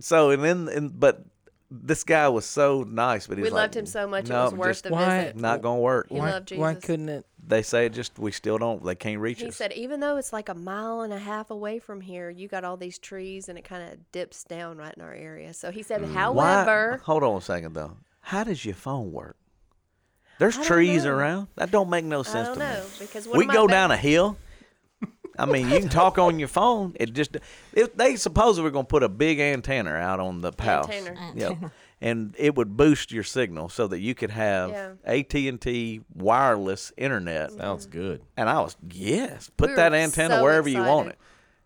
Speaker 1: so and then and but this guy was so nice, but he
Speaker 3: we
Speaker 1: was like,
Speaker 3: loved him so much
Speaker 1: no,
Speaker 3: it was worth
Speaker 1: just
Speaker 3: the
Speaker 2: Why-
Speaker 3: visit.
Speaker 1: Not gonna work.
Speaker 3: He
Speaker 2: why,
Speaker 3: loved
Speaker 2: why
Speaker 3: Jesus.
Speaker 2: couldn't it
Speaker 1: They say just we still don't. They can't reach
Speaker 3: He
Speaker 1: us.
Speaker 3: said, even though it's like a mile and a half away from here, you got all these trees and it kind of dips down right in our area. So he
Speaker 1: Mm,
Speaker 3: said,
Speaker 1: Why?
Speaker 3: however,
Speaker 1: Hold on a second though. How does your phone work? There's
Speaker 3: don't
Speaker 1: trees
Speaker 3: know.
Speaker 1: around. That don't make no
Speaker 3: I
Speaker 1: sense
Speaker 3: don't
Speaker 1: to me.
Speaker 3: know because one
Speaker 1: we
Speaker 3: of my
Speaker 1: go
Speaker 3: ba-
Speaker 1: down a hill. I mean, you can talk on your phone. It just if they supposedly were going to put a big antenna out on the house.
Speaker 3: Antenna.
Speaker 1: Yeah. and it would boost your signal so that you could have
Speaker 3: Yeah. Mm-hmm.
Speaker 1: AT&T wireless internet.
Speaker 4: Sounds good.
Speaker 1: And I was, yes, put
Speaker 3: We
Speaker 1: that
Speaker 3: were
Speaker 1: antenna
Speaker 3: so
Speaker 1: wherever you want
Speaker 3: excited.
Speaker 1: it.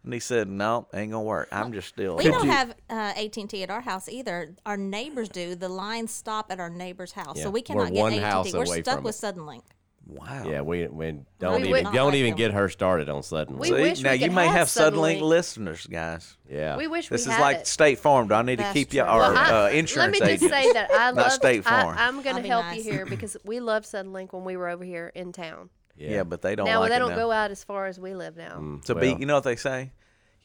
Speaker 1: And he said, no, ain't gonna work. I'm just still.
Speaker 5: We
Speaker 2: Could
Speaker 5: don't
Speaker 2: you-
Speaker 5: have uh, AT and T at our house either. Our neighbors do. The lines stop at our neighbor's house,
Speaker 4: Yeah.
Speaker 5: so
Speaker 4: We're
Speaker 5: we cannot get
Speaker 4: one
Speaker 5: AT and
Speaker 4: house
Speaker 5: T. We're
Speaker 4: away
Speaker 5: stuck
Speaker 4: from
Speaker 5: with Suddenlink.
Speaker 1: wow.
Speaker 4: Yeah, we, we don't
Speaker 3: We
Speaker 4: even
Speaker 3: would-
Speaker 4: don't
Speaker 5: Not
Speaker 4: even
Speaker 5: like
Speaker 4: get her started on sudden.
Speaker 3: We
Speaker 1: See,
Speaker 3: wish
Speaker 1: now
Speaker 3: we
Speaker 1: you
Speaker 3: could
Speaker 1: may have
Speaker 3: have
Speaker 1: Suddenlink
Speaker 3: Suddenlink.
Speaker 1: listeners, guys.
Speaker 4: yeah,
Speaker 3: We wish
Speaker 1: This
Speaker 3: we
Speaker 1: is
Speaker 3: had
Speaker 1: like
Speaker 3: it.
Speaker 1: State Farm. Do I need to
Speaker 5: That's
Speaker 1: keep you
Speaker 5: true.
Speaker 1: or
Speaker 5: Well,
Speaker 1: uh,
Speaker 3: I-
Speaker 1: insurance
Speaker 3: [LAUGHS] Let me just
Speaker 1: agents?
Speaker 3: say that I love
Speaker 1: State Farm.
Speaker 3: I, am going
Speaker 5: That'd
Speaker 3: to
Speaker 5: be
Speaker 3: help you
Speaker 1: [LAUGHS]
Speaker 5: nice.
Speaker 3: here because we love Suddenlink when we were over here in town.
Speaker 1: yeah. but they don't
Speaker 3: now
Speaker 1: like
Speaker 3: they
Speaker 1: it
Speaker 3: don't
Speaker 1: now. Mm.
Speaker 3: go out as far as we live now.
Speaker 1: So
Speaker 4: Well.
Speaker 1: be, you know what they say?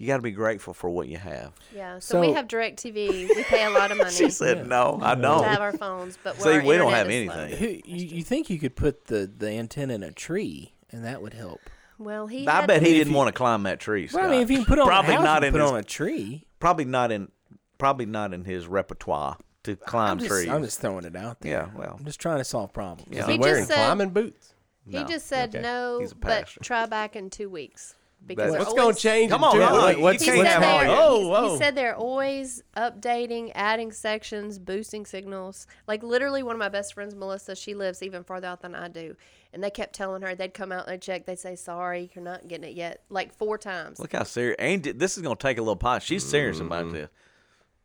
Speaker 1: You got to be grateful for what you have.
Speaker 3: Yeah. So, we
Speaker 2: So-
Speaker 3: have direct TV. We pay a lot of money
Speaker 1: [LAUGHS] She said, "No, I
Speaker 3: to have
Speaker 1: don't."
Speaker 3: our phones,
Speaker 1: [LAUGHS]
Speaker 3: but
Speaker 1: See,
Speaker 3: where our
Speaker 1: Oh. we don't
Speaker 3: internet
Speaker 1: have
Speaker 3: is slow.
Speaker 1: anything.
Speaker 2: Who, you, you think you could put the, the antenna in a tree and that would help?
Speaker 3: Well, he
Speaker 1: I
Speaker 3: had-
Speaker 1: bet he [LAUGHS]
Speaker 2: If
Speaker 1: didn't
Speaker 2: you-
Speaker 1: want to climb that tree.
Speaker 2: Well, I
Speaker 1: Scott.
Speaker 2: mean, if you can put it on
Speaker 1: probably
Speaker 2: a house
Speaker 1: not
Speaker 2: and
Speaker 1: in
Speaker 2: put it
Speaker 1: his,
Speaker 2: on a tree.
Speaker 1: probably not in probably not in his repertoire to climb
Speaker 2: I'm just,
Speaker 1: trees.
Speaker 2: I'm just throwing it out there.
Speaker 1: Yeah, well.
Speaker 2: I'm just trying to solve problems.
Speaker 1: Yeah.
Speaker 4: Is he
Speaker 3: He just
Speaker 4: wearing
Speaker 3: said-
Speaker 4: climbing boots?
Speaker 3: He
Speaker 1: No.
Speaker 3: just said
Speaker 4: Okay.
Speaker 3: no,
Speaker 1: He's a
Speaker 3: but
Speaker 1: pastor.
Speaker 3: try back in two weeks because
Speaker 1: That's-
Speaker 3: they're
Speaker 1: What's
Speaker 4: What's
Speaker 3: always-
Speaker 4: going to change?
Speaker 1: Come
Speaker 4: in
Speaker 1: on,
Speaker 4: two-
Speaker 1: Ron.
Speaker 4: what-
Speaker 1: He
Speaker 4: what's
Speaker 3: He
Speaker 1: said
Speaker 4: going
Speaker 3: said,
Speaker 4: to
Speaker 1: that-
Speaker 4: happen?
Speaker 3: they're,
Speaker 4: Oh,
Speaker 3: he-
Speaker 4: whoa.
Speaker 3: he said they're always updating, adding sections, boosting signals. Like literally, one of my best friends, Melissa, she lives even farther out than I do, and they kept telling her they'd come out and check. They'd say, "Sorry, you're not getting it yet," like four times.
Speaker 1: Look how serious. And this is gonna take a little pot. She's serious
Speaker 2: Mm-hmm.
Speaker 1: about this.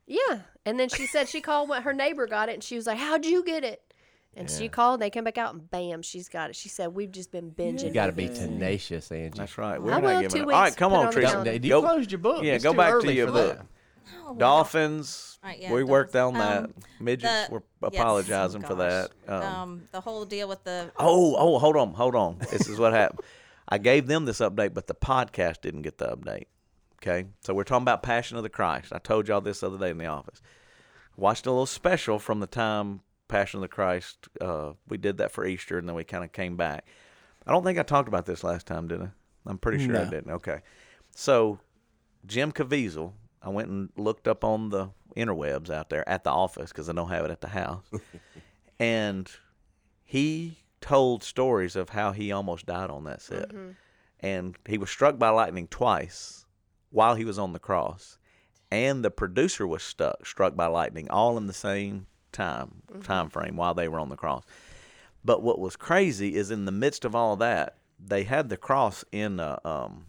Speaker 3: Yeah, and then she said she called when her neighbor got it, and she was like, "How'd you get it?" And she called. They came back out, and bam, she's got it. She said, "We've just been binging."
Speaker 4: you got to be tenacious, Angie.
Speaker 1: That's right. We're
Speaker 3: I
Speaker 1: not
Speaker 3: will
Speaker 1: giving
Speaker 3: two
Speaker 1: up. All right,
Speaker 3: weeks,
Speaker 1: come
Speaker 3: put on
Speaker 1: on,
Speaker 3: the
Speaker 1: Teresa.
Speaker 3: calendar.
Speaker 4: Now, you
Speaker 1: Go-
Speaker 4: closed your book.
Speaker 1: Yeah,
Speaker 4: It's
Speaker 1: go
Speaker 4: too
Speaker 1: back to
Speaker 4: early
Speaker 1: your
Speaker 4: for
Speaker 1: book.
Speaker 4: that.
Speaker 1: Dolphins.
Speaker 5: All right, yeah,
Speaker 1: we
Speaker 5: dolphins.
Speaker 1: worked on that.
Speaker 5: Um,
Speaker 1: Midgets.
Speaker 5: the-
Speaker 1: we're
Speaker 5: yes, Oh,
Speaker 1: apologizing for
Speaker 5: gosh.
Speaker 1: that.
Speaker 2: Oh,
Speaker 1: Um,
Speaker 5: um, the whole deal with the
Speaker 1: oh, oh, hold on, hold on. This is what happened. [LAUGHS] I gave them this update, but the podcast didn't get the update. Okay, so we're talking about Passion of the Christ. I told y'all this the other day in the office. Watched a little special from the time Passion of the Christ. Uh, we did that for Easter, and then we kind of came back. I don't think I talked about this last time, did I? I'm pretty sure I
Speaker 2: No.
Speaker 1: didn't. Okay, so Jim Caviezel, I went and looked up on the interwebs out there at the office because I don't have it at the house. and he told stories of how he almost died on that set. And he was struck by lightning twice while he was on the cross. And the producer was stuck struck by lightning all in the same time time frame while they were on the cross. But what was crazy is in the midst of all that, they had the cross in a, um,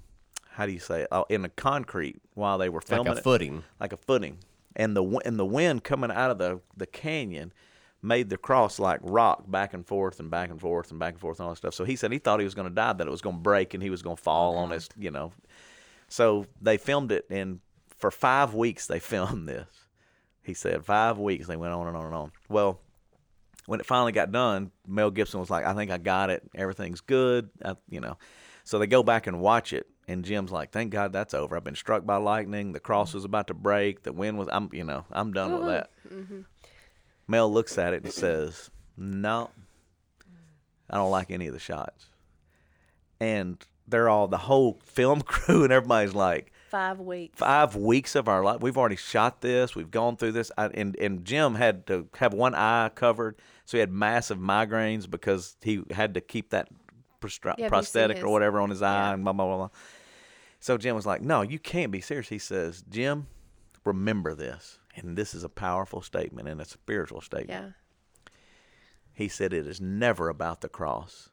Speaker 1: how do you say, it? uh, in a concrete while they were filming
Speaker 4: Like a
Speaker 1: it
Speaker 4: footing.
Speaker 1: like a footing, and the wi- and the wind coming out of the the canyon made the cross like rock back and forth and back and forth and back and forth and all that stuff. So he said he thought he was going to die, that it was going to break, and he was going to fall on his, you know. So they filmed it, and for five weeks they [LAUGHS] filmed this. He said five weeks they went on and on and on. Well, when it finally got done, Mel Gibson was like, "I think I got it. Everything's good." I, you know, so they go back and watch it, and Jim's like, "Thank God that's over. I've been struck by lightning. The cross was about to break. The wind was. I'm. You know, I'm done with that." Mel looks at it and says, "No, I don't like any of the shots." And they're all the whole film [LAUGHS] crew and everybody's like,
Speaker 3: five weeks.
Speaker 1: five weeks of our life. We've already shot this. We've gone through this. I, and and Jim had to have one eye covered, so he had massive migraines because he had to keep that prostra-
Speaker 3: Yeah, have you
Speaker 1: prosthetic
Speaker 3: seen
Speaker 1: or
Speaker 3: his-
Speaker 1: whatever on his eye and blah blah blah. blah. So Jim was like, "No, you can't be serious." He says, "Jim, remember this." And this is a powerful statement and a spiritual statement.
Speaker 3: Yeah.
Speaker 1: He said, It is never about the cross.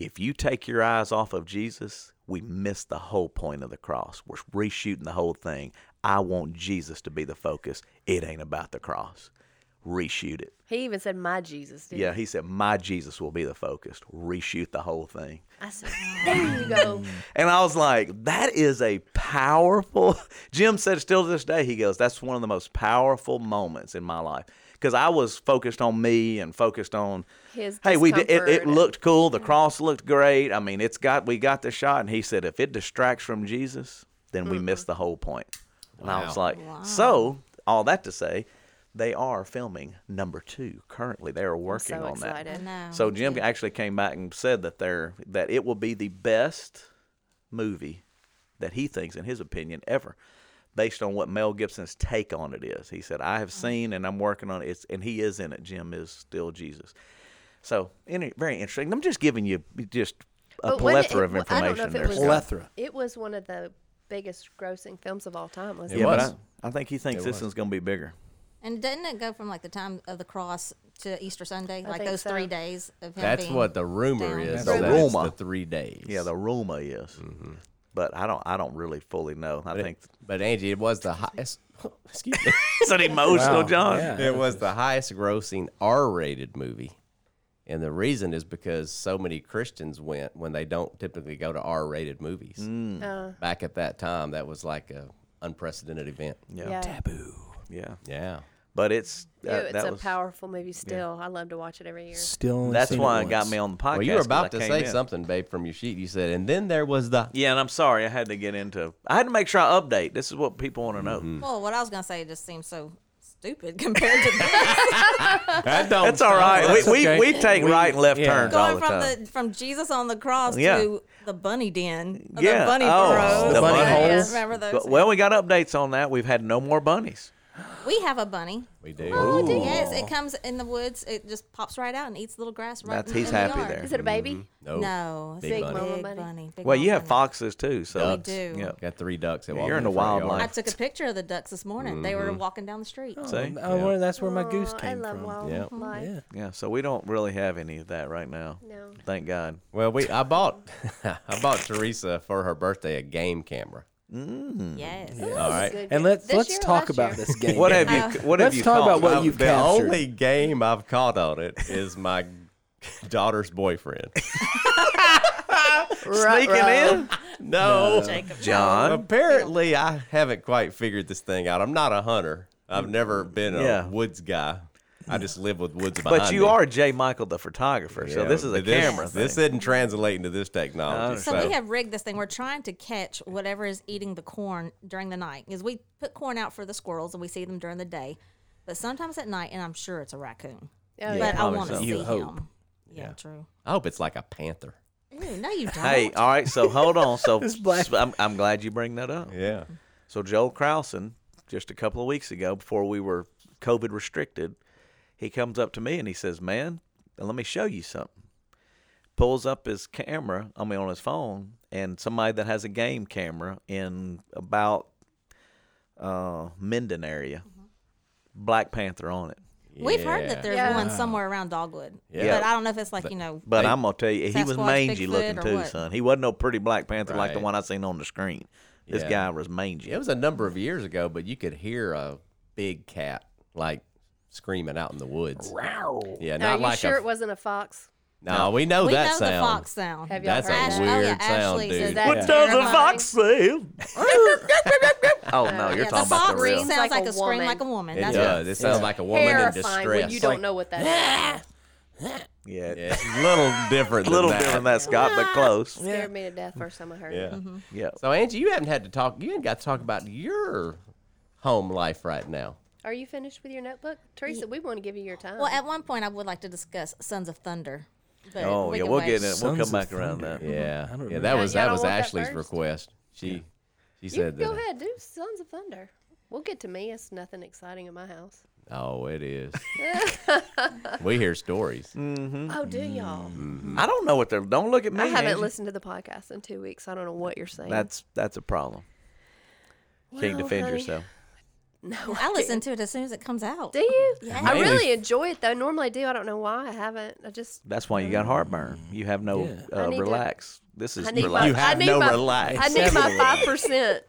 Speaker 1: If you take your eyes off of Jesus, we miss the whole point of the cross. We're reshooting the whole thing. I want Jesus to be the focus. It ain't about the cross. Reshoot it.
Speaker 3: He even said, "My Jesus." Didn't
Speaker 1: Yeah, he said, My Jesus will be the focus. Reshoot the whole thing.
Speaker 3: He? I said, "There you
Speaker 1: [LAUGHS]
Speaker 3: go."
Speaker 1: And I was like, That is a powerful. [LAUGHS] Jim said, still to this day, he goes, That's one of the most powerful moments in my life. Because I was focused on me and focused on
Speaker 3: His
Speaker 1: hey we did it,
Speaker 3: discomfort
Speaker 1: it
Speaker 3: and-
Speaker 1: looked cool the cross looked great i mean it's got we got the shot and he said if it distracts from jesus then we
Speaker 3: Mm-hmm.
Speaker 1: miss the whole point and i was like so all that to say they are filming number two currently they are working
Speaker 3: so
Speaker 1: on
Speaker 3: excited.
Speaker 5: no.
Speaker 1: that so jim actually came back and said that they're that it will be the best movie that he thinks in his opinion ever based on what mel gibson's take on it is he said i
Speaker 3: Oh.
Speaker 1: have seen and i'm working on it it's, and he is in it jim is still jesus so any, very interesting. I'm just giving you just a
Speaker 3: But when it-
Speaker 1: plethora of
Speaker 3: well, I don't know
Speaker 1: information
Speaker 3: if it
Speaker 1: there.
Speaker 3: was-
Speaker 1: Scott.
Speaker 2: Plethora.
Speaker 3: It was one of the biggest grossing films of all time, wasn't
Speaker 1: Yeah,
Speaker 3: it?
Speaker 1: but
Speaker 4: was.
Speaker 1: I, I think he thinks this one's going to be bigger.
Speaker 5: And doesn't it go from like the time of the cross to Easter Sunday, like
Speaker 3: think
Speaker 5: those
Speaker 3: so.
Speaker 5: three days of him?
Speaker 4: That's
Speaker 5: being-
Speaker 4: what the rumor
Speaker 5: down.
Speaker 4: is.
Speaker 1: The
Speaker 4: that it's
Speaker 1: rumor.
Speaker 4: the three days.
Speaker 1: Yeah, the Roma is. But I don't. I don't really fully know. I think [LAUGHS]
Speaker 4: But Angie, it was the highest. [LAUGHS] Excuse me.
Speaker 1: it's an emotional,
Speaker 2: Wow,
Speaker 1: John.
Speaker 2: yeah.
Speaker 4: it was the highest grossing R-rated movie. And the reason is because so many Christians went when they don't typically go to R-rated movies.
Speaker 1: Mm.
Speaker 3: Uh,
Speaker 4: Back at that time, that was like a unprecedented event.
Speaker 1: Yeah.
Speaker 3: yeah.
Speaker 1: Yeah,
Speaker 4: Yeah.
Speaker 1: but it's
Speaker 3: Ew,
Speaker 1: that,
Speaker 3: it's
Speaker 1: that
Speaker 3: a
Speaker 1: was.
Speaker 3: powerful movie still. I love to watch it every year.
Speaker 2: Still, only
Speaker 1: that's
Speaker 2: seen
Speaker 1: why
Speaker 2: it
Speaker 1: it got
Speaker 2: once.
Speaker 1: me on the podcast.
Speaker 4: Well, you were
Speaker 1: 'cause I
Speaker 4: about to
Speaker 1: came
Speaker 4: say
Speaker 1: in.
Speaker 4: something, babe, from your sheet. You said, and then there
Speaker 1: [LAUGHS]
Speaker 4: was the.
Speaker 1: Yeah, and I'm sorry I had to get into. I had to make sure I update. This is what people want to know.
Speaker 4: Mm-hmm.
Speaker 5: Well, what I was gonna say just seems so stupid [LAUGHS]
Speaker 1: [LAUGHS]
Speaker 5: compared to this.
Speaker 4: That don't.
Speaker 1: That's all right.
Speaker 2: that's
Speaker 1: we,
Speaker 2: okay.
Speaker 1: we we take
Speaker 2: We-
Speaker 1: right and left
Speaker 2: yeah.
Speaker 1: turns all
Speaker 5: Going
Speaker 1: the
Speaker 5: from
Speaker 1: time.
Speaker 5: the from Jesus on the cross
Speaker 1: Yeah.
Speaker 5: to the bunny den, or
Speaker 1: Yeah.
Speaker 5: the bunny
Speaker 1: Oh,
Speaker 5: burrow,
Speaker 1: the
Speaker 5: Yeah,
Speaker 1: bunny
Speaker 5: yeah,
Speaker 3: holes.
Speaker 5: Remember those?
Speaker 1: But- well, we got updates on that. We've had no more bunnies.
Speaker 5: we have a bunny.
Speaker 4: We do.
Speaker 5: Yes, it comes in the woods. It just pops right out and eats little grass right.
Speaker 1: That's-
Speaker 5: in-
Speaker 1: he's
Speaker 5: in the
Speaker 1: happy
Speaker 5: yard.
Speaker 1: there. Mm-hmm.
Speaker 3: Is it a baby?
Speaker 4: No.
Speaker 5: No, it's
Speaker 4: Big
Speaker 5: a
Speaker 4: bunny.
Speaker 5: big
Speaker 3: Mama bunny.
Speaker 5: bunny, big
Speaker 1: Well, you
Speaker 5: mama
Speaker 1: have
Speaker 5: bunny.
Speaker 1: foxes too, so
Speaker 5: Ducks. We do.
Speaker 1: Yeah.
Speaker 4: Got three ducks that
Speaker 1: Yeah,
Speaker 4: walk
Speaker 1: you're in the
Speaker 4: front yard.
Speaker 1: wildlife.
Speaker 5: I took a picture of the ducks this morning. They
Speaker 1: Mm-hmm.
Speaker 5: were walking down the street.
Speaker 1: See?
Speaker 2: Oh, well, that's where my goose
Speaker 3: Aw,
Speaker 2: came
Speaker 3: I love
Speaker 2: from.
Speaker 3: wildlife.
Speaker 4: Yeah.
Speaker 2: Yeah.
Speaker 1: Yeah, so we don't really have any of that right now.
Speaker 3: No.
Speaker 1: Thank God.
Speaker 4: Well, we I bought [LAUGHS] I bought Teresa for her birthday a game camera.
Speaker 5: Yes.
Speaker 4: All right.
Speaker 3: Good guess.
Speaker 2: And let's
Speaker 3: This
Speaker 2: let's
Speaker 3: year or
Speaker 2: talk
Speaker 3: last
Speaker 2: about
Speaker 3: year?
Speaker 1: [LAUGHS]
Speaker 2: this game.
Speaker 1: What have you? What have
Speaker 2: Let's
Speaker 1: you?
Speaker 2: talk
Speaker 1: caught?
Speaker 2: about what
Speaker 4: Well,
Speaker 2: you've
Speaker 4: the
Speaker 2: captured.
Speaker 4: only game I've caught on it is my [LAUGHS] daughter's
Speaker 1: [LAUGHS]
Speaker 4: boyfriend.
Speaker 1: sneaking in,
Speaker 4: No,
Speaker 1: John.
Speaker 4: Uh, apparently I haven't quite figured this thing out. I'm not a hunter. I've never been a
Speaker 1: Yeah.
Speaker 4: woods guy. I just live with woods behind
Speaker 1: But
Speaker 4: me.
Speaker 1: you are J. Michael, the photographer. so
Speaker 4: Yeah,
Speaker 1: this is a
Speaker 4: but
Speaker 1: camera thing.
Speaker 4: This isn't translating to this technology.
Speaker 5: So, we have rigged this thing. We're trying to catch whatever is eating the corn during the night. Because we put corn out for the squirrels and we see them during the day. But sometimes at night, and I'm sure it's a raccoon.
Speaker 3: Oh, yeah.
Speaker 5: but I want to
Speaker 1: so.
Speaker 5: see
Speaker 2: You
Speaker 5: him.
Speaker 2: hope.
Speaker 5: Yeah, true.
Speaker 4: I hope it's like a panther.
Speaker 5: Ew, no, you don't.
Speaker 1: Hey, uh, all right. So hold on.
Speaker 5: [LAUGHS]
Speaker 1: So
Speaker 2: black-
Speaker 1: so I'm, I'm glad you bring that up.
Speaker 4: Yeah.
Speaker 1: So Joel Krausen, just a couple of weeks ago, before we were COVID restricted, he comes up to me and he says, "Man, let me show you something." Pulls up his camera, I mean, on his phone, and somebody that has a game camera in about uh, Minden area,
Speaker 5: Mm-hmm.
Speaker 1: Black Panther on it.
Speaker 5: We've heard
Speaker 4: Yeah.
Speaker 5: that there's
Speaker 3: Yeah.
Speaker 5: one somewhere around Dogwood.
Speaker 4: Yeah.
Speaker 5: But I don't know if it's like, you know,
Speaker 1: But I'm gonna tell you, he was
Speaker 5: Sasquatch,
Speaker 1: mangy
Speaker 5: Bigfoot,
Speaker 1: looking
Speaker 5: or
Speaker 1: too,
Speaker 5: what?
Speaker 1: son. He wasn't no pretty Black Panther like the
Speaker 4: Right.
Speaker 1: one I seen on the screen. This
Speaker 4: Yeah.
Speaker 1: guy was mangy.
Speaker 4: It was a number of years ago, but you could hear a big cat like screaming out in the woods. Yeah,
Speaker 3: Now,
Speaker 4: not
Speaker 3: Are you
Speaker 4: like
Speaker 3: sure
Speaker 4: a,
Speaker 3: it wasn't a fox?
Speaker 4: No, we know
Speaker 5: we
Speaker 4: that
Speaker 5: know
Speaker 4: sound.
Speaker 5: the fox sound.
Speaker 3: Have y'all
Speaker 4: That's
Speaker 3: heard
Speaker 4: a
Speaker 3: that?
Speaker 5: Ash- oh,
Speaker 4: weird
Speaker 5: yeah,
Speaker 4: sound,
Speaker 5: Ashley says
Speaker 4: dude.
Speaker 3: that-
Speaker 1: What does a
Speaker 3: terrifying.
Speaker 1: fox say? oh no, you're
Speaker 3: Uh, yeah,
Speaker 1: talking
Speaker 5: the
Speaker 1: about
Speaker 5: fox
Speaker 1: the real.
Speaker 5: sounds like,
Speaker 3: Like
Speaker 5: a,
Speaker 3: a
Speaker 5: scream
Speaker 3: woman.
Speaker 5: like a woman.
Speaker 4: It
Speaker 5: That's
Speaker 4: does. It sounds like a woman in distress.
Speaker 3: Terrifying when you don't
Speaker 4: Like,
Speaker 3: know what
Speaker 4: [LAUGHS]
Speaker 3: that is.
Speaker 1: Yeah,
Speaker 4: yeah, it's a [LAUGHS] little different.
Speaker 1: a little
Speaker 4: than
Speaker 1: different than that, Scott, but close.
Speaker 3: Scared me to death first time I heard
Speaker 4: Yeah.
Speaker 3: it.
Speaker 1: Yeah.
Speaker 4: So Angie, you haven't had to talk. You ain't got to talk about your home life right now.
Speaker 3: Are you finished with your notebook, Teresa? We want to give you your time.
Speaker 5: Well, at one point, I would like to discuss Sons of Thunder. but
Speaker 1: Oh
Speaker 5: we
Speaker 1: yeah,
Speaker 5: can
Speaker 1: we'll
Speaker 5: wait.
Speaker 1: get in. We'll
Speaker 2: Sons
Speaker 1: come
Speaker 2: of
Speaker 1: back around that.
Speaker 2: Thunder.
Speaker 4: Yeah,
Speaker 2: I don't
Speaker 4: yeah.
Speaker 2: remember.
Speaker 4: That
Speaker 2: Yeah,
Speaker 4: was
Speaker 3: y'all
Speaker 4: that
Speaker 3: don't
Speaker 4: was
Speaker 3: want that
Speaker 4: Ashley's
Speaker 3: first?
Speaker 4: request. She she
Speaker 3: you
Speaker 4: said
Speaker 3: go
Speaker 4: that.
Speaker 3: ahead, do Sons of Thunder. We'll get to me. It's nothing exciting in my house.
Speaker 4: Oh,
Speaker 3: [LAUGHS]
Speaker 4: it is. we hear stories.
Speaker 1: Mm.
Speaker 4: Mm-hmm.
Speaker 3: Oh, do y'all?
Speaker 1: I don't know what they're. Don't look at me.
Speaker 3: I haven't
Speaker 1: Angie.
Speaker 3: listened to the podcast in two weeks. I don't know what you're saying.
Speaker 1: That's that's a problem. Can't
Speaker 3: Well,
Speaker 1: defend
Speaker 3: honey.
Speaker 1: yourself.
Speaker 5: [LAUGHS] I listen to it as soon as it comes out.
Speaker 3: Do you? I
Speaker 4: Mainly-
Speaker 3: really enjoy it though. Normally I do. I don't know why I haven't. I just
Speaker 1: That's why you got heartburn. You have no
Speaker 3: Mm. I
Speaker 1: uh,
Speaker 3: need to-
Speaker 1: relax. This is
Speaker 3: I need
Speaker 1: relax.
Speaker 3: my, I
Speaker 4: have
Speaker 3: need
Speaker 4: no
Speaker 3: my,
Speaker 4: relax.
Speaker 3: I need my five percent.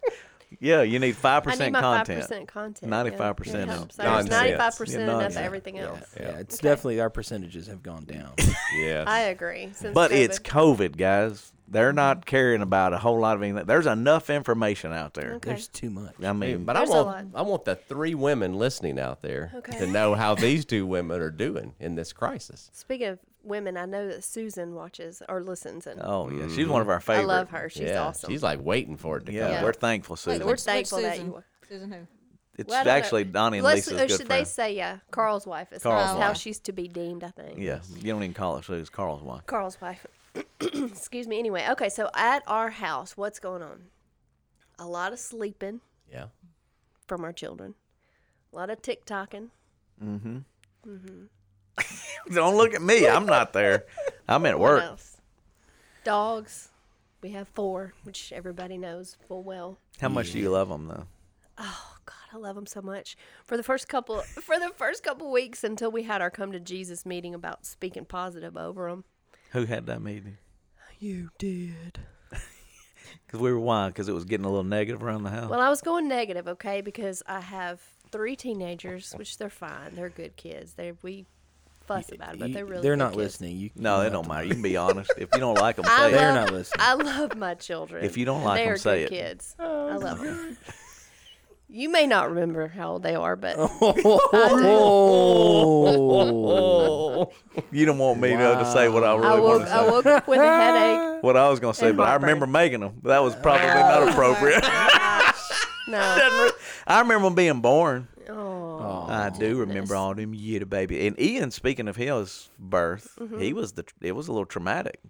Speaker 1: yeah, you need five
Speaker 3: I need
Speaker 1: percent
Speaker 3: my five
Speaker 1: content.
Speaker 3: percent content.
Speaker 1: 95% is
Speaker 4: nonsense.
Speaker 3: Ninety five percent
Speaker 1: Yeah,
Speaker 3: enough
Speaker 1: nonsense.
Speaker 3: for everything else.
Speaker 2: Yeah, it's definitely our percentages have
Speaker 3: [LAUGHS]
Speaker 2: gone down.
Speaker 4: Yeah.
Speaker 3: I agree. Since
Speaker 1: But
Speaker 3: COVID.
Speaker 1: it's COVID, guys. They're
Speaker 3: Mm-hmm.
Speaker 1: not caring about a whole lot of anything. There's enough information out there.
Speaker 2: There's too much.
Speaker 1: I mean,
Speaker 4: But I
Speaker 3: There's a
Speaker 4: want I want the three women listening out there to
Speaker 3: Okay.
Speaker 4: know
Speaker 3: [LAUGHS]
Speaker 4: how these two women are doing in this crisis.
Speaker 3: speaking of women, I know that Susan watches or listens and
Speaker 1: oh yeah, she's one of our
Speaker 3: I
Speaker 1: favorite.
Speaker 3: love her. She's
Speaker 4: yeah,
Speaker 3: awesome.
Speaker 4: she's like waiting for it to
Speaker 1: Yeah,
Speaker 4: come.
Speaker 3: Yeah.
Speaker 1: we're thankful, Susan.
Speaker 3: we're thankful that
Speaker 5: Susan?
Speaker 3: you were.
Speaker 5: Susan who?
Speaker 1: it's
Speaker 3: Well, I don't know.
Speaker 1: actually Donnie and
Speaker 3: Let's-
Speaker 1: Lisa's
Speaker 3: or
Speaker 1: good
Speaker 3: should they
Speaker 1: friend.
Speaker 3: say yeah, Carl's wife is
Speaker 1: Carl's
Speaker 3: how
Speaker 1: wife.
Speaker 3: she's to be deemed, I think.
Speaker 1: yeah, you don't even call it Susan. It's Carl's wife. [LAUGHS]
Speaker 3: Carl's wife. [CLEARS THROAT] Excuse me. Anyway, okay, so at our house, what's going on? A lot of sleeping
Speaker 4: Yeah.
Speaker 3: from our children, a lot of TikToking.
Speaker 1: Don't look at me. I'm not
Speaker 3: [LAUGHS]
Speaker 1: there. I'm at
Speaker 3: What
Speaker 1: work.
Speaker 3: else? Dogs. We have four, which everybody knows full well.
Speaker 1: How much do you love them though?
Speaker 3: God, I love him so much. For the first couple, [LAUGHS] for the first couple weeks until we had our come to Jesus meeting about speaking positive over him.
Speaker 1: Who had that meeting?
Speaker 3: You did.
Speaker 1: Because we were why? Because it was getting a little negative around the house.
Speaker 3: Well, I was going negative, okay, because I have three teenagers, which they're fine. They're good kids. They we fuss about it, but they're really
Speaker 2: they're
Speaker 3: good
Speaker 2: not
Speaker 3: kids.
Speaker 2: listening. You
Speaker 1: no,
Speaker 2: [LAUGHS] you
Speaker 1: it don't matter. You
Speaker 3: [LAUGHS]
Speaker 1: can be honest. If you don't like them,
Speaker 3: I
Speaker 1: say
Speaker 2: They're
Speaker 1: it.
Speaker 3: love-
Speaker 2: not listening.
Speaker 3: I love my children.
Speaker 1: If you don't like
Speaker 3: they
Speaker 1: 'em,
Speaker 3: are
Speaker 1: say
Speaker 3: good
Speaker 1: it.
Speaker 3: kids. I love them. You may not remember how old they are, but
Speaker 1: [LAUGHS]
Speaker 2: Oh,
Speaker 1: You don't want me to, to say what I
Speaker 3: I
Speaker 1: really want
Speaker 3: woke
Speaker 1: to
Speaker 3: I
Speaker 1: say.
Speaker 3: woke up with a
Speaker 1: [LAUGHS]
Speaker 3: headache.
Speaker 1: What I was going to say,
Speaker 3: And
Speaker 1: but I
Speaker 3: heartburn.
Speaker 1: remember making them. That was probably
Speaker 3: [LAUGHS]
Speaker 1: not appropriate. [LAUGHS]
Speaker 3: No,
Speaker 1: I remember them being born.
Speaker 3: oh,
Speaker 1: I do remember all them year baby. And Ian, speaking of his birth,
Speaker 3: Mm-hmm.
Speaker 1: he was the it was a little traumatic.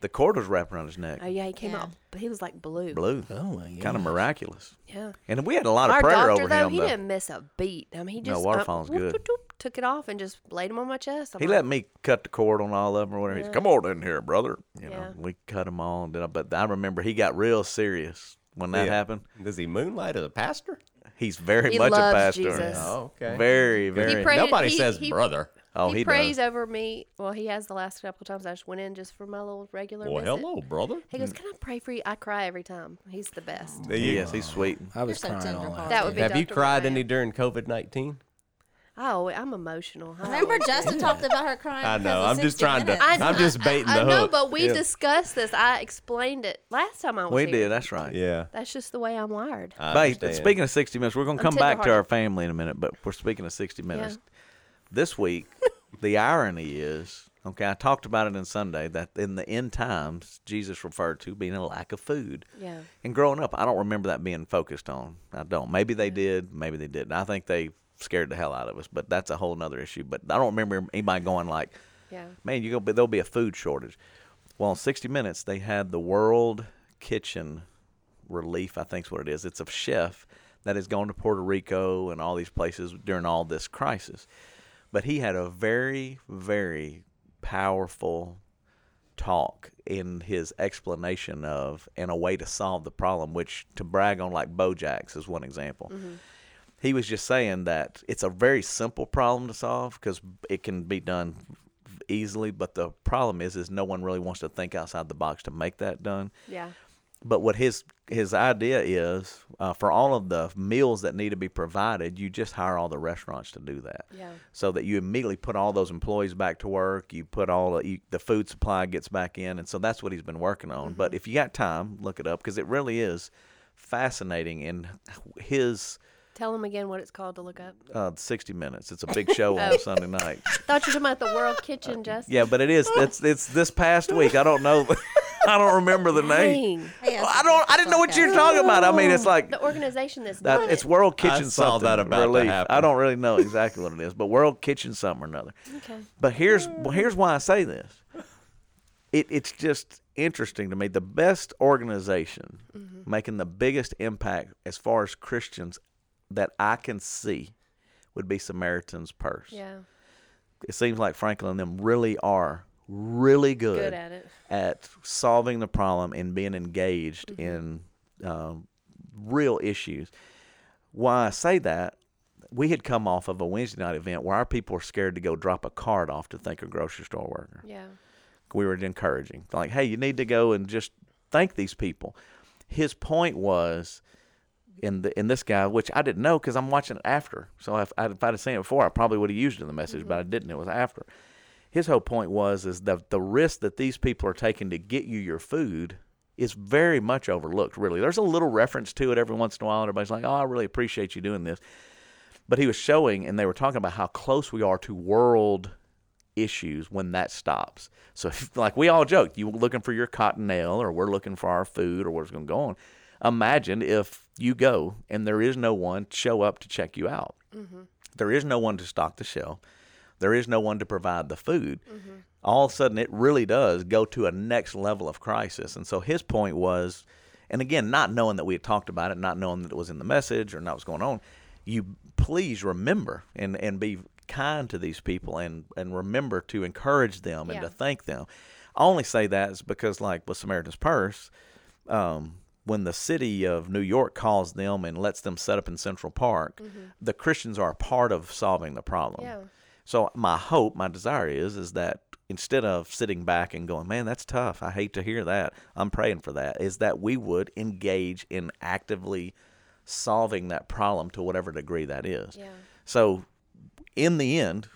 Speaker 1: The cord was wrapped around his neck,
Speaker 3: oh yeah, he came
Speaker 5: Yeah.
Speaker 3: out. He was like blue.
Speaker 1: blue,
Speaker 4: Oh,
Speaker 2: my
Speaker 1: kind of
Speaker 2: gosh.
Speaker 1: miraculous.
Speaker 3: Yeah.
Speaker 1: And we had a lot of
Speaker 3: Our
Speaker 1: prayer
Speaker 3: doctor
Speaker 1: over
Speaker 3: though,
Speaker 1: him.
Speaker 3: he
Speaker 1: though.
Speaker 3: didn't miss a beat. I mean, he
Speaker 1: No,
Speaker 3: just
Speaker 1: water
Speaker 3: um,
Speaker 1: foam's
Speaker 3: whoop,
Speaker 1: good.
Speaker 3: whoop, whoop, took it off and just laid him on my chest. I'm
Speaker 1: He
Speaker 3: like,
Speaker 1: let me cut the cord on all of them or whatever. He's come on in here, brother. You
Speaker 3: Yeah.
Speaker 1: know, we cut them all. And then I, but I remember he got real serious when that
Speaker 4: Yeah.
Speaker 1: happened.
Speaker 4: Does he moonlight as a pastor?
Speaker 1: He's very
Speaker 3: He
Speaker 1: much a
Speaker 3: loves
Speaker 1: pastor.
Speaker 3: Jesus.
Speaker 4: Oh, okay.
Speaker 1: Very, very.
Speaker 3: prayed-
Speaker 4: Nobody
Speaker 3: he-
Speaker 4: says
Speaker 3: he-
Speaker 4: brother.
Speaker 1: oh,
Speaker 3: he,
Speaker 1: he,
Speaker 3: prays
Speaker 1: does.
Speaker 3: over me. Well, he has the last couple times. I just went in just for my little regular
Speaker 4: Well,
Speaker 3: visit.
Speaker 4: hello, brother.
Speaker 3: He goes, "Can I pray for you?" I cry every time. He's the best.
Speaker 1: Yes, he's
Speaker 3: Oh.
Speaker 1: sweet.
Speaker 2: I was
Speaker 5: so
Speaker 2: crying all
Speaker 5: tenderhearted.
Speaker 2: out.
Speaker 3: That would be.
Speaker 4: Have you
Speaker 3: Dr.
Speaker 4: cried
Speaker 3: Moran.
Speaker 4: any during COVID 19?
Speaker 3: Oh, I'm emotional. I
Speaker 5: Remember,
Speaker 3: always-
Speaker 5: Justin talked about her crying.
Speaker 4: Um, [LAUGHS] I
Speaker 5: because
Speaker 4: know.
Speaker 5: of
Speaker 4: I'm just
Speaker 5: 60
Speaker 4: trying to.
Speaker 5: minutes.
Speaker 3: I-
Speaker 4: I'm just baiting
Speaker 3: I
Speaker 4: the
Speaker 3: know,
Speaker 4: hook.
Speaker 3: but we
Speaker 4: yeah.
Speaker 3: discussed this. I explained it last time I was
Speaker 1: We
Speaker 3: here.
Speaker 1: did. Uh, That's right.
Speaker 4: Oh, Yeah.
Speaker 3: That's just the way I'm wired.
Speaker 4: I
Speaker 1: But
Speaker 4: understand.
Speaker 1: speaking of 60 minutes, we're going to
Speaker 3: I'm
Speaker 1: come back to our
Speaker 3: tenderhearted.
Speaker 1: family in a minute, but we're speaking of 60 minutes.
Speaker 3: [LAUGHS]
Speaker 1: This week, the irony is okay, I talked about it on Sunday that in the end times, Jesus referred to being a lack of food.
Speaker 3: Yeah.
Speaker 1: And growing up, I don't remember that being focused on. I don't. Maybe they did, maybe they didn't. I think they scared the hell out of us, but that's a whole nother issue. But I don't remember anybody going like,
Speaker 3: Yeah.
Speaker 1: man, you go, but there'll be a food shortage. Well, in 60 Minutes, they had the World Kitchen Relief, I think is what it is. It's a chef that has gone to Puerto Rico and all these places during all this crisis. But he had a very, very powerful talk in his explanation of and a way to solve the problem, which to brag on, like Bojack's, is one example he was just saying that it's a very simple problem to solve because it can be done easily but the problem is is no one really wants to think outside the box to make that done
Speaker 3: Yeah.
Speaker 1: but what his his idea is uh, for all of the meals that need to be provided you just hire all the restaurants to do that
Speaker 3: Yeah.
Speaker 1: so that you immediately put all those employees back to work you put all the, you, the food supply gets back in and so that's what he's been working on but if you got time look it up because it really is fascinating in his
Speaker 3: Tell him again what it's called to look up.
Speaker 1: uh, 60 Minutes. It's a big
Speaker 3: [LAUGHS]
Speaker 1: show
Speaker 3: Oh.
Speaker 1: on Sunday night.
Speaker 3: Thought you were talking about the
Speaker 1: [LAUGHS]
Speaker 3: World Kitchen, Justin.
Speaker 1: Uh, Yeah, but it is. It's it's this past week. I don't know. [LAUGHS] I don't remember the name.
Speaker 3: Dang.
Speaker 5: Yes,
Speaker 1: I don't. I didn't know what you're talking about. I mean, it's like
Speaker 3: The organization that's done
Speaker 1: that. It's World Kitchen
Speaker 4: saw
Speaker 1: something
Speaker 4: that about to
Speaker 1: relief. I
Speaker 4: happen.
Speaker 1: don't really know exactly what it is, but World Kitchen something or another.
Speaker 3: it. Okay.
Speaker 1: But here's well, here's why I say this. It it's just interesting to me. The best organization
Speaker 3: Mm-hmm.
Speaker 1: making the biggest impact as far as Christians that I can see would be Samaritan's Purse.
Speaker 3: Yeah.
Speaker 1: it seems like Franklin and them really are really good,
Speaker 3: Good at it.
Speaker 1: at solving the problem and being engaged
Speaker 3: Mm-hmm.
Speaker 1: in um, real issues. Why I say that, we had come off of a Wednesday night event where our people were scared to go drop a card off to thank a grocery store worker.
Speaker 3: Yeah.
Speaker 1: We were encouraging, like, hey, you need to go and just thank these people. His point was, in the in this guy, which I didn't know because I'm watching it after. So if, I- if I'd have seen it before, I probably would have used it in the message, but I didn't. It was after. His whole point was is the the risk that these people are taking to get you your food is very much overlooked. Really, there's a little reference to it every once in a while. Everybody's like, "Oh, I really appreciate you doing this," but he was showing, and they were talking about how close we are to world issues when that stops. So, [LAUGHS] if- like we all joke, you looking for your cottonelle, or we're looking for our food, or what's going to go on. Imagine if you go and there is no one show up to check you out. There is no one to stock the shelf. There is no one to provide the food.
Speaker 3: Mm-hmm.
Speaker 1: All of a sudden, it really does go to a next level of crisis. And so his point was, and again, not knowing that we had talked about it, not knowing that it was in the message or not what's going on, you please remember and, and be kind to these people and, and remember to encourage them and
Speaker 3: Yeah.
Speaker 1: to thank them. I only say that is because, like with Samaritan's Purse, um, when the city of New York calls them and lets them set up in Central Park, the Christians are a part of solving the problem.
Speaker 3: Mm-hmm. Yeah.
Speaker 1: So my hope, my desire is, is that instead of sitting back and going, "Man, that's tough. I hate to hear that. I'm praying for that," is that we would engage in actively solving that problem to whatever degree that is.
Speaker 3: Yeah.
Speaker 1: So, in the end,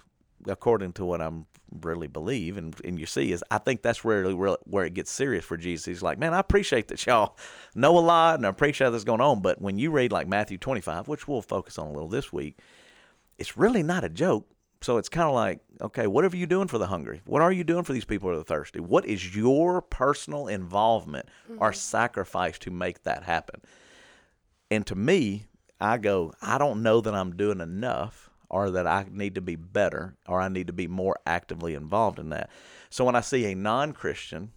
Speaker 1: according to what I'm really believe and, and you see is I think that's really where, where it gets serious for Jesus. He's like, man, I appreciate that y'all know a lot and I appreciate that's going on. But when you read like Matthew 25, which we'll focus on a little this week, it's really not a joke. So it's kind of like, okay, what are you doing for the hungry? What are you doing for these people who are thirsty? What is your personal involvement or sacrifice to make that happen? And to me, I go, I don't know that I'm doing enough or that I need to be better or I need to be more actively involved in that. So when I see a non Christian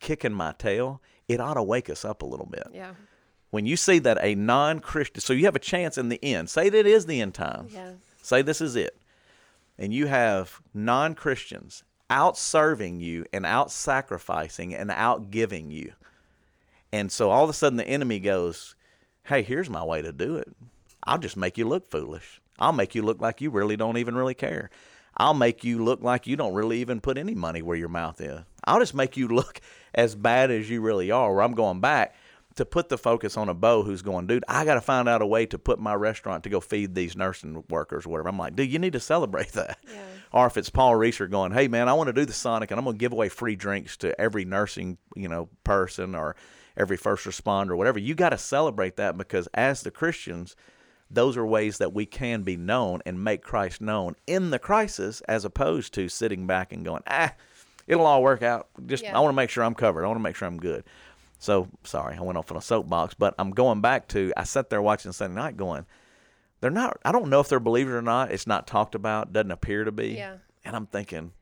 Speaker 1: kicking my tail, it ought to wake us up a little bit.
Speaker 3: Yeah.
Speaker 1: When you see that a non Christian, so you have a chance in the end, say that it is the end times,
Speaker 3: Yeah.
Speaker 1: say this is it, and you have non Christians out serving you and out sacrificing and out giving you. And so all of a sudden the enemy goes, Hey, here's my way to do it. I'll just make you look foolish. I'll make you look like you really don't even really care. I'll make you look like you don't really even put any money where your mouth is. I'll just make you [LAUGHS] look as bad as you really are. Where I'm going back to put the focus on a beau who's going, dude, I got to find out a way to put my restaurant to go feed these nursing workers or whatever. I'm like, dude, you need to celebrate [LAUGHS] that. Or if it's Paul Reeser going, hey, man, I want to do the Sonic and I'm going to give away free drinks to every nursing, you know, person or every first responder, whatever. You got to celebrate that because as the Christians, those are ways that we can be known and make Christ known in the crisis as opposed to sitting back and going, ah, it'll all work out. Just,
Speaker 3: Yeah.
Speaker 1: I want to make sure I'm covered. I want to make sure I'm good. So, sorry, I went off on a soapbox, but I'm going back to, I sat there watching Sunday night going, they're not, I don't know if they're believers or not. It's not talked about, doesn't appear to be.
Speaker 3: Yeah.
Speaker 1: And I'm thinking,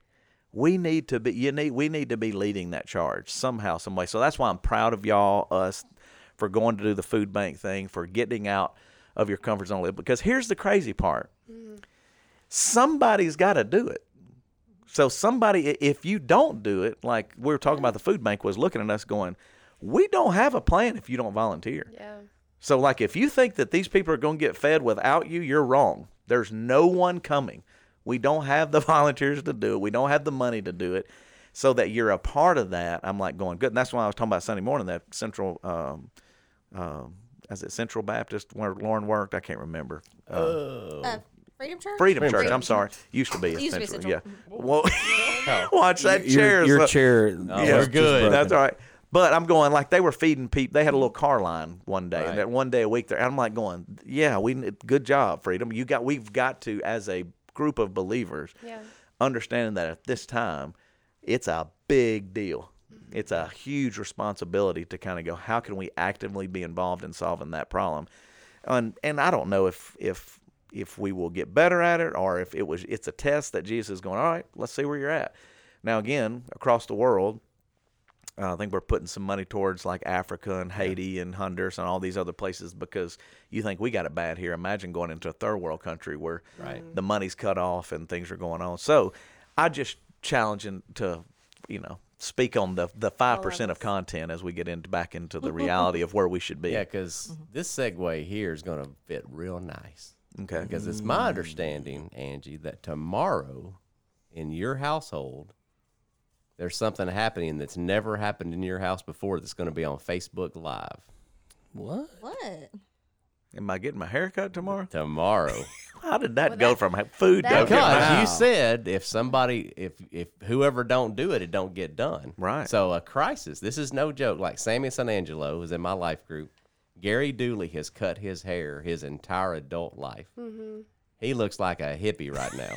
Speaker 1: we need to be you need we need to be leading that charge somehow some way so that's why i'm proud of y'all us for going to do the food bank thing for getting out of your comfort zone a little, because here's the crazy part somebody's got to do it so somebody i- if you don't do it like we were talking about the food bank was looking at us going we don't have a plan if you don't volunteer
Speaker 3: Yeah.
Speaker 1: so, like, if you think that these people are going to get fed without you, you're wrong. There's no one coming. We don't have the [LAUGHS] volunteers to do it. We don't have the money to do it. So that you're a part of that, I'm like going good. And that's why I was talking about Sunday morning that Central, um, um, is it Central Baptist where Lauren worked? I can't remember. Uh,
Speaker 5: Uh, Freedom Church.
Speaker 1: Freedom,
Speaker 4: Freedom
Speaker 1: Church.
Speaker 4: Church.
Speaker 1: I'm sorry. Used to be a
Speaker 5: Used to be
Speaker 1: Central.
Speaker 5: Central.
Speaker 1: Yeah. Well,
Speaker 2: [LAUGHS]
Speaker 1: [LAUGHS] watch that chair.
Speaker 2: Your,
Speaker 1: is
Speaker 2: your
Speaker 1: up.
Speaker 2: chair.
Speaker 4: Yeah. we're
Speaker 2: was just
Speaker 4: good.
Speaker 2: broken.
Speaker 1: That's all right. But I'm going like they were feeding people. They had a little car line one day,
Speaker 4: Right.
Speaker 1: that one day a week there. And I'm like going, yeah, we need- good job, freedom. You got we've got to as a group of believers,
Speaker 3: Yeah.
Speaker 1: understanding that at this time, it's a big deal. It's a huge responsibility to kind of go, how can we actively be involved in solving that problem? And and I don't know if if if we will get better at it or if it was it's a test that Jesus is going, all right, let's see where you're at. Now again, across the world, uh, I think we're putting some money towards like Africa and Haiti and Honduras and all these other places because you think we got it bad here. Imagine going into a third world country where the money's cut off and things are going on. So I just challenge and to, you know, speak on the the five percent of content as we get into back into
Speaker 4: [LAUGHS]
Speaker 1: the reality of where we should be.
Speaker 4: Yeah, because
Speaker 3: Mm-hmm.
Speaker 4: this segue here is going to fit real nice.
Speaker 1: Okay.
Speaker 4: Because it's
Speaker 1: Mm.
Speaker 4: my understanding, Angie, that tomorrow in your household, there's something happening that's never happened in your house before that's going to be on Facebook Live
Speaker 3: [LAUGHS]
Speaker 2: What?
Speaker 5: What?
Speaker 1: Am I getting my hair cut
Speaker 3: Mm.
Speaker 1: tomorrow?
Speaker 4: tomorrow.
Speaker 1: How did that go from ha- food to
Speaker 3: that-
Speaker 1: okay.
Speaker 4: Because
Speaker 2: Wow.
Speaker 4: you said if somebody, if if whoever don't do it, it don't get done.
Speaker 1: Right.
Speaker 4: So a crisis. This is no joke. Like Sammy Sanangelo is in my life group. Gary Dooley has cut his hair his entire adult life.
Speaker 3: Mm-hmm.
Speaker 4: He looks like a hippie right
Speaker 3: [LAUGHS]
Speaker 4: now.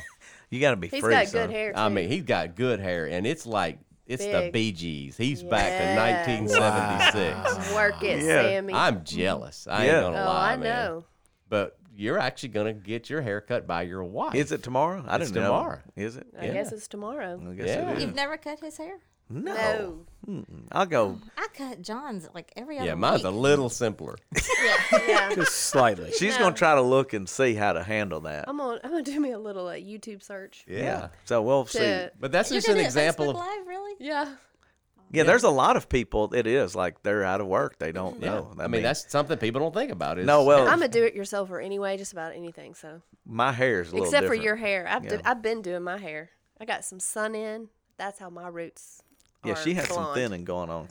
Speaker 1: you got to be
Speaker 3: He's
Speaker 1: free.
Speaker 3: got
Speaker 1: son.
Speaker 3: good hair. Too.
Speaker 4: I mean, he's got good hair, and it's like it's the
Speaker 3: Big.
Speaker 4: Bee Gees. He's back to
Speaker 3: Yeah.
Speaker 4: 1976.
Speaker 3: work it,
Speaker 1: Yeah.
Speaker 3: Sammy.
Speaker 4: I'm jealous. I
Speaker 1: Yeah.
Speaker 4: ain't gonna
Speaker 3: oh,
Speaker 4: lie,
Speaker 3: I
Speaker 4: man.
Speaker 3: know.
Speaker 4: But you're actually gonna get your hair cut by your wife.
Speaker 1: Is it tomorrow? I
Speaker 4: It's
Speaker 1: didn't know.
Speaker 4: tomorrow.
Speaker 1: Is it?
Speaker 3: I guess it's tomorrow.
Speaker 1: I guess
Speaker 4: Yeah.
Speaker 1: it is.
Speaker 5: You've never cut his hair?
Speaker 1: No.
Speaker 3: No.
Speaker 1: I'll go.
Speaker 5: I cut John's like every other
Speaker 4: Yeah, mine's a
Speaker 5: week.
Speaker 4: little simpler.
Speaker 3: Yeah. Oh
Speaker 2: Just slightly.
Speaker 1: She's gonna try to look and see how to handle that.
Speaker 3: I'm gonna I'm gonna do me a little uh, YouTube search.
Speaker 1: [LAUGHS] Yeah. So we'll see.
Speaker 3: To,
Speaker 4: But that's
Speaker 5: You're
Speaker 4: just an
Speaker 5: gonna do it
Speaker 4: example
Speaker 5: Facebook
Speaker 4: of
Speaker 5: Live, really?
Speaker 3: yeah.
Speaker 1: Yeah, there's a lot of people. It is like they're out of work. They don't
Speaker 4: Yeah.
Speaker 1: know.
Speaker 4: I mean, that's something people don't think about. Is
Speaker 1: Oh, No, well-
Speaker 3: I'm a do-it-yourselfer anyway, just about anything. So
Speaker 1: my hair's a little
Speaker 3: except for
Speaker 1: different.
Speaker 3: your hair, I've do,
Speaker 1: Yeah.
Speaker 3: I've been doing my hair. I got some sun in. That's how my roots.
Speaker 1: Yeah, she
Speaker 3: are
Speaker 1: had some
Speaker 3: blonde.
Speaker 1: thinning going on,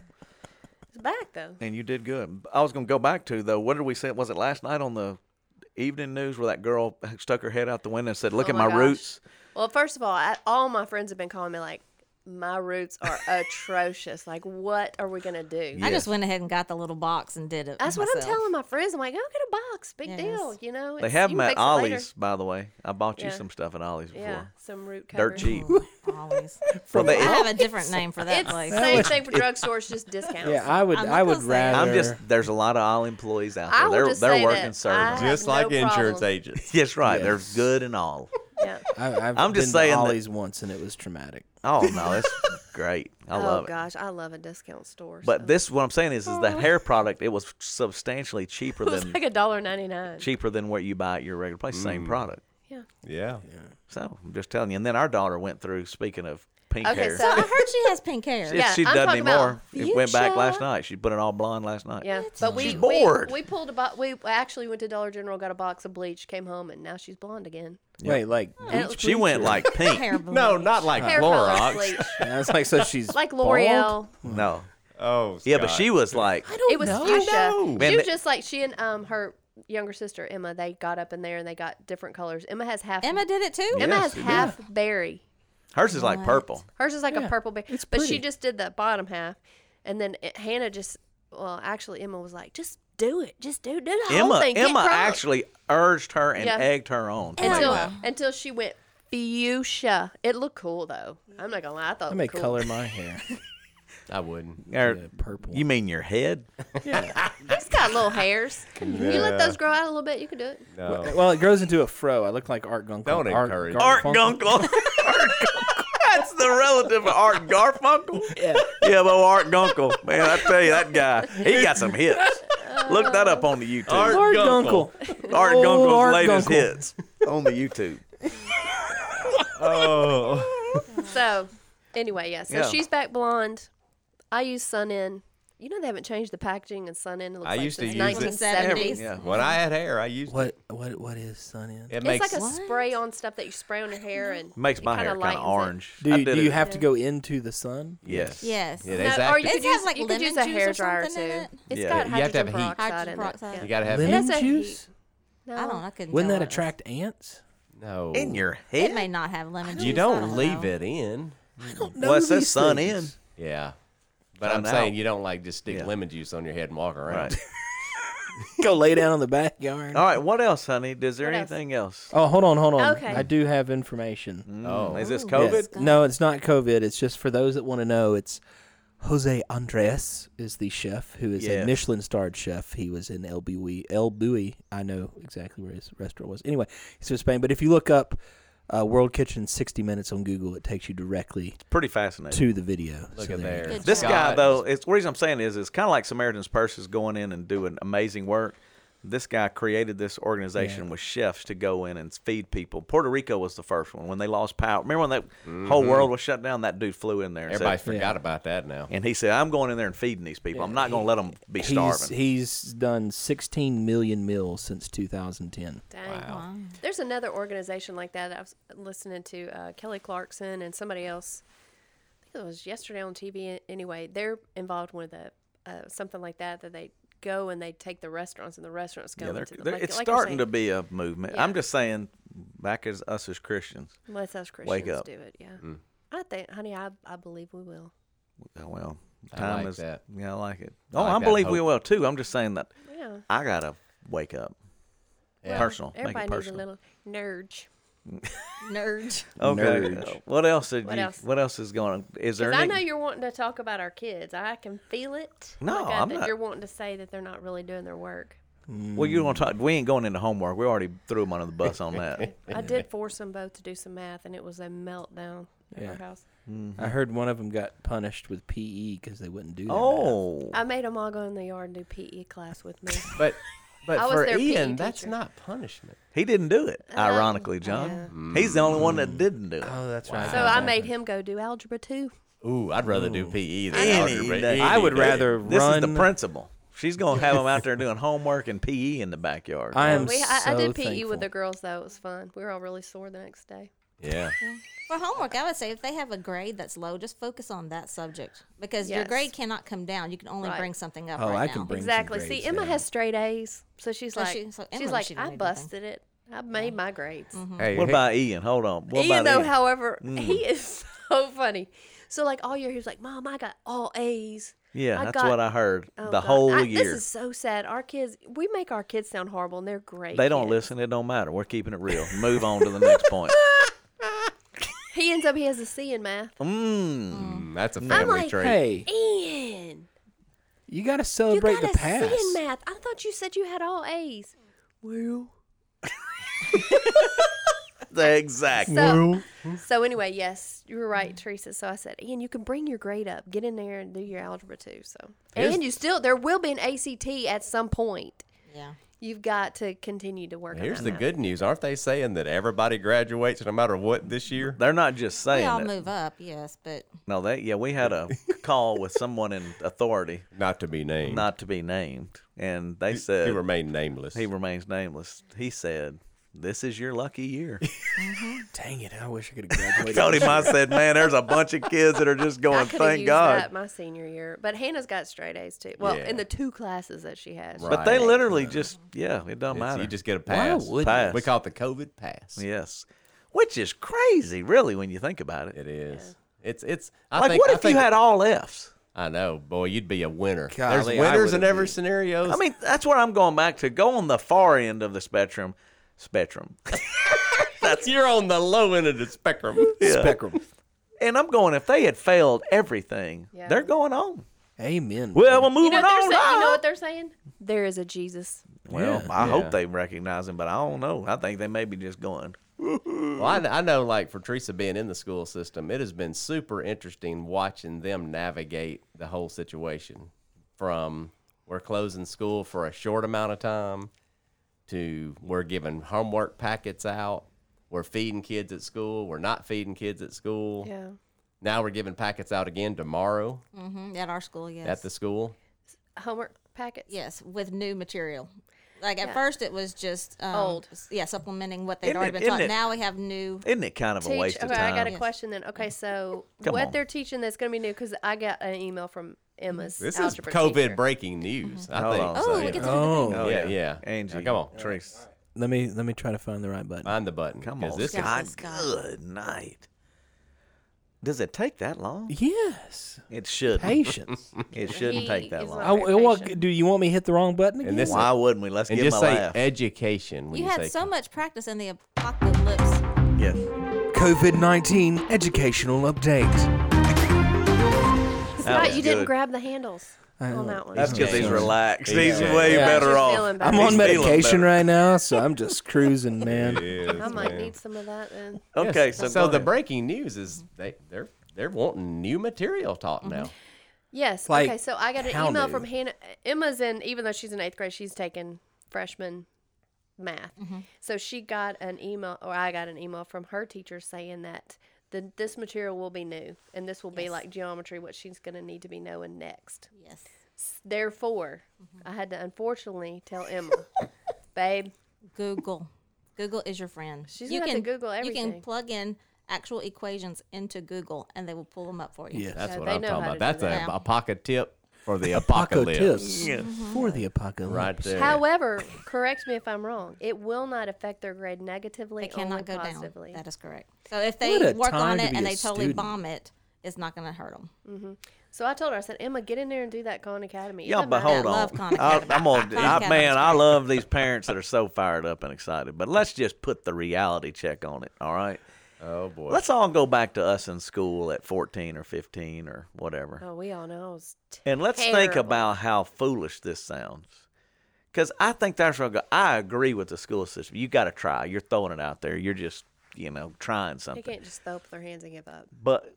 Speaker 3: It's back though.
Speaker 1: and you did good. I was gonna go back to though. What did we say? Was it last night on the evening news where that girl stuck her head out the window and said, "Look
Speaker 3: Oh
Speaker 1: at
Speaker 3: my
Speaker 1: my,
Speaker 3: gosh.
Speaker 1: roots"?
Speaker 3: Well, first of all, I, all my friends have been calling me like, my roots [LAUGHS] are atrocious. Like, what are we gonna do?
Speaker 5: I just went ahead and got the little box and did it.
Speaker 3: That's what I'm
Speaker 5: myself.
Speaker 3: telling my friends. I'm like, go get a box. Big
Speaker 5: Yes.
Speaker 3: deal. You know,
Speaker 1: They
Speaker 3: it's-
Speaker 1: have
Speaker 3: you
Speaker 1: them
Speaker 3: can
Speaker 1: at
Speaker 3: fix it later.
Speaker 1: Ollie's, by the way. I bought you
Speaker 3: Yeah.
Speaker 1: some stuff at Ollie's before.
Speaker 3: Yeah, some root cover.
Speaker 1: Dirt cheap.
Speaker 5: [LAUGHS] Always.
Speaker 1: From the
Speaker 5: I have a different name for that
Speaker 3: It's
Speaker 5: place.
Speaker 3: same thing for drugstores, just discounts.
Speaker 2: Yeah, I would.
Speaker 5: I'm
Speaker 2: I would
Speaker 5: gonna say-
Speaker 2: rather.
Speaker 1: I'm just there's a lot of all employees out
Speaker 3: I
Speaker 1: there.
Speaker 3: will
Speaker 1: They're
Speaker 3: just
Speaker 1: they're
Speaker 3: say
Speaker 1: working
Speaker 3: that
Speaker 1: service.
Speaker 3: I-
Speaker 4: just
Speaker 3: have
Speaker 4: like
Speaker 3: no
Speaker 4: insurance
Speaker 3: problem. [LAUGHS]
Speaker 4: agents.
Speaker 1: Yes, right.
Speaker 2: Yes.
Speaker 1: They're good and all.
Speaker 3: yeah.
Speaker 2: I, I've
Speaker 1: I'm just
Speaker 2: been
Speaker 1: saying
Speaker 2: to
Speaker 1: that-
Speaker 2: Ollie's once and it was traumatic.
Speaker 1: Oh no, it's great. I
Speaker 3: [LAUGHS] Oh
Speaker 1: love it.
Speaker 3: gosh, I love a discount store.
Speaker 1: But
Speaker 3: so.
Speaker 1: this what I'm saying is is that hair product it was substantially cheaper
Speaker 3: Oh. [LAUGHS] it was
Speaker 1: than
Speaker 3: like a dollar ninety nine.
Speaker 1: cheaper than what you buy at your regular place. Same product.
Speaker 3: Yeah.
Speaker 4: Yeah.
Speaker 1: So I'm just telling you. And then our daughter went through. Speaking of pink
Speaker 3: Okay,
Speaker 1: hair,
Speaker 5: So
Speaker 3: so-
Speaker 5: I heard she has pink hair.
Speaker 1: if
Speaker 3: Yeah,
Speaker 1: she
Speaker 3: I'm
Speaker 1: doesn't
Speaker 3: talking about
Speaker 1: anymore, it went back last
Speaker 3: fuchsia.
Speaker 1: night. She put it all blonde last night.
Speaker 3: Yeah, but we
Speaker 1: She's
Speaker 3: we-
Speaker 1: bored.
Speaker 3: We, pulled a bo- we actually went to Dollar General, got a box of bleach, came home, and now she's blonde again.
Speaker 2: Wait, like
Speaker 3: And it
Speaker 2: bleach
Speaker 3: was
Speaker 1: She went
Speaker 2: bleach or-
Speaker 1: like pink.
Speaker 5: Hair
Speaker 4: No, not
Speaker 1: Uh,
Speaker 4: like
Speaker 3: Hair color
Speaker 4: Clorox.
Speaker 3: bleach,
Speaker 2: And I was
Speaker 3: [LAUGHS]
Speaker 2: like, so she's
Speaker 3: like
Speaker 2: bald?
Speaker 3: L'Oreal.
Speaker 1: [LAUGHS] no.
Speaker 4: Oh,
Speaker 1: Yeah, but she was like.
Speaker 3: It was fuchsia.
Speaker 4: know.
Speaker 1: Man,
Speaker 3: She was
Speaker 1: th-
Speaker 3: just like she and um her younger sister Emma. They got up in there and they got different colors. Emma has half.
Speaker 5: Emma did it too.
Speaker 3: Emma
Speaker 1: Yes,
Speaker 3: has
Speaker 1: she did.
Speaker 3: half berry.
Speaker 1: Hers is like
Speaker 5: What?
Speaker 1: purple.
Speaker 3: Hers is like a
Speaker 2: Yeah,
Speaker 3: purple berry,
Speaker 2: it's
Speaker 3: but she
Speaker 2: pretty.
Speaker 3: just did the bottom half, and then it, Hannah just. Well, actually, Emma was like, "Just do it. Just do do the whole
Speaker 1: Emma
Speaker 3: thing. Get
Speaker 1: Emma
Speaker 3: drunk."
Speaker 1: actually urged her and
Speaker 3: Yeah.
Speaker 1: egged her on. to do
Speaker 3: until
Speaker 1: that.
Speaker 3: until she went fuchsia. It looked cool though. I'm not gonna lie, I thought
Speaker 2: I
Speaker 3: it
Speaker 2: may
Speaker 3: looked cool.
Speaker 2: color
Speaker 3: [LAUGHS]
Speaker 2: my hair
Speaker 4: I wouldn't.
Speaker 1: Or-
Speaker 2: uh, purple.
Speaker 1: You mean your head?
Speaker 3: It's got little
Speaker 1: [LAUGHS]
Speaker 3: hairs. You let those grow out a little bit, you can do it.
Speaker 4: No.
Speaker 2: well, it grows into a fro. I look like Art Gunkle.
Speaker 4: Don't
Speaker 2: Art,
Speaker 4: encourage
Speaker 2: Garfunkel.
Speaker 1: Art [LAUGHS] Gunkle. Art Gunkle. That's the relative of Art Garfunkel.
Speaker 2: [LAUGHS]
Speaker 1: Yeah. Yeah, but Art Gunkle. Man, I tell you, that guy, he got some hits. Look that up on the YouTube. Art,
Speaker 2: Art Gunkle. Old
Speaker 1: Gunkle's
Speaker 2: Oh, Art
Speaker 1: latest
Speaker 2: Gunkle.
Speaker 1: hits on the YouTube.
Speaker 4: Oh.
Speaker 3: So anyway, yeah. So
Speaker 1: Yeah.
Speaker 3: she's back blonde. I use sun in. You know they haven't changed the packaging and sun in. It looks
Speaker 4: I
Speaker 3: like
Speaker 4: used to
Speaker 3: since
Speaker 4: use it.
Speaker 3: 1970s.
Speaker 1: Yeah.
Speaker 4: When I had hair, I
Speaker 2: [LAUGHS]
Speaker 4: used
Speaker 2: What? What? What is sun in?
Speaker 4: it.
Speaker 3: It's
Speaker 4: Makes
Speaker 3: like a
Speaker 5: What?
Speaker 3: spray on stuff that you spray on your hair and
Speaker 1: Makes
Speaker 3: it
Speaker 1: my hair kind
Speaker 3: lightens
Speaker 1: of
Speaker 3: it.
Speaker 1: orange.
Speaker 2: Do
Speaker 1: I
Speaker 2: you,
Speaker 1: did
Speaker 2: do
Speaker 1: it-
Speaker 2: you have to go into the sun?
Speaker 1: Yes.
Speaker 5: Yes.
Speaker 4: Yeah,
Speaker 5: No,
Speaker 4: they- It's
Speaker 3: No, or you
Speaker 4: active.
Speaker 3: could
Speaker 5: Does it have,
Speaker 3: use
Speaker 5: like,
Speaker 3: you could use a
Speaker 5: lemon juice
Speaker 3: hair
Speaker 5: or
Speaker 3: dryer
Speaker 5: something in
Speaker 3: too.
Speaker 5: it?
Speaker 3: It's
Speaker 1: Yeah.
Speaker 3: got
Speaker 4: You have to have
Speaker 3: hydrogen
Speaker 4: heat.
Speaker 3: peroxide in
Speaker 5: Hydrogen peroxide.
Speaker 3: it.
Speaker 4: you
Speaker 3: Yeah.
Speaker 4: gotta have
Speaker 2: Lemon
Speaker 3: has a
Speaker 2: juice?
Speaker 3: No.
Speaker 5: I don't. I couldn't.
Speaker 2: Wouldn't
Speaker 5: tell
Speaker 2: that
Speaker 5: what it
Speaker 2: attract ants?
Speaker 4: no.
Speaker 1: In your
Speaker 5: was. It
Speaker 1: head?
Speaker 5: may not have lemon juice.
Speaker 4: you
Speaker 5: I
Speaker 4: don't leave
Speaker 5: know.
Speaker 4: it in.
Speaker 1: Well, it says
Speaker 2: these
Speaker 1: sun in.
Speaker 2: things.
Speaker 4: Yeah. But
Speaker 1: Found
Speaker 4: I'm saying
Speaker 1: out.
Speaker 4: you don't like just stick
Speaker 1: Yeah.
Speaker 4: lemon juice on your head and walk around.
Speaker 1: Right.
Speaker 2: Go lay down in the backyard.
Speaker 1: All right, what else, honey? Is there
Speaker 3: What else?
Speaker 1: anything else?
Speaker 2: Oh, hold on, hold on.
Speaker 3: Okay.
Speaker 2: I do have information.
Speaker 4: Oh.
Speaker 1: Mm, Is this
Speaker 2: Yes.
Speaker 1: COVID?
Speaker 2: No, it's not COVID. It's just for those that want to know. It's Jose Andres is the chef who is
Speaker 1: Yes.
Speaker 2: a Michelin starred chef. He was in El Bui. El Bui. I know exactly where his restaurant was. Anyway, he's from Spain. But if you look up uh, World Kitchen 60 Minutes on Google, it takes you directly
Speaker 1: Pretty fascinating.
Speaker 2: to the video.
Speaker 4: Look
Speaker 2: So
Speaker 4: at there.
Speaker 5: Good
Speaker 1: This guy
Speaker 4: Scott.
Speaker 1: though, it's the reason I'm saying is it's kind of like Samaritan's Purse is going in and doing amazing work. This guy created this organization with chefs to go in and feed people. Puerto Rico was the first one when they lost power. Remember when that whole world was shut down? That dude flew in there. And,
Speaker 4: Everybody
Speaker 1: said,
Speaker 4: forgot about that now.
Speaker 1: and he said, "I'm going in there and feeding these people. I'm not going to let them be
Speaker 2: He's,
Speaker 1: starving."
Speaker 2: he's done 16 million meals since 2010.
Speaker 3: Dang. There's another organization like that. I was listening to uh, Kelly Clarkson and somebody else. I think it was yesterday on TV. Anyway, they're involved with a uh, something like that that they go and they take the restaurants and the restaurants go
Speaker 1: yeah, they're,
Speaker 3: into the.
Speaker 1: they're-
Speaker 3: like,
Speaker 1: it's
Speaker 3: like you're
Speaker 1: starting to
Speaker 3: saying,
Speaker 1: be a movement. I'm
Speaker 3: Yeah.
Speaker 1: just saying, back as us as Christians,
Speaker 3: Let's us Christians
Speaker 1: Wake up. Mm.
Speaker 3: do it. Yeah. I think, honey, I, I believe we will.
Speaker 1: oh, well,
Speaker 4: I
Speaker 1: time
Speaker 4: like
Speaker 1: is
Speaker 4: that.
Speaker 1: yeah, I like it.
Speaker 4: I
Speaker 1: oh,
Speaker 4: like
Speaker 1: I
Speaker 4: that
Speaker 1: believe we
Speaker 4: hope.
Speaker 1: will too. I'm just saying that
Speaker 3: Yeah.
Speaker 1: I gotta wake up.
Speaker 4: Yeah.
Speaker 1: Personal. Make it
Speaker 3: Everybody needs a
Speaker 1: personal.
Speaker 3: little nerd.
Speaker 5: Nerd.
Speaker 1: Okay.
Speaker 2: Nerds.
Speaker 1: uh, What else did
Speaker 3: What
Speaker 1: you?
Speaker 3: else?
Speaker 1: What else is going? on? Is there
Speaker 3: Because I
Speaker 1: any?
Speaker 3: know you're wanting to talk about our kids. I can feel it.
Speaker 1: No,
Speaker 3: Like, I
Speaker 1: I'm
Speaker 3: think
Speaker 1: not-
Speaker 3: You're wanting to say that they're not really doing their work.
Speaker 1: well, you want to talk? We ain't going into homework. We already threw them under the bus on
Speaker 2: [LAUGHS]
Speaker 1: that.
Speaker 3: I did force them both to do some math, and it was a meltdown at our
Speaker 2: Yeah.
Speaker 3: house.
Speaker 2: I heard one of them got punished with PE because they wouldn't do that.
Speaker 1: oh,
Speaker 3: I made them all go in the yard and do PE class with me.
Speaker 4: But but
Speaker 3: I was
Speaker 4: for
Speaker 3: their PE
Speaker 4: Ian, that's
Speaker 3: teacher.
Speaker 4: not punishment.
Speaker 1: he didn't do it.
Speaker 3: uh,
Speaker 1: Ironically, John, he's the only one that didn't do it.
Speaker 2: Mm. Oh, that's right.
Speaker 3: so I made him go do algebra too.
Speaker 4: Ooe, I'd rather do PE than
Speaker 1: Any
Speaker 4: algebra
Speaker 1: day.
Speaker 2: I would
Speaker 4: any day.
Speaker 2: rather
Speaker 1: This
Speaker 2: run.
Speaker 1: is the principal. She's gonna have them
Speaker 2: [LAUGHS]
Speaker 1: out there doing homework and PE in the backyard.
Speaker 2: I am
Speaker 3: we, I,
Speaker 2: so
Speaker 3: I did PE
Speaker 2: thankful.
Speaker 3: with the girls though. It was fun. We were all really sore the next day.
Speaker 1: yeah.
Speaker 5: For homework, I would say if they have a grade that's low, just focus on that subject because your
Speaker 3: Yes.
Speaker 5: grade cannot come down. You can only
Speaker 3: Right.
Speaker 5: bring something up.
Speaker 2: Oh,
Speaker 5: right
Speaker 2: I can
Speaker 5: now.
Speaker 2: bring some
Speaker 3: exactly.
Speaker 2: grades
Speaker 3: See, Emma
Speaker 2: down.
Speaker 3: has straight A's, so she's
Speaker 5: So
Speaker 3: like,
Speaker 5: she- so Emma,
Speaker 3: she's like,
Speaker 5: she didn't
Speaker 3: I
Speaker 5: do anything."
Speaker 3: busted it. I made my grades.
Speaker 4: Hey,
Speaker 1: What
Speaker 4: hey,
Speaker 1: about Ian? Hold on. What
Speaker 3: Ian,
Speaker 1: about
Speaker 3: though,
Speaker 1: Ian?
Speaker 3: however, [LAUGHS] he is so funny. So like all year, he was like, "Mom, I got all A's."
Speaker 1: yeah,
Speaker 3: I
Speaker 1: that's
Speaker 3: got-
Speaker 1: what I heard
Speaker 3: Oh,
Speaker 1: the
Speaker 3: God.
Speaker 1: whole
Speaker 3: I-
Speaker 1: year.
Speaker 3: This is so sad. Our kids, we make our kids sound horrible, and they're great.
Speaker 1: They don't
Speaker 3: kids.
Speaker 1: listen. It don't matter. We're keeping it real. Move on to the next point.
Speaker 3: [LAUGHS] He ends up he has a C in math.
Speaker 1: Mm.
Speaker 4: Mm, that's a
Speaker 3: I'm
Speaker 4: family
Speaker 3: like,
Speaker 4: trait.
Speaker 2: Hey,
Speaker 3: Ian,
Speaker 2: you got to
Speaker 3: you
Speaker 2: celebrate
Speaker 3: got
Speaker 2: the
Speaker 3: a C
Speaker 2: past.
Speaker 3: in math. I thought you said you had all A's. Well,
Speaker 1: Exactly.
Speaker 3: so, so anyway, yes, you were right, Teresa. So I said, Ian, you can bring your grade up. Get in there and do your algebra too. So,
Speaker 4: Here's-
Speaker 3: and you still there will be an ACT at some point.
Speaker 5: Yeah.
Speaker 3: You've got to continue to work. on
Speaker 4: Here's
Speaker 3: that
Speaker 4: the
Speaker 3: math.
Speaker 4: good news. Aren't they saying that everybody graduates no matter what this year?
Speaker 1: They're not just
Speaker 5: We
Speaker 1: saying
Speaker 5: all
Speaker 1: it.
Speaker 5: move up, yes, but
Speaker 1: No, they yeah, we had a call with someone in authority,
Speaker 4: Not to be named.
Speaker 1: not to be named, and they
Speaker 4: he
Speaker 1: said
Speaker 4: remained nameless.
Speaker 1: he remains nameless. He said, "This is your lucky
Speaker 4: [LAUGHS]
Speaker 1: year."
Speaker 2: Dang it! I wish I could have
Speaker 1: [LAUGHS]
Speaker 2: graduated.
Speaker 1: Told him I said, "Man, there's a bunch of kids that are just
Speaker 3: I
Speaker 1: going.
Speaker 3: could have
Speaker 1: Thank
Speaker 3: used
Speaker 1: God."
Speaker 3: that my senior year, but Hannah's got straight A's too. Well,
Speaker 4: Yeah.
Speaker 3: in the two classes that she has,
Speaker 1: But they
Speaker 4: Right.
Speaker 1: literally just yeah, it doesn't
Speaker 4: It's-
Speaker 1: matter.
Speaker 4: you just get a pass.
Speaker 2: would you?
Speaker 1: Pass.
Speaker 4: We call it the COVID pass.
Speaker 1: yes, which is crazy, really, when you think about it.
Speaker 4: It is. It's it's. I
Speaker 1: like,
Speaker 4: think,
Speaker 1: what
Speaker 4: I
Speaker 1: if
Speaker 4: think-
Speaker 1: you had all Fs?
Speaker 4: I know, boy, you'd be a winner.
Speaker 2: Golly, I
Speaker 4: There's winners in
Speaker 2: would've
Speaker 4: every
Speaker 2: been.
Speaker 4: scenario.
Speaker 1: I mean, that's what I'm going back to. Go on the far end of the spectrum. Spectrum.
Speaker 4: that's [LAUGHS] you're on the low end of the spectrum.
Speaker 2: Spectrum.
Speaker 1: And I'm going, if they had failed everything,
Speaker 3: Yeah.
Speaker 1: they're going on.
Speaker 2: Amen.
Speaker 1: Well, we're moving
Speaker 3: You know, what they're
Speaker 1: on.
Speaker 3: saying, you know
Speaker 1: huh?
Speaker 3: what they're saying? There is a Jesus.
Speaker 1: Well,
Speaker 2: Yeah.
Speaker 1: I
Speaker 4: Yeah.
Speaker 1: hope they recognize him, but I don't know. I think they may be just going.
Speaker 4: Well, I, I know, like for Teresa being in the school system, it has been super interesting watching them navigate the whole situation from we're closing school for a short amount of time to we're giving homework packets out, we're feeding kids at school, we're not feeding kids at school.
Speaker 3: Yeah.
Speaker 4: Now we're giving packets out again tomorrow
Speaker 5: hmm at our school, yes,
Speaker 4: at the school.
Speaker 3: Homework packets.
Speaker 5: yes, with new material. Like at first, it was just um,
Speaker 3: Old.
Speaker 5: s- yeah, supplementing what they'd
Speaker 1: Isn't
Speaker 5: already
Speaker 1: it-
Speaker 5: been taught.
Speaker 1: isn't it-
Speaker 5: Now we have new.
Speaker 1: Isn't it kind of a
Speaker 3: Teach-
Speaker 1: waste of
Speaker 3: okay,
Speaker 1: time?
Speaker 3: I got a
Speaker 5: Yes.
Speaker 3: question then. Okay, so
Speaker 1: [LAUGHS] Come
Speaker 3: what
Speaker 1: on.
Speaker 3: they're teaching that's going to be new because I got an email from Emma's.
Speaker 4: This is
Speaker 3: algebra
Speaker 4: COVID
Speaker 3: teacher.
Speaker 4: breaking news. I
Speaker 1: Hold
Speaker 4: think.
Speaker 1: on a
Speaker 5: Oh,
Speaker 1: second.
Speaker 5: look at the
Speaker 2: Oh,
Speaker 4: Oh, yeah, yeah.
Speaker 1: Angie,
Speaker 4: Now, come on,
Speaker 1: Trace,
Speaker 2: let me let me try to find the right button.
Speaker 1: Uh,
Speaker 4: find the button.
Speaker 1: come
Speaker 4: 'cause
Speaker 1: on.
Speaker 4: This is,
Speaker 5: Scott.
Speaker 1: God,
Speaker 5: is-
Speaker 1: good night. Does it take that long?
Speaker 2: yes,
Speaker 1: It shouldn't.
Speaker 2: patience.
Speaker 1: [LAUGHS] It shouldn't
Speaker 3: He
Speaker 1: take that
Speaker 3: is
Speaker 1: long.
Speaker 3: not
Speaker 2: I,
Speaker 3: very
Speaker 2: what
Speaker 3: patient.
Speaker 2: do you want me to hit the wrong button again?
Speaker 4: and this is-
Speaker 1: Why wouldn't we? Let's
Speaker 4: and
Speaker 1: give him
Speaker 4: just
Speaker 1: a
Speaker 4: say
Speaker 1: laugh.
Speaker 4: education. When
Speaker 5: You
Speaker 4: you, say
Speaker 5: had so much practice in the apocalypse.
Speaker 1: Yes.
Speaker 2: COVID nineteen educational update.
Speaker 1: That
Speaker 3: Scott,
Speaker 1: was
Speaker 3: you didn't
Speaker 1: good.
Speaker 3: grab the handles
Speaker 2: I
Speaker 3: on
Speaker 2: know.
Speaker 3: that one.
Speaker 1: That's because he's
Speaker 2: Yeah.
Speaker 1: relaxed.
Speaker 4: Yeah.
Speaker 1: He's way
Speaker 3: Yeah.
Speaker 1: better
Speaker 3: He's
Speaker 1: off.
Speaker 3: feeling better.
Speaker 2: I'm on
Speaker 1: He's feeling
Speaker 2: medication
Speaker 1: better.
Speaker 2: right now, so I'm just
Speaker 1: [LAUGHS]
Speaker 2: cruising, man.
Speaker 3: I might need some of that then.
Speaker 1: Okay,
Speaker 4: Yes.
Speaker 1: so
Speaker 4: so
Speaker 1: go
Speaker 4: the
Speaker 1: ahead.
Speaker 4: breaking news is they they're they're wanting new material taught
Speaker 3: Mm-hmm.
Speaker 4: now.
Speaker 3: Yes.
Speaker 2: Like,
Speaker 3: okay, so I got an
Speaker 2: how
Speaker 3: email
Speaker 2: new?
Speaker 3: from Hannah. Emma's in, even though she's in eighth grade, she's taking freshman math.
Speaker 5: Mm-hmm.
Speaker 3: So she got an email, or I got an email from her teacher saying that the, this material will be new and this will be like geometry, what she's going to need to be knowing next.
Speaker 5: Yes. Mm-hmm.
Speaker 3: Therefore, I had to unfortunately
Speaker 5: [LAUGHS]
Speaker 3: tell Emma, babe,
Speaker 5: Google. Google is your friend.
Speaker 3: She's gonna have to Google
Speaker 5: You
Speaker 3: everything.
Speaker 5: can plug in actual equations into Google, and they will pull them up for you.
Speaker 2: Yes.
Speaker 4: That's
Speaker 3: Yeah,
Speaker 4: what
Speaker 3: they
Speaker 4: I'm
Speaker 3: know
Speaker 4: talking
Speaker 3: how
Speaker 4: about.
Speaker 3: to
Speaker 4: That's
Speaker 3: do
Speaker 4: a,
Speaker 5: that.
Speaker 4: a pocket tip
Speaker 1: [LAUGHS]
Speaker 4: for the apocalypse.
Speaker 2: Apocalypse Mm-hmm.
Speaker 1: Yes.
Speaker 2: for the apocalypse.
Speaker 4: Right there.
Speaker 3: However, correct me if I'm wrong. It will not affect their grade negatively.
Speaker 5: They cannot
Speaker 3: only
Speaker 5: go
Speaker 3: positively.
Speaker 5: down. That is correct. So if
Speaker 2: What
Speaker 5: they
Speaker 2: a
Speaker 5: work
Speaker 2: time
Speaker 5: on
Speaker 2: to
Speaker 5: it
Speaker 2: be
Speaker 5: and
Speaker 2: a
Speaker 5: they totally
Speaker 2: student.
Speaker 5: bomb it, it's not going to hurt them.
Speaker 3: So I told her, I said, Emma, get in there and do that Khan Academy. It
Speaker 1: Yeah,
Speaker 3: doesn't
Speaker 1: but
Speaker 3: matter.
Speaker 1: hold
Speaker 5: I love
Speaker 1: on.
Speaker 5: Khan
Speaker 1: I,
Speaker 5: Academy.
Speaker 1: I'm on,
Speaker 5: Khan
Speaker 1: I,
Speaker 5: Academy's
Speaker 1: man, I love these parents that are so fired up and excited. But let's just put the reality check on it. All right.
Speaker 3: [LAUGHS]
Speaker 4: Oh boy.
Speaker 1: Let's all go back to us in school at 14 or 15 or whatever.
Speaker 3: Oh, we all know. It's t-
Speaker 1: And let's think
Speaker 3: Terrible.
Speaker 1: about how foolish this sounds. Because I think that's where I go. I agree with the school system. You got to try. You're throwing it out there. You're just, you know, trying
Speaker 3: they
Speaker 1: something.
Speaker 3: can't just throw up their hands and give up
Speaker 1: But,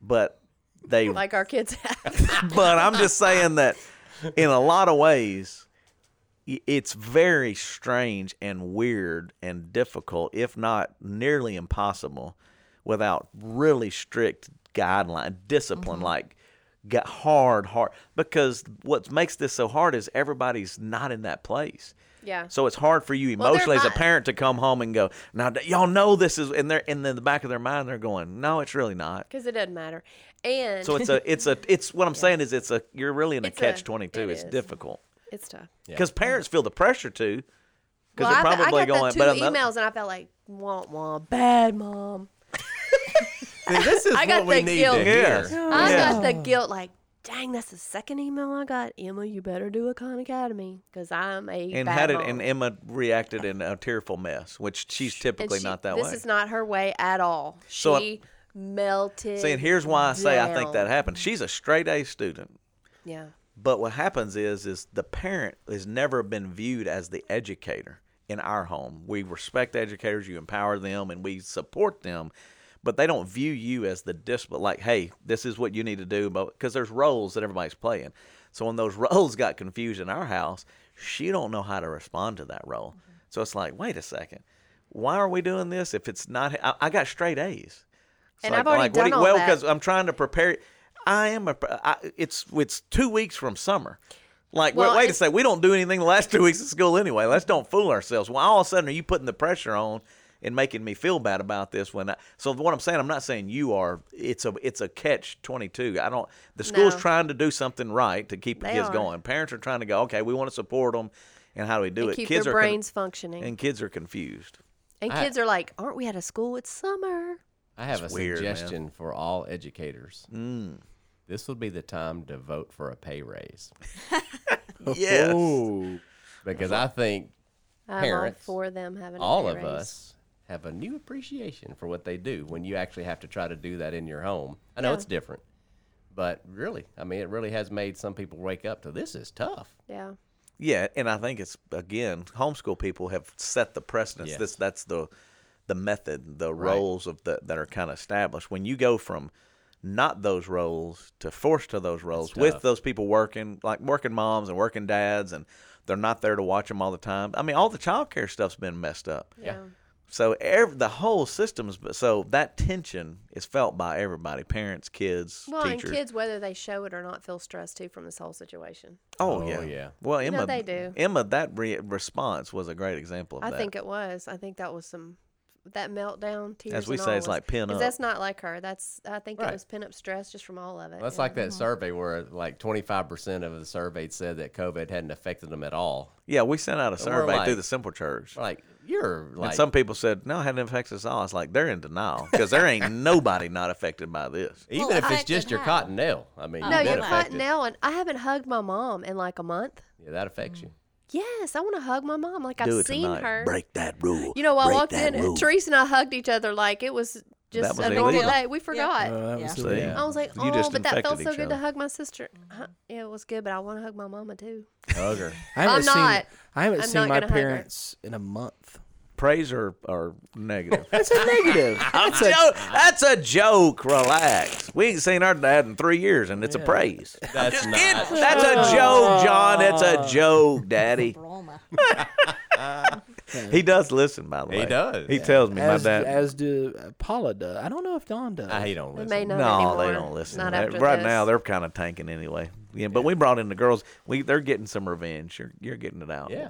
Speaker 1: but they
Speaker 3: like our kids
Speaker 1: [LAUGHS]
Speaker 3: have.
Speaker 1: but I'm just saying that in a lot of ways, i- it's very strange and weird and difficult, if not nearly impossible, without really strict guideline, discipline,
Speaker 3: Mm-hmm.
Speaker 1: like get hard, hard. Because what makes this so hard is everybody's not in that place.
Speaker 3: [LAUGHS] Yeah.
Speaker 1: So it's hard for you
Speaker 3: Well, they're
Speaker 1: emotionally as a
Speaker 3: not-
Speaker 1: parent to come home and go, now d- y'all know this is, and they're, and in the back of their mind they're going, no, it's really not.
Speaker 3: Because it doesn't matter. And
Speaker 1: [LAUGHS] So it's a, it's a, it's what I'm saying is it's a, you're really in a
Speaker 3: It's a-
Speaker 1: catch twenty two.
Speaker 3: it
Speaker 1: It's
Speaker 3: is.
Speaker 1: difficult
Speaker 3: it's tough.
Speaker 1: because parents feel the pressure to,
Speaker 3: Well,
Speaker 1: because
Speaker 3: I,
Speaker 1: they're
Speaker 3: I
Speaker 1: probably
Speaker 3: got
Speaker 1: going,
Speaker 3: the two
Speaker 1: but on the-
Speaker 3: emails and I felt like, womp womp, bad mom.
Speaker 4: See, this is
Speaker 3: I got
Speaker 4: what we
Speaker 3: the
Speaker 4: need
Speaker 3: guilt.
Speaker 4: to
Speaker 1: Yeah.
Speaker 4: hear.
Speaker 3: I
Speaker 1: Yeah.
Speaker 3: got the guilt like, dang, that's the second email I got. Emma, you better do a Khan Academy because I'm a
Speaker 1: and
Speaker 3: bad
Speaker 1: had it,
Speaker 3: mom.
Speaker 1: and Emma reacted in a tearful mess, which she's
Speaker 3: And
Speaker 1: typically
Speaker 3: she-
Speaker 1: not that
Speaker 3: this
Speaker 1: way.
Speaker 3: is not her way at all.
Speaker 1: So I-
Speaker 3: she melted.
Speaker 1: See, and here's why I say I think that
Speaker 3: down.
Speaker 1: happened. She's a straight A student,
Speaker 3: Yeah.
Speaker 1: but what happens is, is the parent has never been viewed as the educator in our home. We respect educators, you empower them, and we support them, but they don't view you as the discipline. Like, hey, this is what you need to do, because there's roles that everybody's playing. So when those [LAUGHS] roles got confused in our house, she don't know how to respond to that role. So it's like, wait a second, why are we doing this if it's not? I, I got straight A's. It's
Speaker 3: And I've already
Speaker 1: what do
Speaker 3: done
Speaker 1: you-
Speaker 3: all
Speaker 1: well
Speaker 3: that.
Speaker 1: because I'm trying to prepare. I am a. I, it's it's two weeks from summer. Like
Speaker 3: Well,
Speaker 1: wait, wait a
Speaker 3: it's-
Speaker 1: second, we don't do anything the last [LAUGHS] two weeks of school anyway. Let's don't fool ourselves. Why all of a sudden are you putting the pressure on and making me feel bad about this when I? So what I'm saying, I'm not saying you are. It's a it's a catch twenty two. I don't. The school's
Speaker 3: No.
Speaker 1: trying to do something right to keep the
Speaker 3: They
Speaker 1: kids
Speaker 3: are.
Speaker 1: going. Parents are trying to go. Okay, we want to support them, and how do we do
Speaker 3: And
Speaker 1: it?
Speaker 3: keep
Speaker 1: kids
Speaker 3: their
Speaker 1: are con-
Speaker 3: brains functioning. And,
Speaker 1: and kids are confused.
Speaker 4: I-
Speaker 3: kids are like, aren't we out of school? It's summer.
Speaker 4: I have
Speaker 1: It's
Speaker 4: a
Speaker 1: weird, man. Mm.
Speaker 4: suggestion for all educators. This would be the time to vote for a pay raise
Speaker 1: Yes.
Speaker 2: Oh.
Speaker 4: because I think
Speaker 3: I'm
Speaker 4: Parents.
Speaker 3: all for them having a
Speaker 4: all
Speaker 3: pay
Speaker 4: of
Speaker 3: raise.
Speaker 4: us have a new appreciation for what they do when you actually have to try to do that in your home. I know
Speaker 3: Yeah.
Speaker 4: it's different, but really, I mean, it really has made some people wake up to this is tough.
Speaker 3: Yeah.
Speaker 1: Yeah, and I think it's again homeschool people have set the precedence.
Speaker 4: Yes.
Speaker 1: This that's the the method, the roles of the that are kind of established. When you go from not those roles to forced to those roles with
Speaker 4: tough.
Speaker 1: those people working like working moms and working dads and they're not there to watch them all the time. I mean, all the child care stuff's been messed up.
Speaker 3: Yeah.
Speaker 1: So ev the whole system's so that tension is felt by everybody, parents, kids,
Speaker 3: Well,
Speaker 1: teachers.
Speaker 3: and kids, whether they show it or not, feel stressed too from this whole situation.
Speaker 1: Oh,
Speaker 4: Oh,
Speaker 1: yeah.
Speaker 4: yeah.
Speaker 1: Well,
Speaker 3: You
Speaker 1: Emma
Speaker 3: know they do.
Speaker 1: Emma that re- response was a great example of
Speaker 3: I
Speaker 1: that.
Speaker 3: think it was. I think that was some that meltdown tears.
Speaker 1: As we
Speaker 3: and
Speaker 1: say,
Speaker 3: all
Speaker 1: it's
Speaker 3: was-
Speaker 1: like pin
Speaker 3: 'cause
Speaker 1: up.
Speaker 3: That's not like her. That's I think
Speaker 4: Right.
Speaker 3: it was pin up stress just from all of it.
Speaker 4: That's
Speaker 3: yeah.
Speaker 4: like that survey where like 25% of the surveyed said that COVID hadn't affected them at all.
Speaker 1: Yeah, we sent out a
Speaker 4: And we're
Speaker 1: survey through
Speaker 4: like-
Speaker 1: the Simple Church.
Speaker 4: Like, you're like,
Speaker 1: and some people said, no, it hadn't affected us all. It's like, they're in denial because there
Speaker 4: [LAUGHS]
Speaker 1: ain't nobody not affected by this.
Speaker 4: even
Speaker 5: Well,
Speaker 4: if it's
Speaker 5: affected
Speaker 4: just your
Speaker 5: how?
Speaker 4: cotton nail, I mean,
Speaker 3: no,
Speaker 4: you've been
Speaker 3: you're
Speaker 5: affect
Speaker 3: caught
Speaker 4: affected.
Speaker 3: now, and I haven't hugged my mom in like a month.
Speaker 4: Yeah, that affects you.
Speaker 3: Yes, I want to hug my mom. Like
Speaker 1: Do
Speaker 3: I've
Speaker 1: it
Speaker 3: seen
Speaker 1: tonight.
Speaker 3: her.
Speaker 1: Break that rule.
Speaker 3: You know, I
Speaker 1: Break
Speaker 3: walked
Speaker 1: that
Speaker 3: in,
Speaker 1: rule.
Speaker 3: Teresa and I hugged each other like it was just
Speaker 1: was
Speaker 3: a normal
Speaker 1: illegal.
Speaker 3: day. We forgot.
Speaker 2: Oh, that was
Speaker 5: Yeah.
Speaker 1: See?
Speaker 2: yeah.
Speaker 3: I was like,
Speaker 1: You
Speaker 3: oh,
Speaker 1: just
Speaker 3: but that felt
Speaker 1: infected
Speaker 3: so
Speaker 1: each
Speaker 3: good to
Speaker 1: other.
Speaker 3: hug my sister. Huh, Yeah, it was good, but I want to hug my mama too.
Speaker 4: Hugger.
Speaker 2: I
Speaker 3: Mm. [LAUGHS]
Speaker 2: haven't
Speaker 3: I'm
Speaker 2: seen,
Speaker 3: not-
Speaker 2: I haven't
Speaker 3: I'm
Speaker 2: seen
Speaker 3: not
Speaker 2: my
Speaker 3: gonna hug her.
Speaker 2: parents in a month.
Speaker 1: Praise or, or negative.
Speaker 2: That's a negative.
Speaker 1: [LAUGHS] That's a, joke. That's a joke. Relax. We ain't seen our dad in three years, and it's a praise.
Speaker 4: That's not.
Speaker 1: That's a joke, John. That's
Speaker 4: [LAUGHS]
Speaker 1: a joke, Daddy.
Speaker 5: Broma.
Speaker 1: He does listen, by the way.
Speaker 4: He does.
Speaker 1: He tells me
Speaker 2: as,
Speaker 1: my dad.
Speaker 2: as do uh, Paula does. I don't know if Don does.
Speaker 4: Nah, he don't
Speaker 3: They
Speaker 4: listen.
Speaker 3: may not
Speaker 1: no,
Speaker 3: anymore.
Speaker 1: they don't listen.
Speaker 3: Not
Speaker 1: They-
Speaker 3: after
Speaker 1: right
Speaker 3: this.
Speaker 1: now, they're kind of tanking anyway. Yeah, but we brought in the girls. We they're getting some revenge. You're you're getting it out.
Speaker 4: Yeah.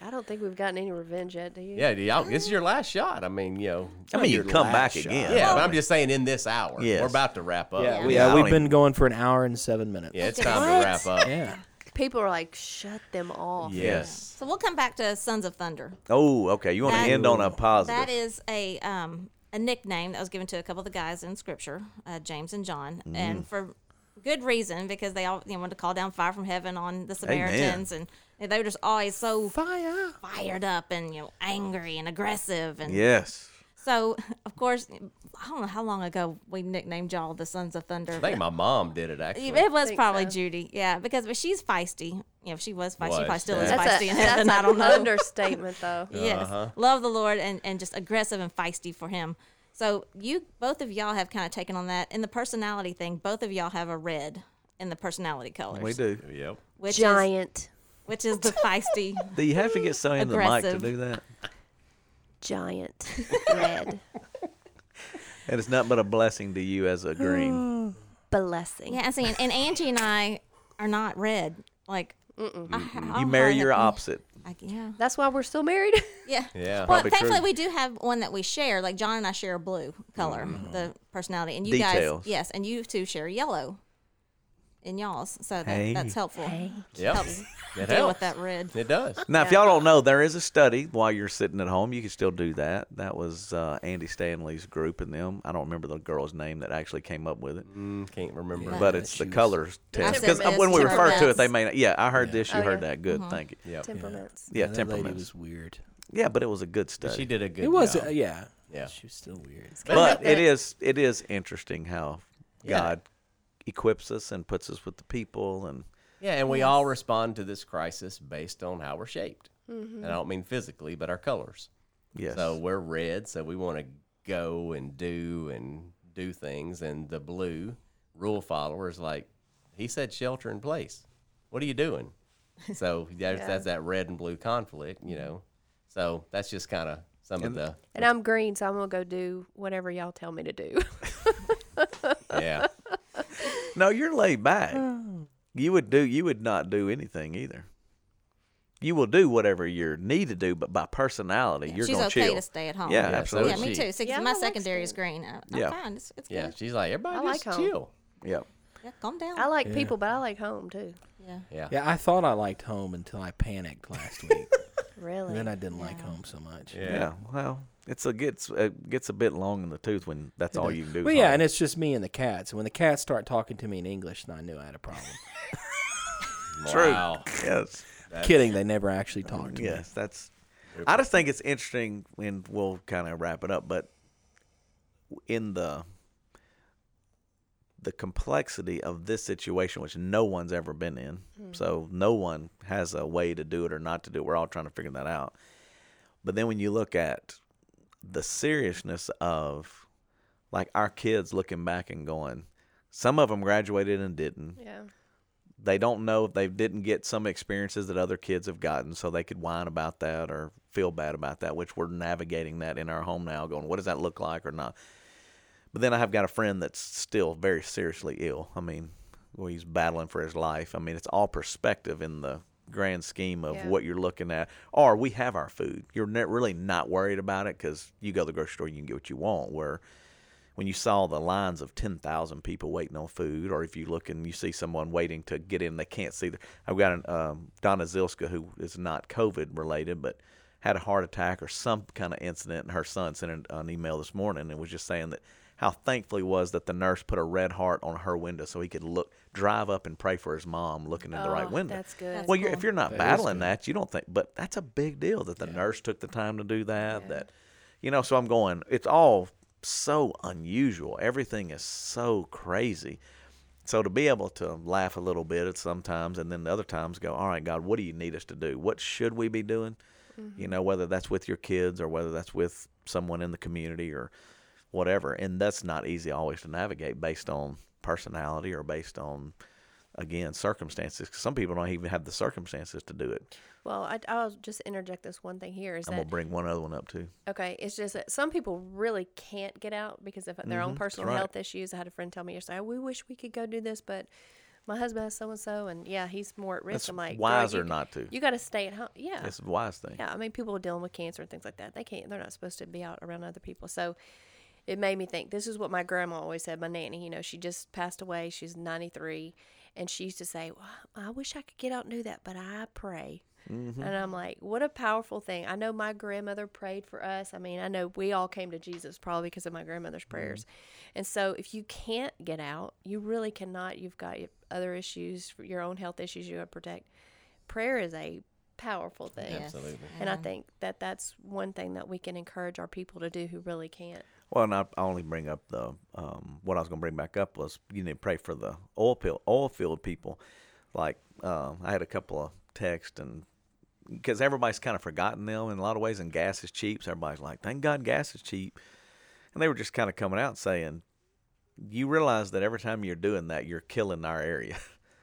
Speaker 3: I don't think we've gotten any revenge yet, do you?
Speaker 4: Yeah, y'all, this is your last shot. I mean, you know.
Speaker 1: I mean, you can come back again.
Speaker 4: Yeah, but I'm just saying in this hour,
Speaker 1: Yes.
Speaker 4: we're about to wrap
Speaker 1: uh,
Speaker 4: up.
Speaker 2: yeah,
Speaker 4: Yeah,
Speaker 2: we,
Speaker 1: Yeah, I
Speaker 2: have
Speaker 1: don't
Speaker 2: been
Speaker 1: even-
Speaker 2: going for an hour and seven minutes.
Speaker 4: it's time to wrap up.
Speaker 2: Yeah.
Speaker 3: People are like, shut them off.
Speaker 1: Yes.
Speaker 5: So we'll come back to Sons of Thunder.
Speaker 1: Oh, okay. You want to
Speaker 5: That-
Speaker 1: end on a positive?
Speaker 5: That is a um, a nickname that was given to a couple of the guys in Scripture, uh, James and John,
Speaker 2: Mm-hmm.
Speaker 5: and for good reason because they all you know, wanted to call down fire from heaven on the Samaritans, and they were just always so
Speaker 2: Fire.
Speaker 5: fired up and you know angry and aggressive, and
Speaker 1: yes.
Speaker 5: so of course I don't know how long ago we nicknamed y'all the Sons of Thunder.
Speaker 4: I think my mom did it actually.
Speaker 5: it was
Speaker 3: Think
Speaker 5: probably
Speaker 3: so.
Speaker 5: Judy, yeah, because but she's feisty. You know, she was feisty.
Speaker 4: Was,
Speaker 5: she probably still
Speaker 4: yeah.
Speaker 5: is
Speaker 3: That's
Speaker 5: feisty
Speaker 3: a, [LAUGHS]
Speaker 5: in
Speaker 3: that's
Speaker 5: heaven. I don't
Speaker 3: an
Speaker 5: know.
Speaker 3: understatement, though.
Speaker 5: [LAUGHS] Yes.
Speaker 1: Uh-huh.
Speaker 5: Love the Lord and, and just aggressive and feisty for him. So you both of y'all have kind of taken on that. In the personality thing, both of y'all have a red in the personality colors.
Speaker 1: We do.
Speaker 4: Yep.
Speaker 5: Which is
Speaker 3: Giant,
Speaker 5: which is the
Speaker 3: [LAUGHS]
Speaker 5: feisty.
Speaker 1: Do you have to get so in the mic to
Speaker 3: [LAUGHS]
Speaker 5: Aggressive.
Speaker 1: do that?
Speaker 3: giant red.
Speaker 1: And it's nothing but a blessing to you as
Speaker 3: [SIGHS]
Speaker 1: a green.
Speaker 3: Blessing.
Speaker 5: Yeah, and see, and, and Angie and I are not red. Like, I, oh
Speaker 1: You marry your
Speaker 5: opposite.
Speaker 1: opposite.
Speaker 5: yeah,
Speaker 3: That's why we're still
Speaker 1: [LAUGHS]
Speaker 3: married.
Speaker 5: yeah,
Speaker 4: Yeah.
Speaker 5: Well,
Speaker 1: Probably
Speaker 5: thankfully,
Speaker 1: true.
Speaker 5: we do have one that we share. Like John and I share a blue color, the personality, and you
Speaker 1: Mm-hmm. Details.
Speaker 5: guys, yes, and you two share yellow in y'all's. So that,
Speaker 1: Hey.
Speaker 5: that's helpful.
Speaker 4: Yep.
Speaker 5: Helps
Speaker 4: It
Speaker 5: deal
Speaker 4: helps.
Speaker 5: with that red.
Speaker 4: It does.
Speaker 1: Now, if y'all don't know, there is a study while you're sitting at home. You can still do that. That was uh, Andy Stanley's group and them. I don't remember the girl's name that actually came up with it,
Speaker 4: Mm, can't remember.
Speaker 1: but it's the
Speaker 2: She was-
Speaker 1: colors test. Because uh,
Speaker 5: Temperaments,
Speaker 1: when we refer to it, they
Speaker 5: temperaments.
Speaker 1: may not. Yeah, I heard this. You
Speaker 3: Oh,
Speaker 1: heard
Speaker 3: yeah.
Speaker 1: that.
Speaker 4: Mm-hmm.
Speaker 1: Good. Thank you.
Speaker 4: Yep.
Speaker 3: Temperaments.
Speaker 1: Yeah,
Speaker 2: that lady
Speaker 1: temperaments.
Speaker 2: was weird.
Speaker 1: Yeah, but it was a good
Speaker 4: But
Speaker 1: study.
Speaker 4: She did a good
Speaker 2: it was,
Speaker 4: job.
Speaker 2: uh, yeah.
Speaker 4: Yeah.
Speaker 2: She was still weird.
Speaker 1: [LAUGHS] but
Speaker 3: like
Speaker 1: it
Speaker 3: that.
Speaker 1: is it is interesting how
Speaker 4: Yeah.
Speaker 1: God equips us and puts us with the people and
Speaker 4: Yeah, and we all respond to this crisis based on how we're shaped.
Speaker 5: Mm-hmm.
Speaker 4: And I don't mean physically, but our colors.
Speaker 1: yes.
Speaker 4: So we're red, so we want to go and do and do things. And the blue rule follower is like, he said shelter in place. What are
Speaker 3: [LAUGHS]
Speaker 4: you doing? So there's, that's that red and blue conflict, you know. So that's just kind of some
Speaker 1: [LAUGHS]
Speaker 4: of the
Speaker 3: And I'm green, so I'm gonna go do whatever y'all tell me to do. [LAUGHS]
Speaker 4: yeah.
Speaker 1: no, you're laid back. You would do you would not do anything either. You will do whatever you need to do, but by personality, you're
Speaker 5: She's
Speaker 1: gonna
Speaker 5: okay
Speaker 1: chill.
Speaker 5: to stay at home.
Speaker 1: Yeah,
Speaker 4: Yeah, so
Speaker 1: absolutely.
Speaker 5: Yeah, me
Speaker 4: she-
Speaker 5: too. Six,
Speaker 3: Yeah, I
Speaker 5: my
Speaker 3: like
Speaker 5: secondary is
Speaker 3: that.
Speaker 5: green. I, I'm
Speaker 1: Yeah.
Speaker 5: fine. It's, it's
Speaker 4: Yeah,
Speaker 5: good.
Speaker 4: she's like everybody
Speaker 3: I like
Speaker 4: just
Speaker 3: home.
Speaker 4: chill.
Speaker 1: Yeah.
Speaker 5: Yeah, calm down.
Speaker 3: I like people, but I like home too.
Speaker 5: yeah.
Speaker 4: Yeah.
Speaker 2: Yeah, I thought I liked home until I panicked [LAUGHS] last week.
Speaker 3: Really.
Speaker 2: then I didn't like home so much.
Speaker 1: yeah, Well, it's a gets it gets a bit long in the tooth when that's all you can do. is
Speaker 2: Well, yeah,
Speaker 1: home.
Speaker 2: and it's just me and the cats. And when the cats start talking to me in English, then I knew I had a problem.
Speaker 1: [LAUGHS] true.
Speaker 4: Wow.
Speaker 1: [LAUGHS] Yes,
Speaker 2: Kidding, they never actually talked to me.
Speaker 1: yes, that's. I just think it's interesting, and we'll kind of wrap it up. But in the the complexity of this situation, which no one's ever been in, so no one has a way to do it or not to do it. We're all trying to figure that out. But then when you look at the seriousness of like our kids looking back and going, some of them graduated and didn't
Speaker 3: yeah.
Speaker 1: they don't know if they didn't get some experiences that other kids have gotten, so they could whine about that or feel bad about that, which we're navigating that in our home now, going, what does that look like or not? But then I have got a friend that's still very seriously ill. I mean, well, he's battling for his life. I mean, it's all perspective in the grand scheme of
Speaker 3: Yeah.
Speaker 1: what you're looking at. Or we have our food. You're ne- really not worried about it because you go to the grocery store, you can get what you want. Where when you saw the lines of 10,000 people waiting on food, or if you look and you see someone waiting to get in, they can't see. Their, I've got an, um, Donna Zilska, who is not COVID related, but had a heart attack or some kind of incident, and her son sent an, an email this morning and was just saying that how thankful he was that the nurse put a red heart on her window so he could look, drive up and pray for his mom looking in the right
Speaker 3: Oh,
Speaker 1: window.
Speaker 3: That's good.
Speaker 5: That's
Speaker 1: well, you're, if
Speaker 5: cool.
Speaker 1: you're not
Speaker 2: That is
Speaker 1: battling
Speaker 2: good.
Speaker 1: that, you don't think, but that's a big deal that the nurse took the time to do that. That, you know, so I'm going, it's all so unusual. Everything is so crazy. So to be able to laugh a little bit at sometimes and then the other times go, all right, God, what do you need us to do? What should we be doing?
Speaker 5: Mm-hmm.
Speaker 1: You know, whether that's with your kids or whether that's with someone in the community or whatever. And that's not easy always to navigate based on personality or based on, again, circumstances. 'Cause Some people don't even have the circumstances to do it.
Speaker 3: Well, I, I'll just interject this one thing here is
Speaker 1: I'm
Speaker 3: that
Speaker 1: going to bring one other one up too.
Speaker 3: Okay, it's just that some people really can't get out because of their own personal
Speaker 1: Mm-hmm, right.
Speaker 3: health issues. I had a friend tell me yesterday, "Oh, "We wish we could go do this, but my husband has so and so, and yeah, he's more at risk."
Speaker 1: That's
Speaker 3: I'm like, "Dude,
Speaker 1: wiser
Speaker 3: you,
Speaker 1: not to.
Speaker 3: You got to stay at home. Yeah,
Speaker 1: It's a wise thing.
Speaker 3: yeah. I mean, people dealing with cancer and things like that, they can't. They're not supposed to be out around other people. So it made me think. This is what my grandma always said. My nanny, you know, she just passed away. She's 93, and she used to say, well, "I wish I could get out and do that, but I pray." And I'm like, what a powerful thing. I know my grandmother prayed for us. I mean, I know we all came to Jesus probably because of my grandmother's prayers. And so if you can't get out, you really cannot. You've got your other issues, your own health issues you have to protect. Prayer is a powerful thing.
Speaker 5: Yes.
Speaker 4: Absolutely.
Speaker 3: And I think that that's one thing that we can encourage our people to do who really can't.
Speaker 1: Well, and I, I only bring up the um, what I was going to bring back up was you need to pray for the oil field, oil field people. Like um, I had a couple of texts and because everybody's kind of forgotten them in a lot of ways, and gas is cheap. So everybody's like, "Thank God gas is cheap," and they were just kind of coming out saying, "You realize that every time you're doing that, you're killing our area."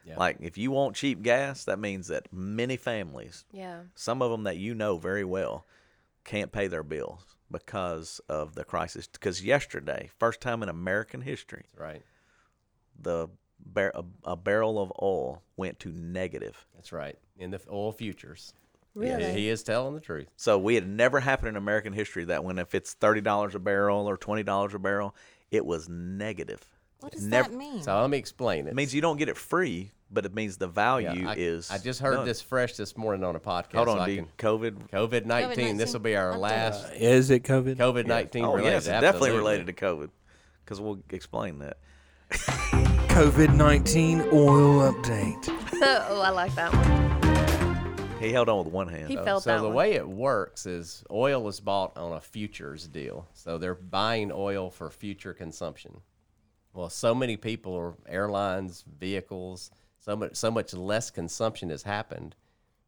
Speaker 4: Yeah.
Speaker 1: Like if you want cheap gas, that means that many families
Speaker 3: Yeah.
Speaker 1: some of them that you know very well can't pay their bills because of the crisis. Because yesterday, first time in American history,
Speaker 4: That's right.
Speaker 1: the bar- a, a barrel of oil went to negative.
Speaker 4: That's right. In the f- oil futures.
Speaker 3: Really?
Speaker 4: He- He is telling the truth.
Speaker 1: So we had never happened in American history that when if it's thirty dollars a barrel or twenty dollars a barrel, it was negative.
Speaker 5: What does
Speaker 1: Never-
Speaker 5: that mean?
Speaker 4: So let me explain it.
Speaker 1: It means you don't get it free, but it means the
Speaker 4: Yeah,
Speaker 1: value
Speaker 4: I,
Speaker 1: is.
Speaker 4: I just heard
Speaker 1: none.
Speaker 4: this fresh this morning on a podcast.
Speaker 1: Hold
Speaker 4: so
Speaker 1: on,
Speaker 4: I
Speaker 1: D.
Speaker 4: can-
Speaker 1: COVID.
Speaker 4: COVID nineteen. This will be our
Speaker 5: I'm done.
Speaker 4: last
Speaker 2: Is it COVID?
Speaker 4: COVID nineteen
Speaker 1: Oh
Speaker 4: related.
Speaker 1: yes, it's definitely
Speaker 4: absolutely.
Speaker 1: related to COVID, because we'll explain that.
Speaker 2: COVID 19 oil update.
Speaker 3: oh, I like that one.
Speaker 1: He held on with one hand.
Speaker 3: He felt
Speaker 4: So
Speaker 3: that
Speaker 4: the
Speaker 3: one.
Speaker 4: way it works is oil is bought on a futures deal. So they're buying oil for future consumption. Well, so many people or airlines, vehicles, so much so much less consumption has happened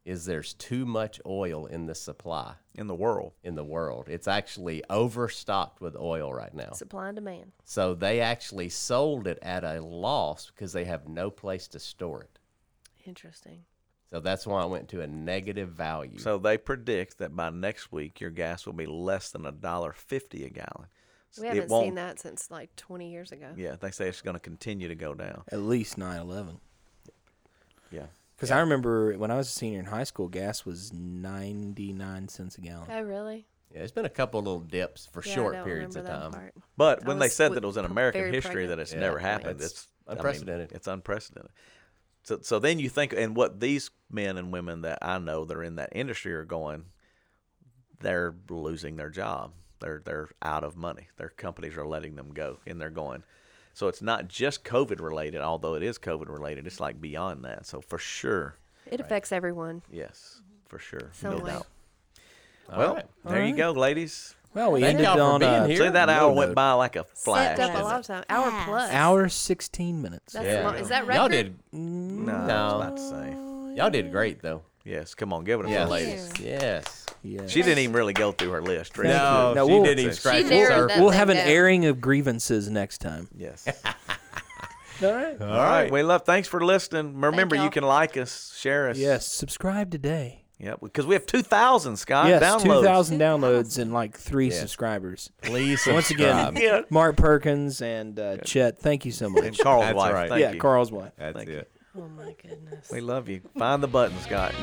Speaker 4: is there's too much oil in the supply
Speaker 1: in the world.
Speaker 4: in the world. It's actually overstocked with oil right now.
Speaker 3: Supply and demand.
Speaker 4: So they actually sold it at a loss because they have no place to store it.
Speaker 3: Interesting.
Speaker 4: So that's why I went to a negative value.
Speaker 1: So they predict that by next week your gas will be less than a dollar fifty a gallon. So
Speaker 3: We
Speaker 1: it
Speaker 3: haven't
Speaker 1: won't-
Speaker 3: seen that since like 20 years ago.
Speaker 1: Yeah, they say it's going to continue to go down.
Speaker 2: At least 9 11.
Speaker 1: Yeah.
Speaker 2: Because I remember when I was a senior in high school, gas was 99 cents a gallon.
Speaker 3: Oh, really?
Speaker 4: yeah, there's been a couple little dips for
Speaker 3: Yeah, I
Speaker 4: short
Speaker 3: don't
Speaker 4: periods of
Speaker 3: remember that
Speaker 4: time.
Speaker 3: part.
Speaker 1: But
Speaker 3: I
Speaker 1: when they
Speaker 3: was
Speaker 1: said
Speaker 3: w-
Speaker 1: that it was in
Speaker 3: pre-
Speaker 1: American
Speaker 3: very
Speaker 1: history that
Speaker 3: pregnant.
Speaker 1: it's
Speaker 4: Yeah,
Speaker 1: never
Speaker 4: right.
Speaker 1: happened,
Speaker 4: It's
Speaker 1: it's I mean,
Speaker 4: unprecedented.
Speaker 1: it's unprecedented. So, so then you think, and what these men and women that I know that are in that industry are going, they're losing their job. They're they're out of money. Their companies are letting them go, and they're going. So it's not just COVID related, although it is COVID related. It's like beyond that. So for sure,
Speaker 3: It affects everyone.
Speaker 1: yes, for sure,
Speaker 3: Some
Speaker 1: no
Speaker 3: way.
Speaker 1: doubt.
Speaker 4: All
Speaker 1: well,
Speaker 4: right.
Speaker 1: there you go, ladies.
Speaker 2: Well, we
Speaker 4: Thank
Speaker 2: ended
Speaker 4: y'all for
Speaker 2: on
Speaker 4: being
Speaker 2: uh,
Speaker 4: here.
Speaker 1: See that
Speaker 2: no
Speaker 1: hour
Speaker 2: note.
Speaker 1: went by like a flash.
Speaker 3: Sucked up
Speaker 1: didn't
Speaker 3: a
Speaker 1: it?
Speaker 3: lot of time. Hour
Speaker 5: Yes.
Speaker 3: plus.
Speaker 2: Hour 16 minutes.
Speaker 3: That's
Speaker 4: Yeah.
Speaker 3: long. Is that
Speaker 4: Y'all
Speaker 3: record?
Speaker 4: did
Speaker 1: No,
Speaker 4: No.
Speaker 1: it's not the same.
Speaker 4: y'all did great though.
Speaker 1: Yes, come on, give it up
Speaker 4: Yeah,
Speaker 1: for the
Speaker 5: Thank
Speaker 1: ladies.
Speaker 5: you.
Speaker 4: Yes.
Speaker 2: Yeah.
Speaker 1: She didn't even really go through her list. Really.
Speaker 4: No,
Speaker 2: you. No,
Speaker 4: she
Speaker 2: we'll-
Speaker 4: didn't even
Speaker 1: She
Speaker 4: scratch the
Speaker 3: narrowed
Speaker 4: surface.
Speaker 3: that
Speaker 2: We'll have an
Speaker 3: thing down.
Speaker 2: airing of grievances next time.
Speaker 1: Yes.
Speaker 2: All right.
Speaker 1: All right. We love. Thanks for listening. Remember, you
Speaker 3: y'all.
Speaker 1: can like us, share us.
Speaker 2: Yes. Subscribe today.
Speaker 1: Yep. Because we have two thousand Scott
Speaker 2: yes.
Speaker 1: downloads.
Speaker 2: 2,000 downloads and like three subscribers.
Speaker 4: Please
Speaker 2: Once again,
Speaker 4: subscribe.
Speaker 1: Yeah.
Speaker 2: Mark Perkins and uh, Chet, thank you so
Speaker 1: And
Speaker 2: much.
Speaker 1: Carl's
Speaker 4: That's
Speaker 1: wife.
Speaker 4: right.
Speaker 1: Thank
Speaker 2: yeah,
Speaker 1: you.
Speaker 2: Carl's wife.
Speaker 4: That's
Speaker 1: Thank you.
Speaker 4: it.
Speaker 3: Oh, my goodness.
Speaker 1: We love you. Find the button, Scott.